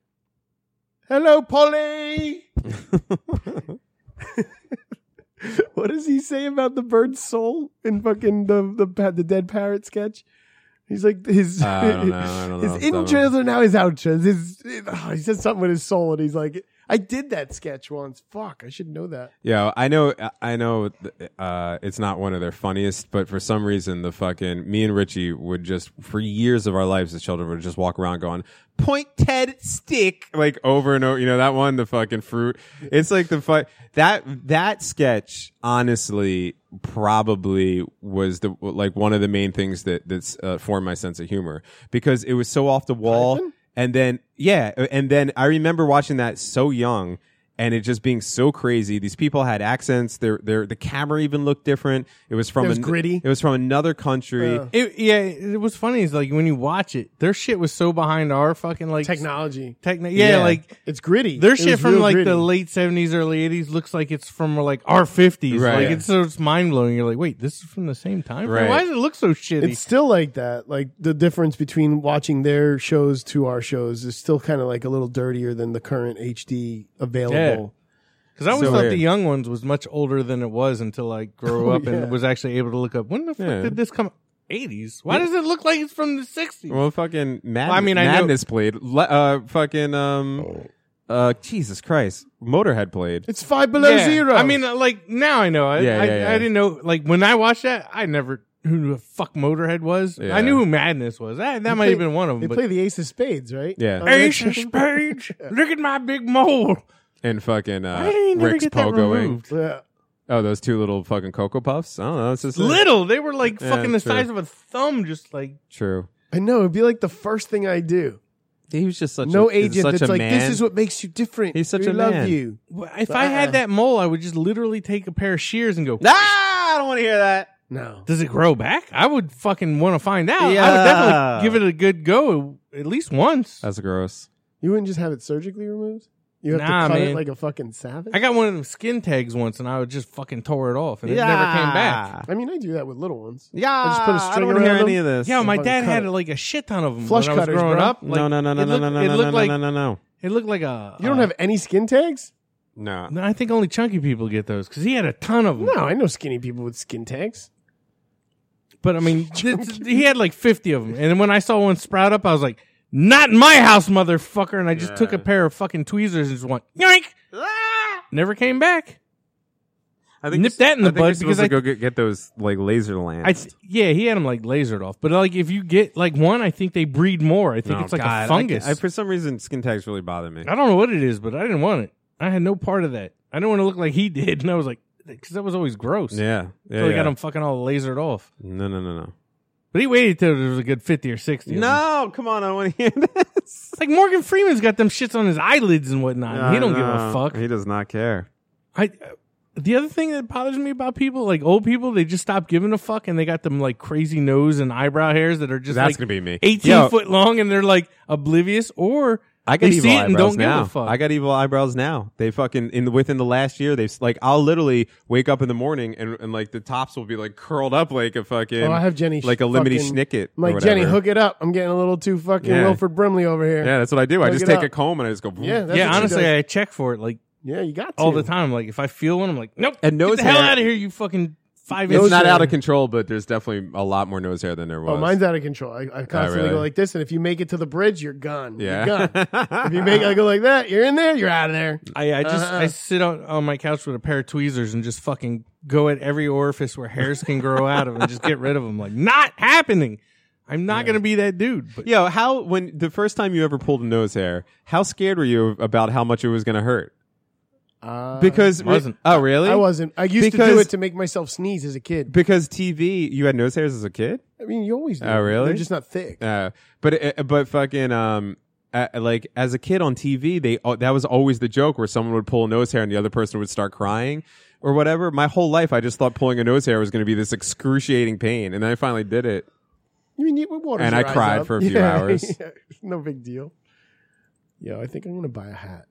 [SPEAKER 3] Hello, Polly. what does he say about the bird's soul in fucking the the, pa- the dead parrot sketch? He's like his
[SPEAKER 2] Uh, I don't know. I don't know.
[SPEAKER 3] his intros are now his outros. His oh, he says something with his soul, and he's like, "I did that sketch once. Fuck, I should know that."
[SPEAKER 2] Yeah, I know. I know. Uh, it's not one of their funniest, but for some reason, the fucking me and Richie would just for years of our lives as children would just walk around going point Ted stick like over and over. You know that one, the fucking fruit. It's like the fu- that that sketch. Honestly, probably was the like one of the main things that that's uh, formed my sense of humor because it was so off the wall. And then yeah, and then I remember watching that so young and it just being so crazy. These people had accents. Their their the camera even looked different. It was from
[SPEAKER 3] It was
[SPEAKER 2] an-
[SPEAKER 3] gritty.
[SPEAKER 2] It was from another country.
[SPEAKER 1] It, yeah, it was funny. Is like when you watch it, their shit was so behind our fucking like
[SPEAKER 3] Technology,
[SPEAKER 1] techno- yeah,
[SPEAKER 2] Yeah.
[SPEAKER 1] like
[SPEAKER 3] it's gritty.
[SPEAKER 1] their
[SPEAKER 3] It
[SPEAKER 1] shit
[SPEAKER 3] was
[SPEAKER 1] from
[SPEAKER 3] real
[SPEAKER 1] like
[SPEAKER 3] gritty.
[SPEAKER 1] the late seventies, early eighties looks like it's from like our fifties.
[SPEAKER 2] Right.
[SPEAKER 1] Like it's so it's mind blowing. You're like, wait, this is from the same time. frame?
[SPEAKER 2] Right.
[SPEAKER 1] Why does it look so shitty?
[SPEAKER 3] It's still like that. Like the difference between watching their shows to our shows is still kind of like a little dirtier than the current HD available.
[SPEAKER 1] Because I always
[SPEAKER 2] so
[SPEAKER 1] thought
[SPEAKER 2] weird.
[SPEAKER 1] the young ones was much older than it was until I grew up and was actually able to look up when the fuck
[SPEAKER 2] Yeah.
[SPEAKER 1] did this come? Eighties? Why does it look like it's from the sixties?
[SPEAKER 2] Well, fucking mad-
[SPEAKER 1] Well, I mean, I know-
[SPEAKER 2] madness played. Le- uh, fucking um, uh, Jesus Christ, Motorhead played.
[SPEAKER 3] It's five below
[SPEAKER 1] Yeah.
[SPEAKER 3] zero.
[SPEAKER 1] I mean, uh, like now I know. I,
[SPEAKER 2] Yeah,
[SPEAKER 1] I,
[SPEAKER 2] yeah, yeah.
[SPEAKER 1] I didn't know. Like when I watched that, I never who knew who the fuck Motorhead was.
[SPEAKER 2] Yeah.
[SPEAKER 1] I knew who Madness was. That, that might have
[SPEAKER 3] play-
[SPEAKER 1] been one of
[SPEAKER 3] they
[SPEAKER 1] them. But
[SPEAKER 3] play the Ace of Spades, right?
[SPEAKER 2] Yeah.
[SPEAKER 3] Oh,
[SPEAKER 1] Ace of
[SPEAKER 3] that's-
[SPEAKER 1] Spades, look at my big mole.
[SPEAKER 2] and fucking uh,
[SPEAKER 1] Why did he never
[SPEAKER 2] Rick's
[SPEAKER 1] get that
[SPEAKER 2] pogoing.
[SPEAKER 1] removed?
[SPEAKER 3] Yeah.
[SPEAKER 2] Oh, those two little fucking cocoa puffs. I don't know. It's just
[SPEAKER 1] Little, they were like
[SPEAKER 2] Yeah,
[SPEAKER 1] fucking the
[SPEAKER 2] true.
[SPEAKER 1] size of a thumb, just like
[SPEAKER 2] True.
[SPEAKER 3] I know. It'd be like the first thing I do.
[SPEAKER 2] He was just such
[SPEAKER 3] No
[SPEAKER 2] a,
[SPEAKER 3] agent
[SPEAKER 2] such
[SPEAKER 3] that's
[SPEAKER 2] a
[SPEAKER 3] like,
[SPEAKER 2] man.
[SPEAKER 3] this is what makes you different.
[SPEAKER 2] He's such
[SPEAKER 3] we
[SPEAKER 2] a
[SPEAKER 3] love
[SPEAKER 2] man.
[SPEAKER 3] you.
[SPEAKER 1] Well, If I
[SPEAKER 3] Uh-uh.
[SPEAKER 1] had that mole, I would just literally take a pair of shears and go.
[SPEAKER 2] Ah, I don't want to hear that.
[SPEAKER 3] No.
[SPEAKER 1] Does it grow back? I would fucking want to find out. I would
[SPEAKER 2] Yeah.
[SPEAKER 1] definitely
[SPEAKER 2] Uh,
[SPEAKER 1] give it a good go at least once.
[SPEAKER 2] That's gross.
[SPEAKER 3] You wouldn't just have it surgically removed? You have
[SPEAKER 1] Nah,
[SPEAKER 3] to cut
[SPEAKER 1] man.
[SPEAKER 3] it like a fucking savage.
[SPEAKER 1] I got one of them skin tags once, and I would just fucking tore it off, and it never came back.
[SPEAKER 3] I mean, I do that with little ones.
[SPEAKER 2] Yeah,
[SPEAKER 3] I just put a string
[SPEAKER 2] don't wanna
[SPEAKER 3] around
[SPEAKER 2] hear
[SPEAKER 3] them.
[SPEAKER 2] any of this.
[SPEAKER 1] Yeah, my
[SPEAKER 3] fucking
[SPEAKER 1] dad
[SPEAKER 3] cut
[SPEAKER 1] had
[SPEAKER 3] it.
[SPEAKER 1] like a shit ton of them
[SPEAKER 3] Flush
[SPEAKER 1] when I was
[SPEAKER 3] cutters,
[SPEAKER 1] growing
[SPEAKER 3] bro.
[SPEAKER 1] up.
[SPEAKER 2] no,
[SPEAKER 1] like,
[SPEAKER 2] no, no, no,
[SPEAKER 1] it
[SPEAKER 2] no,
[SPEAKER 1] looked-
[SPEAKER 2] no, no,
[SPEAKER 1] it
[SPEAKER 2] no, no,
[SPEAKER 1] looked
[SPEAKER 2] no,
[SPEAKER 1] like
[SPEAKER 2] no, no, no,
[SPEAKER 1] it looked like a.
[SPEAKER 3] You don't
[SPEAKER 1] uh,
[SPEAKER 3] have any skin tags?
[SPEAKER 2] no.
[SPEAKER 1] No, I think only chunky people get those because he had a ton of them.
[SPEAKER 3] No, I know skinny people with skin tags.
[SPEAKER 1] But I mean, th- th- he had like 50 of them. And when I saw one sprout up, I was like, not in my house, motherfucker. And I just took a pair of fucking tweezers and just went, yoink! Never came back.
[SPEAKER 2] I
[SPEAKER 1] Nip
[SPEAKER 2] you're-
[SPEAKER 1] that in
[SPEAKER 2] I
[SPEAKER 1] the
[SPEAKER 2] think
[SPEAKER 1] bud
[SPEAKER 2] you're supposed
[SPEAKER 1] because
[SPEAKER 2] to
[SPEAKER 1] I-
[SPEAKER 2] go get, get those like laser lamps.
[SPEAKER 1] I th- yeah, he had them like lasered off. But like, if you get like one, I think they breed more. I think it's like a fungus.
[SPEAKER 2] Oh, I,
[SPEAKER 1] I,
[SPEAKER 2] for some reason, skin tags really bother me.
[SPEAKER 1] don't know what it is, but I didn't want it. I had no part of that. I didn't want to look like he did. And I was like, because that was always gross.
[SPEAKER 2] Yeah, yeah.
[SPEAKER 1] So I
[SPEAKER 2] yeah.
[SPEAKER 1] got them fucking all lasered off.
[SPEAKER 2] No, no, no, no.
[SPEAKER 1] But he waited till there was a good 50 or 60. of them.
[SPEAKER 2] No, come on, I want to hear this.
[SPEAKER 1] It's like Morgan Freeman's got them shits on his eyelids and whatnot. and he don't give a
[SPEAKER 2] No,
[SPEAKER 1] fuck.
[SPEAKER 2] He does not care.
[SPEAKER 1] I uh, the other thing that bothers me about people, like old people, they just stop giving a fuck and they got them like crazy nose and eyebrow hairs that are just
[SPEAKER 2] That's
[SPEAKER 1] like
[SPEAKER 2] gonna be me.
[SPEAKER 1] eighteen
[SPEAKER 2] Yo.
[SPEAKER 1] foot long and they're like oblivious or
[SPEAKER 2] I got
[SPEAKER 1] they
[SPEAKER 2] evil
[SPEAKER 1] see it
[SPEAKER 2] eyebrows
[SPEAKER 1] and don't
[SPEAKER 2] now.
[SPEAKER 1] give a fuck.
[SPEAKER 2] I got evil eyebrows now. They fucking in the, within the last year, they've s- like I'll literally wake up in the morning and, and like the tops will be like curled up like a fucking
[SPEAKER 3] Oh, I have Jenny.
[SPEAKER 2] like a limity schnicket. or
[SPEAKER 3] Like Jenny,
[SPEAKER 2] whatever.
[SPEAKER 3] hook it up. I'm getting a little too fucking
[SPEAKER 2] Yeah.
[SPEAKER 3] Wilford Brimley over here.
[SPEAKER 2] Yeah, that's what I do. I
[SPEAKER 3] Hook
[SPEAKER 2] just
[SPEAKER 3] it
[SPEAKER 2] take
[SPEAKER 3] up.
[SPEAKER 2] a comb and I just go. boom.
[SPEAKER 3] Yeah, that's
[SPEAKER 1] yeah,
[SPEAKER 3] what she
[SPEAKER 1] honestly,
[SPEAKER 3] does.
[SPEAKER 1] I check for it like
[SPEAKER 3] yeah, you got to.
[SPEAKER 1] all the time. Like if I feel one, I'm like, nope,
[SPEAKER 2] And
[SPEAKER 1] get
[SPEAKER 2] nose
[SPEAKER 1] the hell
[SPEAKER 2] hair-
[SPEAKER 1] out of here, you fucking five
[SPEAKER 2] it's
[SPEAKER 1] inch.
[SPEAKER 2] not
[SPEAKER 1] hair.
[SPEAKER 2] out of control, but there's definitely a lot more nose hair than there was. Oh,
[SPEAKER 3] Oh, mine's out of control. I, I constantly
[SPEAKER 2] really?
[SPEAKER 3] go like this, and if you make it to the bridge, you're gone.
[SPEAKER 2] Yeah.
[SPEAKER 3] You're gone. if you make I go like that, you're in there, you're out of there.
[SPEAKER 1] I, I just
[SPEAKER 3] Uh-uh.
[SPEAKER 1] I sit on, on my couch with a pair of tweezers and just fucking go at every orifice where hairs can grow out of and just get rid of them. Like not happening. I'm not gonna be that dude. But
[SPEAKER 2] Yo, how when the first time you ever pulled a nose hair, how scared were you about how much it was going to hurt?
[SPEAKER 3] Uh,
[SPEAKER 2] Because
[SPEAKER 1] wasn't.
[SPEAKER 2] oh really?
[SPEAKER 3] I wasn't. I used to do
[SPEAKER 2] Because-
[SPEAKER 3] it to make myself sneeze as a kid.
[SPEAKER 2] because TV. You had nose hairs as a kid.
[SPEAKER 3] I mean, you always do.
[SPEAKER 2] Oh, really?
[SPEAKER 3] They're just not thick.
[SPEAKER 2] Uh, but uh, but fucking um. Uh, like as a kid on TV, they uh, that was always the joke where someone would pull a nose hair and the other person would start crying or whatever. My whole life, I just thought pulling a nose hair was going to be this excruciating pain, and then I finally did it.
[SPEAKER 3] I mean, it waters
[SPEAKER 2] And I
[SPEAKER 3] your eyes
[SPEAKER 2] cried
[SPEAKER 3] up.
[SPEAKER 2] for a few
[SPEAKER 3] Yeah,
[SPEAKER 2] hours.
[SPEAKER 3] yeah. no big deal. Yeah, I think I'm gonna buy a hat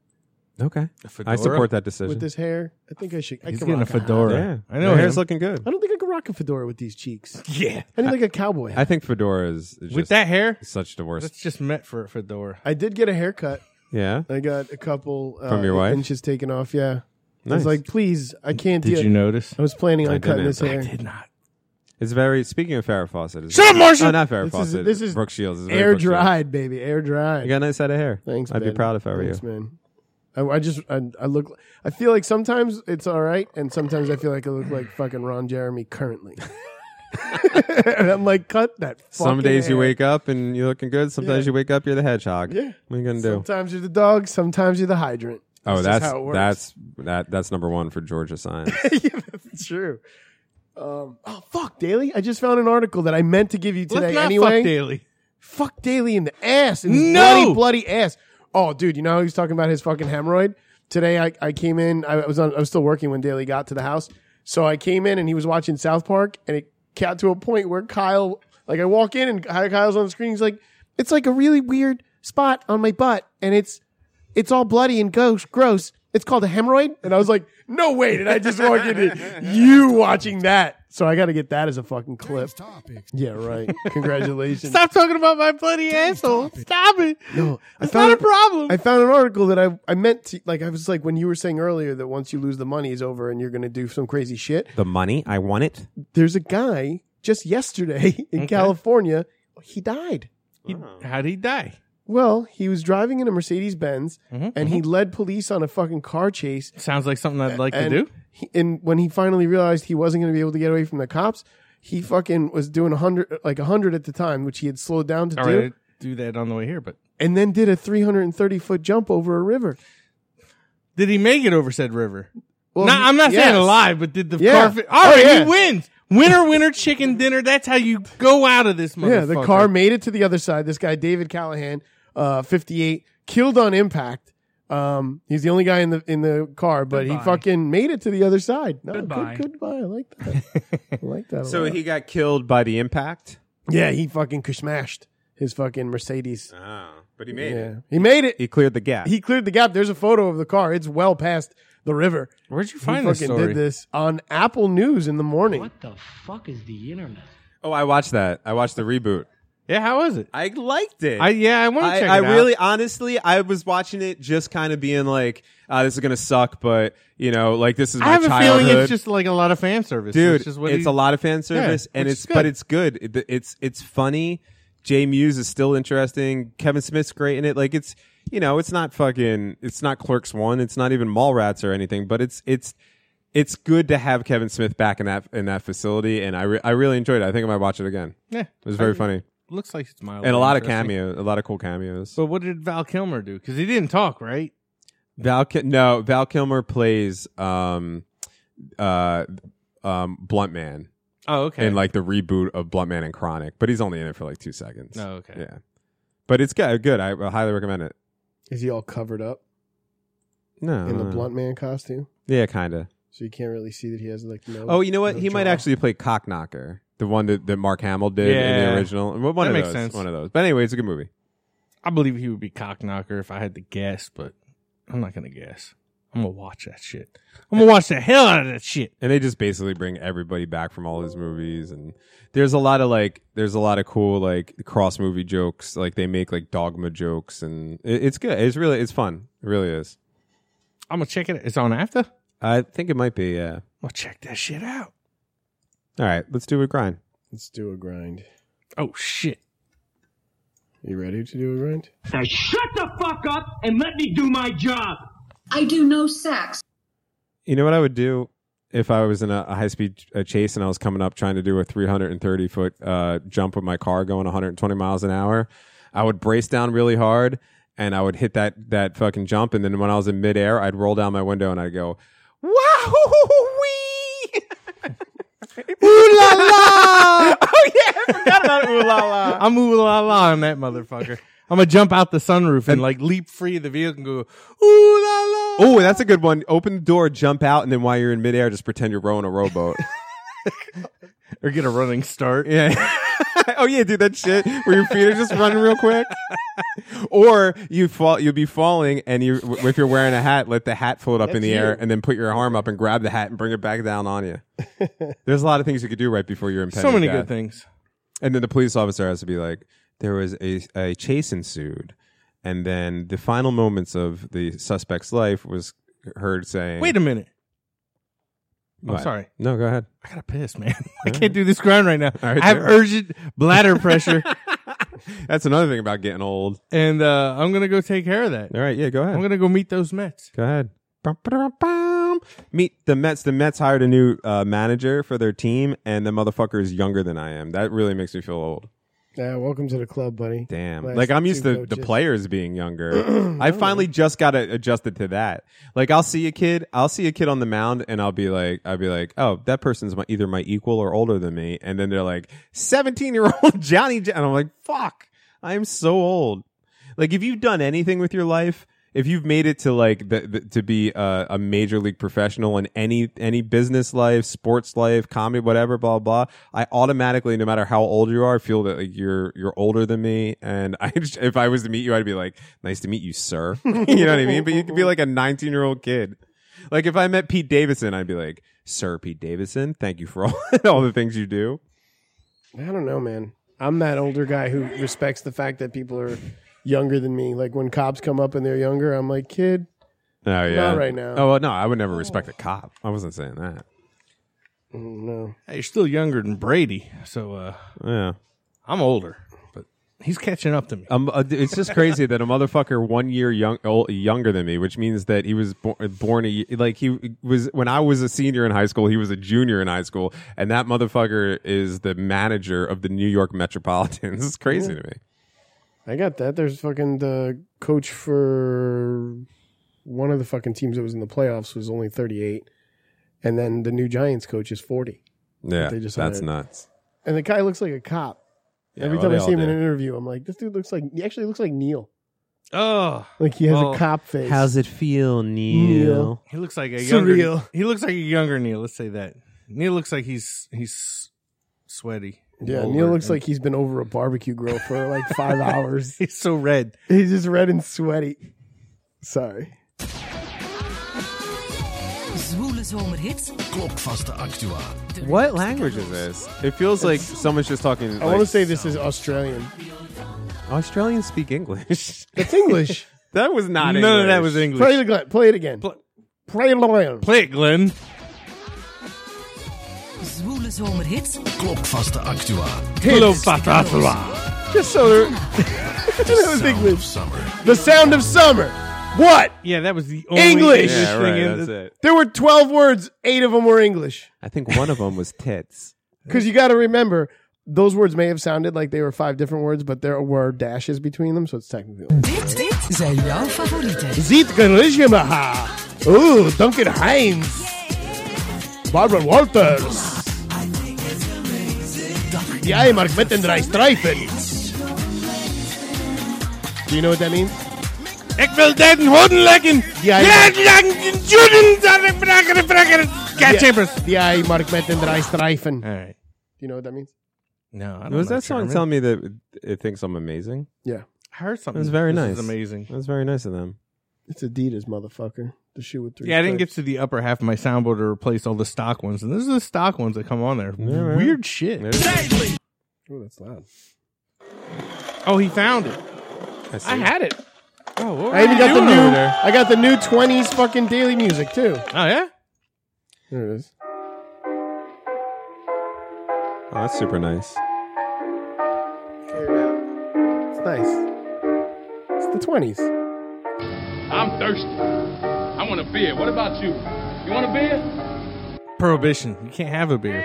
[SPEAKER 2] Okay, I support that decision.
[SPEAKER 3] with this hair. I think I should. I
[SPEAKER 1] He's
[SPEAKER 3] can
[SPEAKER 1] getting a
[SPEAKER 3] rock hat.
[SPEAKER 1] fedora.
[SPEAKER 2] yeah,
[SPEAKER 1] I know
[SPEAKER 2] The hair's
[SPEAKER 1] him.
[SPEAKER 2] looking good.
[SPEAKER 3] I don't think I could rock a fedora with these cheeks.
[SPEAKER 1] Yeah.
[SPEAKER 3] I need like a cowboy
[SPEAKER 2] I
[SPEAKER 3] hat.
[SPEAKER 2] think fedora is, is
[SPEAKER 1] With
[SPEAKER 2] just
[SPEAKER 1] that hair,
[SPEAKER 2] such the worst.
[SPEAKER 1] that's just meant for a fedora.
[SPEAKER 3] I did get a haircut.
[SPEAKER 2] Yeah,
[SPEAKER 3] I got a couple uh,
[SPEAKER 2] From your wife?
[SPEAKER 3] inches taken off. Yeah, I
[SPEAKER 2] Nice.
[SPEAKER 3] was like, please, I can't.
[SPEAKER 1] Did
[SPEAKER 3] deal-
[SPEAKER 1] you notice?
[SPEAKER 3] I was planning on
[SPEAKER 2] I
[SPEAKER 3] cutting this
[SPEAKER 2] didn't.
[SPEAKER 3] hair.
[SPEAKER 1] Did not.
[SPEAKER 2] It's very. Speaking of Farrah Fawcett, it's-
[SPEAKER 1] Shut up, Marcia!
[SPEAKER 2] No, not Farrah
[SPEAKER 3] This is-
[SPEAKER 2] Fawcett.
[SPEAKER 3] this is
[SPEAKER 2] Brooke Shields. It's very
[SPEAKER 3] Air
[SPEAKER 2] Brooke Shields.
[SPEAKER 3] dried, baby. Air dried.
[SPEAKER 2] You got a nice head of hair.
[SPEAKER 3] Thanks.
[SPEAKER 2] I'd be
[SPEAKER 3] man.
[SPEAKER 2] proud if I were
[SPEAKER 3] Thanks,
[SPEAKER 2] you.
[SPEAKER 3] man. I, I just I, I look. I feel like sometimes it's all right, and sometimes I feel like I look like fucking Ron Jeremy currently. and I'm like, cut that.
[SPEAKER 2] Some
[SPEAKER 3] fucking
[SPEAKER 2] days you
[SPEAKER 3] hair.
[SPEAKER 2] wake up and you're looking good. Sometimes
[SPEAKER 3] Yeah.
[SPEAKER 2] you wake up, you're the hedgehog.
[SPEAKER 3] Yeah.
[SPEAKER 2] What are you gonna do?
[SPEAKER 3] Sometimes you're the dog. Sometimes you're the hydrant.
[SPEAKER 2] oh,
[SPEAKER 3] just
[SPEAKER 2] that's
[SPEAKER 3] how it works.
[SPEAKER 2] that's that that's number one for Georgia science.
[SPEAKER 3] yeah, that's true. Um, oh fuck, Daily! I just found an article that I meant to give you today.
[SPEAKER 1] Let's not
[SPEAKER 3] anyway,
[SPEAKER 1] fuck daily.
[SPEAKER 3] fuck Daly in the ass, in his
[SPEAKER 1] No!
[SPEAKER 3] bloody bloody ass. Oh, dude, you know how he was talking about his fucking hemorrhoid today. I, I came in, I was on, I was still working when Daly got to the house, so I came in and he was watching South Park, and it got to a point where Kyle, like, I walk in and Ky- Kyle's on the screen. He's like, it's like a really weird spot on my butt, and it's it's all bloody and gross. gross. It's called a hemorrhoid, and I was like, no way, did I just walk into you watching that? So I got to get that as a fucking clip. Yeah, right. Congratulations.
[SPEAKER 1] Stop talking about my bloody asshole. Stop it.
[SPEAKER 3] No, I
[SPEAKER 1] it's
[SPEAKER 3] found
[SPEAKER 1] not a problem.
[SPEAKER 3] I found an article that I, I meant to like I was like when you were saying earlier that once you lose the money is over and you're gonna do some crazy shit.
[SPEAKER 2] the money, I want it.
[SPEAKER 3] There's a guy just yesterday in California, he died.
[SPEAKER 1] He- How'd he die?
[SPEAKER 3] Well, he was driving in a Mercedes Benz
[SPEAKER 1] Mm-hmm,
[SPEAKER 3] and he led police on a fucking car chase.
[SPEAKER 1] Sounds like something I'd like
[SPEAKER 3] and
[SPEAKER 1] to do.
[SPEAKER 3] He, and when he finally realized he wasn't gonna be able to get away from the cops, he fucking was doing a hundred like a hundred at the time, which he had slowed down to
[SPEAKER 1] All
[SPEAKER 3] do,
[SPEAKER 1] right, I'd do that on the way here, but
[SPEAKER 3] and then did a three hundred and thirty foot jump over a river.
[SPEAKER 1] did he make it over said river?
[SPEAKER 3] Well,
[SPEAKER 1] Not- I'm not saying
[SPEAKER 3] yes.
[SPEAKER 1] alive, but did the
[SPEAKER 3] Yeah.
[SPEAKER 1] car? Fit? All
[SPEAKER 3] Oh,
[SPEAKER 1] right,
[SPEAKER 3] yeah.
[SPEAKER 1] he wins. Winner, winner, chicken dinner. That's how you go out of this. Motherfucker.
[SPEAKER 3] Yeah, the car made it to the other side. This guy, David Callahan, uh, 58, killed on impact. Um, he's the only guy in the in the car, but he
[SPEAKER 7] Goodbye.
[SPEAKER 3] fucking made it to the other side. No,
[SPEAKER 7] Goodbye.
[SPEAKER 3] Good, goodbye. I like that. I like that. a
[SPEAKER 2] So
[SPEAKER 3] lot.
[SPEAKER 2] he got killed by the impact.
[SPEAKER 3] yeah, he fucking smashed. his fucking Mercedes.
[SPEAKER 2] Oh, but he made
[SPEAKER 3] Yeah, Ah, he made it.
[SPEAKER 2] He cleared the gap.
[SPEAKER 3] He cleared the gap. There's a photo of the car. It's well past the river.
[SPEAKER 1] Where'd you
[SPEAKER 3] He
[SPEAKER 1] find this
[SPEAKER 3] fucking
[SPEAKER 1] story?
[SPEAKER 3] did this on Apple News in the morning.
[SPEAKER 8] What the fuck is the internet?
[SPEAKER 2] oh, I watched that. I watched the reboot.
[SPEAKER 1] Yeah, how was it?
[SPEAKER 2] I liked it.
[SPEAKER 1] I yeah, I want to
[SPEAKER 2] I,
[SPEAKER 1] check.
[SPEAKER 2] I
[SPEAKER 1] it out.
[SPEAKER 2] really, honestly, I was watching it just kind of being like, uh, "This is gonna suck," but you know, like this is my
[SPEAKER 1] I have
[SPEAKER 2] childhood.
[SPEAKER 1] a feeling it's just like a lot of fan service,
[SPEAKER 2] Dude,
[SPEAKER 1] which is what
[SPEAKER 2] it's
[SPEAKER 1] he-
[SPEAKER 2] a lot of fan service,
[SPEAKER 1] Yeah,
[SPEAKER 2] and
[SPEAKER 1] which
[SPEAKER 2] it's
[SPEAKER 1] is good.
[SPEAKER 2] but it's good. It- it's it's funny. Jay Muse is still interesting. Kevin Smith's great in it. Like it's you know, it's not fucking, it's not Clerks One. It's not even Mallrats or anything. But it's it's it's good to have Kevin Smith back in that in that facility, and I re- I really enjoyed it. I think I might watch it again.
[SPEAKER 1] Yeah,
[SPEAKER 2] It was very funny,
[SPEAKER 1] looks like it's mild
[SPEAKER 2] and a lot of
[SPEAKER 1] interesting.
[SPEAKER 2] cameos, a lot of cool cameos.
[SPEAKER 1] So what did Val Kilmer do? Because he didn't talk, right?
[SPEAKER 2] Val Ki- no Val Kilmer plays um uh um Blunt Man
[SPEAKER 1] Oh, okay.
[SPEAKER 2] in like the reboot of Blunt Man and Chronic, but he's only in it for like two seconds.
[SPEAKER 1] oh, okay.
[SPEAKER 2] Yeah, but it's good. Good. I will highly recommend it.
[SPEAKER 3] Is he all covered up
[SPEAKER 2] No,
[SPEAKER 3] in the
[SPEAKER 2] no.
[SPEAKER 3] blunt man costume?
[SPEAKER 2] Yeah, kind of.
[SPEAKER 3] So you can't really see that he has like no.
[SPEAKER 2] Oh, you know what?
[SPEAKER 3] no
[SPEAKER 2] he might
[SPEAKER 3] jaw.
[SPEAKER 2] actually play Cockknocker, the one that, that Mark Hamill did in
[SPEAKER 1] Yeah.
[SPEAKER 2] the original. Well, One
[SPEAKER 1] That
[SPEAKER 2] of
[SPEAKER 1] makes
[SPEAKER 2] those.
[SPEAKER 1] sense.
[SPEAKER 2] One of those. But anyway, it's a good movie.
[SPEAKER 1] I believe he would be cock knocker if I had to guess, but I'm not gonna guess. I'm gonna watch that shit. I'm gonna watch the hell out of that shit.
[SPEAKER 2] and they just basically bring everybody back from all his movies and there's a lot of like there's a lot of cool like cross movie jokes like they make like dogma jokes and it, it's good it's really it's fun it really is
[SPEAKER 1] I'm gonna check it. It's on after. I'm
[SPEAKER 2] i think it might be yeah
[SPEAKER 1] gonna check that shit out.
[SPEAKER 2] all right let's do a grind
[SPEAKER 3] Let's do a grind.
[SPEAKER 1] Oh shit.
[SPEAKER 3] You ready to do a grind?
[SPEAKER 8] Now shut the fuck up and let me do my job.
[SPEAKER 9] I do no sex.
[SPEAKER 2] you know what i would do if i was in a, a high speed uh chase and i was coming up trying to do a 330 foot uh, jump with my car going 120 miles an hour i would brace down really hard and i would hit that that fucking jump and then when i was in midair i'd roll down my window and i'd go wow wee Ooh la la! oh yeah, I forgot about ooh la la.
[SPEAKER 1] I'm ooh la la on that motherfucker. I'm gonna jump out the sunroof and like leap free of the vehicle and go ooh la la.
[SPEAKER 2] Oh, that's a good one. Open the door, jump out, and then while you're in midair, just pretend you're rowing a rowboat.
[SPEAKER 1] or get a running start.
[SPEAKER 2] Yeah. oh yeah, dude, that shit where your feet are just running real quick. or you fall, you'll be falling, and you w- if you're wearing a hat, let the hat float up in the air, and then put your arm up and grab the hat and bring it back down on you. There's a lot of things you could do right before you're impending
[SPEAKER 1] So many
[SPEAKER 2] death.
[SPEAKER 1] good things.
[SPEAKER 2] And then the police officer has to be like, there was a, a chase ensued, and then the final moments of the suspect's life was heard saying,
[SPEAKER 1] Wait a minute. I'm
[SPEAKER 2] What?
[SPEAKER 1] sorry.
[SPEAKER 2] No, go ahead.
[SPEAKER 1] I gotta piss, man. I can't do this grind right now.
[SPEAKER 2] right,
[SPEAKER 1] I have
[SPEAKER 2] there.
[SPEAKER 1] urgent bladder pressure,
[SPEAKER 2] That's another thing about getting old.
[SPEAKER 1] and uh, I'm gonna go take care of that.
[SPEAKER 2] All right, yeah, go ahead.
[SPEAKER 1] I'm gonna go meet those Mets.
[SPEAKER 2] Go ahead. Bum, ba-dum, bum. Meet the Mets. The Mets hired a new uh, manager for their team, and the motherfucker is younger than I am. That really makes me feel old.
[SPEAKER 3] Yeah, welcome to the club, buddy.
[SPEAKER 2] Damn.
[SPEAKER 3] Last
[SPEAKER 2] like I'm used
[SPEAKER 3] two
[SPEAKER 2] to the
[SPEAKER 3] coaches.
[SPEAKER 2] players being younger. I finally just got a, adjusted to that. Like I'll see a kid, I'll see a kid on the mound, and I'll be like, I'll be like, oh, that person's my, either my equal or older than me, and then they're like, seventeen year old Johnny, Jo-" and I'm like, fuck, I am so old. Like if you've done anything with your life. If you've made it to like the, the, to be a, a major league professional in any any business life, sports life, comedy, whatever, blah blah, I automatically, no matter how old you are, feel that like you're you're older than me. And I, just, if I was to meet you, I'd be like, "Nice to meet you, sir." you know what I mean? But you could be like a 19 year old kid. Like if I met Pete Davidson, I'd be like, "Sir, Pete Davidson, thank you for all all the things you do."
[SPEAKER 3] I don't know, man. I'm that older guy who respects the fact that people are younger than me. Like when cops come up and they're younger, I'm like, kid,
[SPEAKER 2] Oh yeah,
[SPEAKER 3] right now.
[SPEAKER 2] Oh well, no, I would never respect a cop. I wasn't saying that.
[SPEAKER 3] no.
[SPEAKER 1] Hey, you're still younger than Brady, so uh,
[SPEAKER 2] Yeah.
[SPEAKER 1] I'm older, but he's catching up to me.
[SPEAKER 2] Um, uh, it's just crazy that a motherfucker one year young old, younger than me, which means that he was bor- born a y- like he was when I was a senior in high school, he was a junior in high school, and that motherfucker is the manager of the New York Metropolitans. It's crazy to me.
[SPEAKER 3] I got that. There's fucking the coach for one of the fucking teams that was in the playoffs was only 38. And then the new Giants coach is 40.
[SPEAKER 2] Yeah,
[SPEAKER 3] They just
[SPEAKER 2] that's
[SPEAKER 3] hired-
[SPEAKER 2] nuts.
[SPEAKER 3] And the guy looks like a cop.
[SPEAKER 2] Yeah,
[SPEAKER 3] Every
[SPEAKER 2] well,
[SPEAKER 3] time
[SPEAKER 2] they
[SPEAKER 3] I
[SPEAKER 2] all
[SPEAKER 3] see him in
[SPEAKER 2] do.
[SPEAKER 3] an interview, I'm like, this dude looks like, he actually looks like Neil.
[SPEAKER 1] Oh,
[SPEAKER 3] Like he has
[SPEAKER 1] Well,
[SPEAKER 3] a cop face.
[SPEAKER 2] it feel,
[SPEAKER 3] Neil?
[SPEAKER 1] he looks like a younger.
[SPEAKER 3] Surreal.
[SPEAKER 1] He looks like a younger Neil. Let's say that Neil looks like he's he's sweaty
[SPEAKER 3] Yeah,
[SPEAKER 2] Older
[SPEAKER 3] Neil looks
[SPEAKER 2] and-
[SPEAKER 3] like he's been over a barbecue grill for like five hours.
[SPEAKER 1] He's so red.
[SPEAKER 3] He's just red and sweaty. Sorry.
[SPEAKER 10] Zwoele zomerhits.
[SPEAKER 5] Klokvaste actua.
[SPEAKER 10] de
[SPEAKER 2] What
[SPEAKER 10] leukste
[SPEAKER 2] language is
[SPEAKER 10] cadeaus.
[SPEAKER 2] this? It feels like someone's just talking.
[SPEAKER 3] I want to say this is Australian.
[SPEAKER 2] Australians speak English.
[SPEAKER 3] It's English.
[SPEAKER 2] that was not.
[SPEAKER 1] None
[SPEAKER 2] English.
[SPEAKER 1] of that was
[SPEAKER 3] play
[SPEAKER 1] English.
[SPEAKER 3] it again. Play it again.
[SPEAKER 1] Pl-
[SPEAKER 3] Play it again.
[SPEAKER 1] Play it, Glenn.
[SPEAKER 10] Zwoele zomerhits.
[SPEAKER 5] Klokvaste actua.
[SPEAKER 1] Hello,
[SPEAKER 10] Leukste cadeaus.
[SPEAKER 1] Patatla.
[SPEAKER 3] Just so they're- That was English.
[SPEAKER 5] Summer.
[SPEAKER 3] The sound of summer. What?
[SPEAKER 1] Yeah, that was the only English
[SPEAKER 3] English!
[SPEAKER 2] Yeah,
[SPEAKER 1] thing
[SPEAKER 2] right.
[SPEAKER 1] in
[SPEAKER 2] That's
[SPEAKER 1] the-
[SPEAKER 2] it.
[SPEAKER 3] There were 12 words, eight of them were English.
[SPEAKER 2] I think one of them was tits.
[SPEAKER 3] Because you got to remember, those words may have sounded like they were five different words, but there were dashes between them, so it's technically.
[SPEAKER 10] Dit, dit zijn jouw favorieten.
[SPEAKER 3] Zietgerishimaha. Ooh, Duncan Hines. Barbara Walters. Die Eimark met den drei Streifen. Do you know what that means?
[SPEAKER 1] Ik wil den hoden lekken.
[SPEAKER 3] Ja,
[SPEAKER 1] Ja,
[SPEAKER 3] ja.
[SPEAKER 1] lang Juden zijn er vragen, vragen. Catchippers.
[SPEAKER 3] Die Eimark met den drei Streifen. Do
[SPEAKER 1] All right.
[SPEAKER 3] you know what that means?
[SPEAKER 1] No, I don't
[SPEAKER 2] Was
[SPEAKER 1] know
[SPEAKER 2] that song
[SPEAKER 1] German.
[SPEAKER 2] telling me that it thinks I'm amazing?
[SPEAKER 3] Yeah.
[SPEAKER 1] I heard something.
[SPEAKER 2] It was very
[SPEAKER 1] Mm. This
[SPEAKER 2] nice.
[SPEAKER 1] Is amazing.
[SPEAKER 2] That was very nice of them.
[SPEAKER 3] It's Adidas, motherfucker. The shoe with three
[SPEAKER 1] Yeah, I didn't get
[SPEAKER 3] stripes.
[SPEAKER 1] to the upper half of my soundboard to replace all the stock ones, and this is the stock ones that come on there.
[SPEAKER 2] right.
[SPEAKER 1] Weird shit.
[SPEAKER 2] There it is.
[SPEAKER 3] Ooh, that's loud.
[SPEAKER 1] Oh, he found it.
[SPEAKER 2] I see.
[SPEAKER 1] I had it. Oh, what were
[SPEAKER 3] I even
[SPEAKER 1] you
[SPEAKER 3] got the
[SPEAKER 1] doing over
[SPEAKER 3] new.
[SPEAKER 1] there?
[SPEAKER 3] I got the new twenties fucking daily music too.
[SPEAKER 1] Oh yeah.
[SPEAKER 3] There it is.
[SPEAKER 2] Oh, that's super nice.
[SPEAKER 3] It's nice. It's the twenties.
[SPEAKER 6] I'm thirsty. I want a beer. What about you? You want a beer?
[SPEAKER 1] Prohibition. You can't have a beer.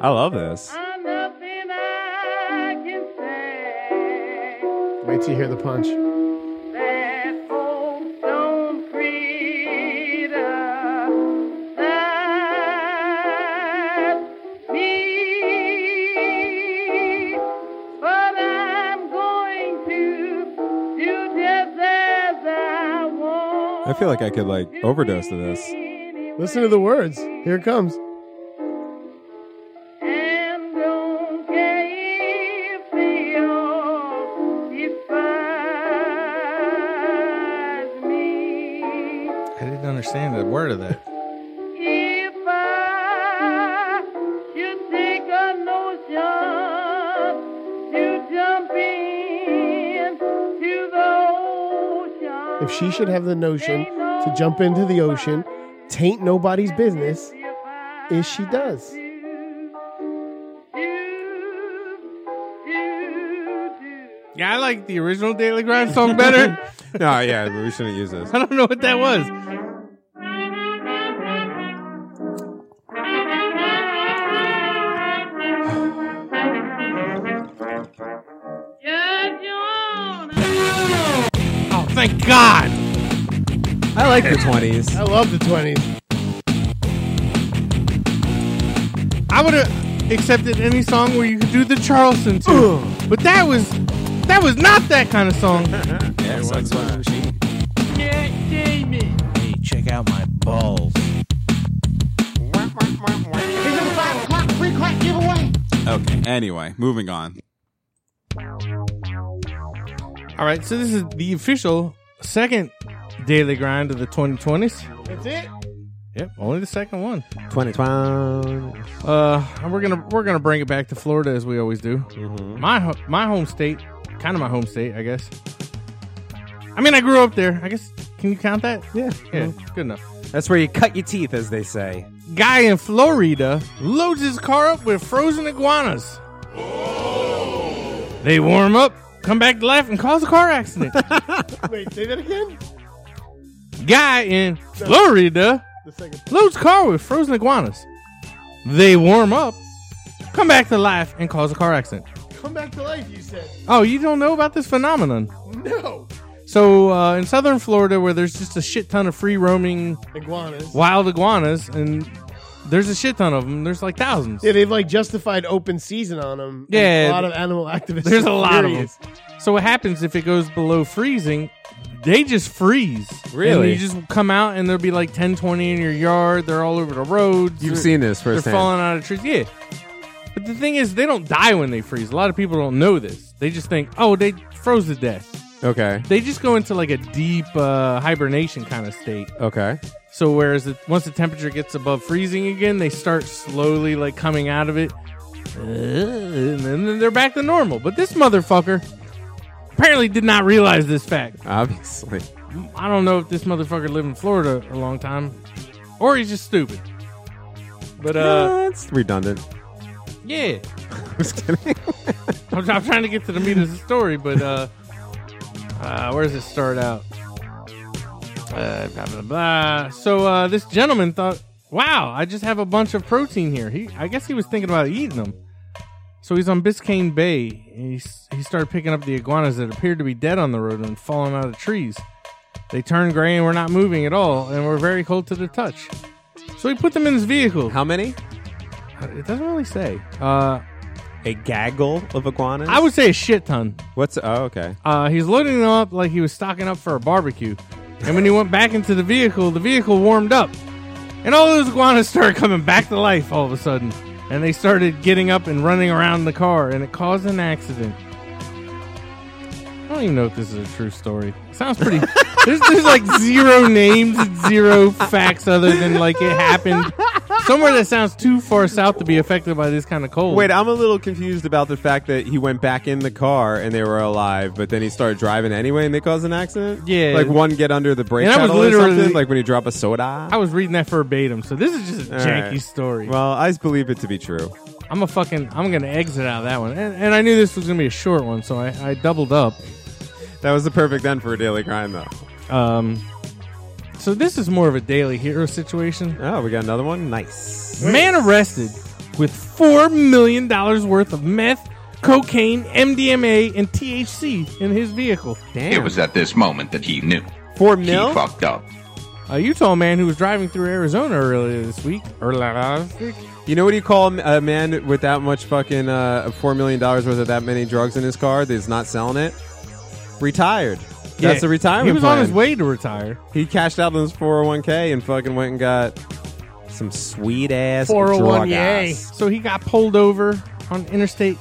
[SPEAKER 2] I love this.
[SPEAKER 3] Wait till you hear the punch.
[SPEAKER 2] I feel like I could like overdose to this.
[SPEAKER 3] Listen to the words. Here it comes.
[SPEAKER 1] I didn't understand the word of that.
[SPEAKER 3] If she should have the notion to jump into the ocean, taint nobody's business, is she does.
[SPEAKER 1] Yeah, I like the original Daily Grind song better.
[SPEAKER 2] No, yeah, we shouldn't use this.
[SPEAKER 1] I don't know what that was. Oh, thank God.
[SPEAKER 2] I like the twenties.
[SPEAKER 3] I love the twenties.
[SPEAKER 1] I would have accepted any song where you could do the Charleston too. but that was that was not that kind of song.
[SPEAKER 5] Hey, check out my balls.
[SPEAKER 4] Okay. Anyway, moving on.
[SPEAKER 1] All right, so this is the official second Daily Grind of the 2020s.
[SPEAKER 3] That's it.
[SPEAKER 1] Yep, only the second one.
[SPEAKER 2] Twenty twenty.
[SPEAKER 1] Uh, and we're gonna we're gonna bring it back to Florida as we always do. My ho- my home state, kind of my home state, I guess. I mean, I grew up there. I guess can you count that?
[SPEAKER 2] Yeah.
[SPEAKER 1] Yeah, good enough.
[SPEAKER 2] That's where you cut your teeth, as they say.
[SPEAKER 1] Guy in Florida loads his car up with frozen iguanas. They warm up, come back to life, and cause a car accident.
[SPEAKER 3] Wait, say that again.
[SPEAKER 1] Guy in Florida
[SPEAKER 3] The second.
[SPEAKER 1] loads car with frozen iguanas. They warm up, come back to life, and cause a car accident.
[SPEAKER 3] Come back to life. You said
[SPEAKER 1] Oh, you don't know about this phenomenon?
[SPEAKER 3] no.
[SPEAKER 1] So uh, in southern Florida, where there's just a shit ton of free roaming
[SPEAKER 3] Iguanas.
[SPEAKER 1] wild iguanas, and there's a shit ton of them. There's like thousands.
[SPEAKER 3] Yeah, they've like justified open season on them.
[SPEAKER 1] Yeah.
[SPEAKER 3] a lot of animal activists.
[SPEAKER 1] There's a
[SPEAKER 3] are
[SPEAKER 1] lot of
[SPEAKER 3] furious.
[SPEAKER 1] So what happens if it goes below freezing? They just freeze.
[SPEAKER 2] Really?
[SPEAKER 1] And you just come out and there'll be like 10, 20 in your yard. They're all over the roads.
[SPEAKER 2] You've
[SPEAKER 1] They're-
[SPEAKER 2] seen this firsthand.
[SPEAKER 1] They're falling out of trees. Yeah. But the thing is, they don't die when they freeze. A lot of people don't know this. They just think, oh, they froze to death.
[SPEAKER 2] Okay.
[SPEAKER 1] They just go into like a deep uh, hibernation kind of state.
[SPEAKER 2] Okay.
[SPEAKER 1] So whereas it, once the temperature gets above freezing again, they start slowly like coming out of it, Uh, and then they're back to normal. But this motherfucker apparently did not realize this fact.
[SPEAKER 2] Obviously.
[SPEAKER 1] I don't know if this motherfucker lived in Florida a long time, or he's just stupid. But uh,
[SPEAKER 2] Uh, it's redundant.
[SPEAKER 1] yeah,
[SPEAKER 2] Just kidding.
[SPEAKER 1] I'm, I'm trying to get to the meat of the story, but uh, uh where does it start out? Uh, blah, blah, blah. So uh, this gentleman thought, "Wow, I just have a bunch of protein here." He, I guess, he was thinking about eating them. So he's on Biscayne Bay. And he s- he started picking up the iguanas that appeared to be dead on the road and falling out of trees. They turned gray and were not moving at all, and were very cold to the touch. So he put them in his vehicle.
[SPEAKER 2] How many?
[SPEAKER 1] It doesn't really say. Uh,
[SPEAKER 2] A gaggle of iguanas.
[SPEAKER 1] I would say a shit ton.
[SPEAKER 2] What's? Oh, okay.
[SPEAKER 1] Uh, he's loading them up like he was stocking up for a barbecue. And when he went back into the vehicle, the vehicle warmed up. And all those iguanas started coming back to life all of a sudden. And they started getting up and running around the car, and it caused an accident. I don't even know if this is a true story. sounds pretty. there's, there's like zero names and zero facts other than like it happened somewhere that sounds too far south to be affected by this kind of cold.
[SPEAKER 2] Oh, Wait, I'm a little confused about the fact that he went back in the car and they were alive, but then he started driving anyway and they caused an accident.
[SPEAKER 1] Yeah.
[SPEAKER 2] like one get under the brake
[SPEAKER 1] And that was
[SPEAKER 2] pedal or
[SPEAKER 1] literally-
[SPEAKER 2] something, like when you drop a soda.
[SPEAKER 1] I was reading that verbatim, so this is just a
[SPEAKER 2] All
[SPEAKER 1] janky
[SPEAKER 2] right.
[SPEAKER 1] story.
[SPEAKER 2] well, I believe it to be true.
[SPEAKER 1] I'm a fucking. I'm gonna exit out of that one, and, and I knew this was gonna be a short one, so I, I doubled up.
[SPEAKER 2] That was the perfect end for a daily crime, though.
[SPEAKER 1] Um, so this is more of a daily hero situation.
[SPEAKER 2] Oh, we got another one. Nice.
[SPEAKER 1] Man arrested with four million dollars worth of meth, cocaine, MDMA, and THC in his vehicle.
[SPEAKER 2] Damn.
[SPEAKER 6] at this moment that he knew.
[SPEAKER 2] four mil.
[SPEAKER 6] fucked up.
[SPEAKER 1] A Utah man who was driving through Arizona earlier this week. Earlier this week.
[SPEAKER 2] You know what you call a man with that much fucking uh, four million dollars worth of that many drugs in his car that's not selling it? Retired. That's
[SPEAKER 1] Yeah,
[SPEAKER 2] a retirement.
[SPEAKER 1] He was
[SPEAKER 2] plan.
[SPEAKER 1] on his way to retire.
[SPEAKER 2] He cashed out on his four hundred one k and fucking went and got some sweet ass
[SPEAKER 3] 401
[SPEAKER 2] drug ass.
[SPEAKER 1] So he got pulled over on Interstate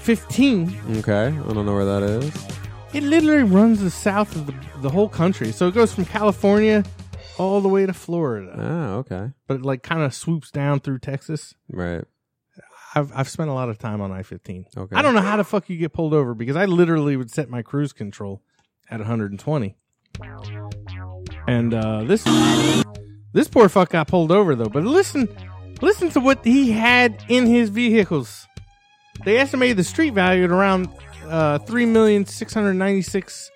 [SPEAKER 1] 15
[SPEAKER 2] Okay, I don't know where that is.
[SPEAKER 1] It literally runs the south of the, the whole country. So it goes from California all the way to Florida,
[SPEAKER 2] Oh, okay,
[SPEAKER 1] but it like kind of swoops down through Texas.
[SPEAKER 2] right.
[SPEAKER 1] I've, I've spent a lot of time on I 15.
[SPEAKER 2] Okay.
[SPEAKER 1] I don't know how the fuck you get pulled over because I literally would set my cruise control at 120. And uh, this this poor fuck got pulled over though. But listen, listen to what he had in his vehicles. They estimated the street value at around uh, three million six hundred ninety six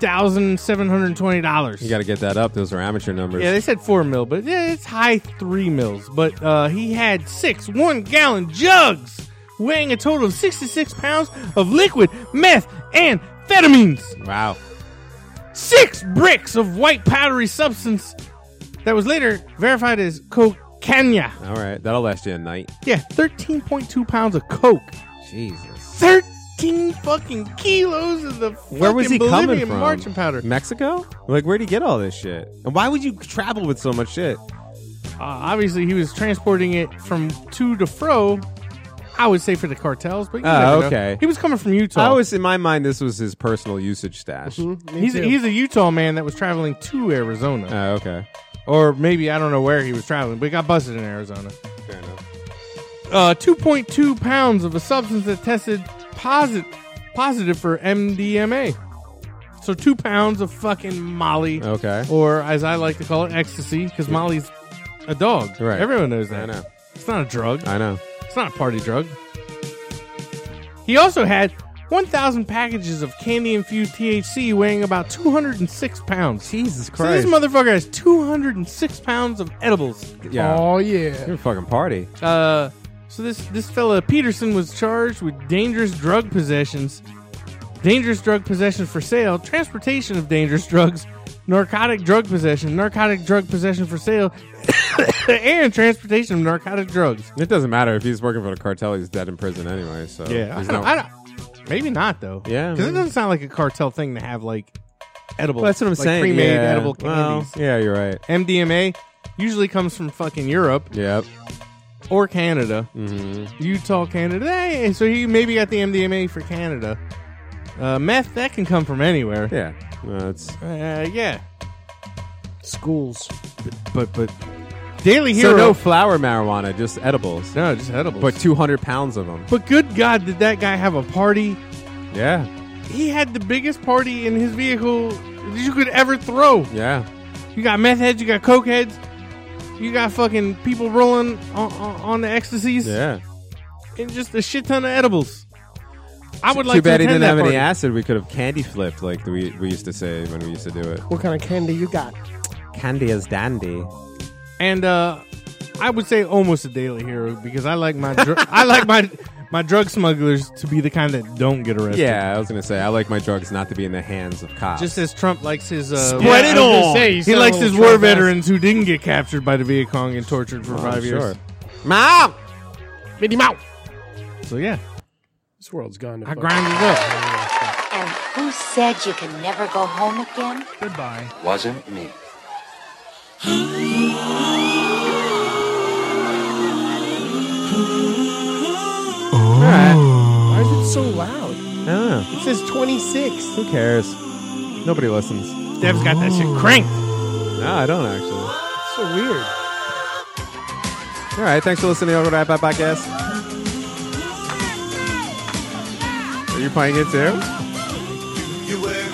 [SPEAKER 1] thousand seven hundred twenty dollars.
[SPEAKER 2] You got to get that up. Those are amateur numbers.
[SPEAKER 1] Yeah, they said four mil, but yeah, it's high three mils. But uh, he had six one gallon jugs weighing a total of 66 pounds of liquid meth and amphetamines,
[SPEAKER 2] wow.
[SPEAKER 1] six bricks of white powdery substance that was later verified as cocaine.
[SPEAKER 2] All right, that'll last you a night.
[SPEAKER 1] Yeah, 13.2 pounds of coke,
[SPEAKER 2] Jesus.
[SPEAKER 1] 13 fucking kilos of the
[SPEAKER 2] Where was he
[SPEAKER 1] fucking
[SPEAKER 2] coming
[SPEAKER 1] Bolivian
[SPEAKER 2] from?
[SPEAKER 1] marching powder.
[SPEAKER 2] Mexico? Like, where'd he get all this shit? And why would you travel with so much shit?
[SPEAKER 1] Uh, obviously, he was transporting it from to to fro. I would say for the cartels, but you
[SPEAKER 2] Oh,
[SPEAKER 1] never know.
[SPEAKER 2] okay.
[SPEAKER 1] He Ah, was coming from Utah.
[SPEAKER 2] I was in my mind this was his personal usage stash.
[SPEAKER 1] he's a, he's a Utah man that was traveling to Arizona,
[SPEAKER 2] Oh, okay.
[SPEAKER 1] Uh, or maybe I don't know where he was traveling, but he got busted in Arizona.
[SPEAKER 2] Fair enough.
[SPEAKER 1] Uh, two point two pounds of a substance that tested posit- positive for MDMA. So two pounds of fucking Molly,
[SPEAKER 2] Okay.
[SPEAKER 1] or as I like to call it, ecstasy, because Molly's a dog.
[SPEAKER 2] Right.
[SPEAKER 1] Everyone knows that.
[SPEAKER 2] I know.
[SPEAKER 1] It's not a drug.
[SPEAKER 2] I know.
[SPEAKER 1] It's not a party drug. He also had 1,000 packages of candy infused THC weighing about 206 pounds.
[SPEAKER 2] Jesus
[SPEAKER 1] So this motherfucker has 206 pounds of edibles.
[SPEAKER 2] yeah.
[SPEAKER 3] Oh yeah.
[SPEAKER 2] You're a fucking party.
[SPEAKER 1] Uh, so this, this fella, Peterson, was charged with dangerous drug possessions, dangerous drug possession for sale, transportation of dangerous drugs, narcotic drug possession, narcotic drug possession for sale, and transportation of narcotic drugs.
[SPEAKER 2] It doesn't matter if he's working for the cartel; he's dead in prison anyway. So
[SPEAKER 1] Yeah, I
[SPEAKER 2] there's
[SPEAKER 1] don't,
[SPEAKER 2] no-
[SPEAKER 1] I don't- maybe not though.
[SPEAKER 2] Yeah,
[SPEAKER 1] because it
[SPEAKER 2] maybe.
[SPEAKER 1] doesn't sound like a cartel thing to have like edible.
[SPEAKER 2] Well, that's what I'm
[SPEAKER 1] like
[SPEAKER 2] saying.
[SPEAKER 1] Pre-made
[SPEAKER 2] yeah.
[SPEAKER 1] edible
[SPEAKER 2] Well,
[SPEAKER 1] candies.
[SPEAKER 2] yeah, you're right.
[SPEAKER 1] MDMA usually comes from fucking Europe
[SPEAKER 2] Yep.
[SPEAKER 1] or Canada,
[SPEAKER 2] hmm
[SPEAKER 1] Utah, Canada. Hey, so he maybe got the MDMA for Canada. Uh, meth that can come from anywhere.
[SPEAKER 2] Yeah. No, that's
[SPEAKER 1] Uh, yeah,
[SPEAKER 3] Schools.
[SPEAKER 1] but but Daily
[SPEAKER 2] so
[SPEAKER 1] Hero.
[SPEAKER 2] no flower marijuana, just edibles.
[SPEAKER 1] no, just edibles.
[SPEAKER 2] But 200 pounds of them.
[SPEAKER 1] but good God, did that guy have a party?
[SPEAKER 2] Yeah.
[SPEAKER 1] He had the biggest party in his vehicle that you could ever throw.
[SPEAKER 2] Yeah.
[SPEAKER 1] You got meth heads, you got coke heads, you got fucking people rolling on, on, on the ecstasies,
[SPEAKER 2] Yeah.
[SPEAKER 1] and just a shit ton of edibles. I would like
[SPEAKER 2] Too bad
[SPEAKER 1] to
[SPEAKER 2] he
[SPEAKER 1] attend
[SPEAKER 2] didn't
[SPEAKER 1] that
[SPEAKER 2] have any
[SPEAKER 1] party.
[SPEAKER 2] acid. We could have candy flipped like we, we used to say when we used to do it.
[SPEAKER 3] What kind of candy you got?
[SPEAKER 2] Candy is dandy.
[SPEAKER 1] And uh, I would say almost a daily hero because I like my dr- I like my my drug smugglers to be the kind that don't get arrested.
[SPEAKER 2] Yeah, I was going to say, I like my drugs not to be in the hands of cops.
[SPEAKER 1] Just as Trump likes his uh,
[SPEAKER 2] Spread it
[SPEAKER 1] I was gonna
[SPEAKER 2] all.
[SPEAKER 1] say,
[SPEAKER 3] You
[SPEAKER 1] he
[SPEAKER 3] sound
[SPEAKER 1] likes
[SPEAKER 3] a
[SPEAKER 1] his
[SPEAKER 3] little
[SPEAKER 1] war
[SPEAKER 3] Trump-esque.
[SPEAKER 1] veterans who didn't get captured by the Viet Cong and tortured for
[SPEAKER 2] Oh,
[SPEAKER 1] five
[SPEAKER 2] sure.
[SPEAKER 1] years.
[SPEAKER 2] Mom!
[SPEAKER 3] Mindy Mouse.
[SPEAKER 1] So yeah,
[SPEAKER 3] This world's gone. To
[SPEAKER 1] I
[SPEAKER 3] fuck.
[SPEAKER 1] grinded it up.
[SPEAKER 11] And who said you can never go home again?
[SPEAKER 6] Wasn't me.
[SPEAKER 3] Why is it so loud?
[SPEAKER 2] Ah,
[SPEAKER 3] It says 26.
[SPEAKER 2] who cares? Nobody listens.
[SPEAKER 1] Dev's got that shit cranked.
[SPEAKER 2] No, I don't actually.
[SPEAKER 3] It's so weird.
[SPEAKER 2] All right, thanks for listening to the Overnight Podcast. Are you playing it too?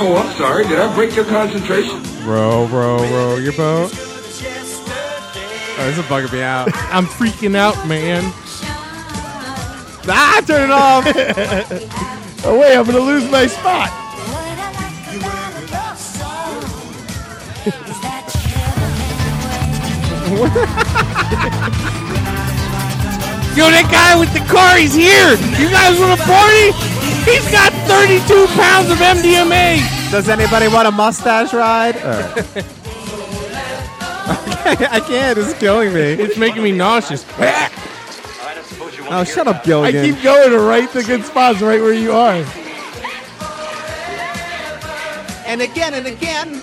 [SPEAKER 6] Oh, I'm sorry. Did I break your concentration?
[SPEAKER 2] Row, row, row your boat. Oh, this is bugging me out.
[SPEAKER 1] I'm freaking out, man.
[SPEAKER 2] ah, turn it off.
[SPEAKER 3] Oh, wait, I'm going to lose my spot.
[SPEAKER 1] Yo, that guy with the car, he's here. You guys want to party? He's got 32 pounds of MDMA.
[SPEAKER 2] Does anybody want a mustache ride? All right. okay, I can't. It's killing me.
[SPEAKER 1] It's making me nauseous.
[SPEAKER 2] Oh, shut up,
[SPEAKER 3] I
[SPEAKER 2] Gilligan.
[SPEAKER 3] keep going to right the good spots, right where you are.
[SPEAKER 2] and again and again.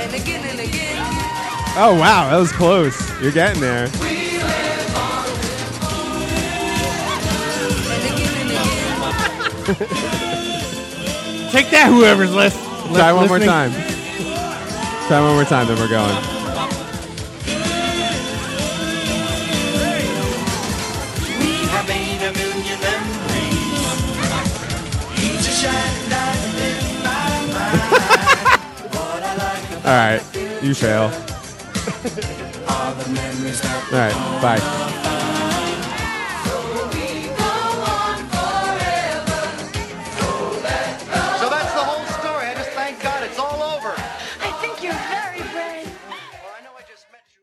[SPEAKER 10] And again and again.
[SPEAKER 2] Oh wow, that was close. You're getting there.
[SPEAKER 10] And again and again.
[SPEAKER 1] Take that, whoever's left.
[SPEAKER 2] Try one more
[SPEAKER 1] listening.
[SPEAKER 2] time. Try one more time, then we're going. All right, you fail. All right, bye.
[SPEAKER 5] So that's the whole story. I just thank God it's all over.
[SPEAKER 11] I think you're very brave.
[SPEAKER 5] Or I know I just met you.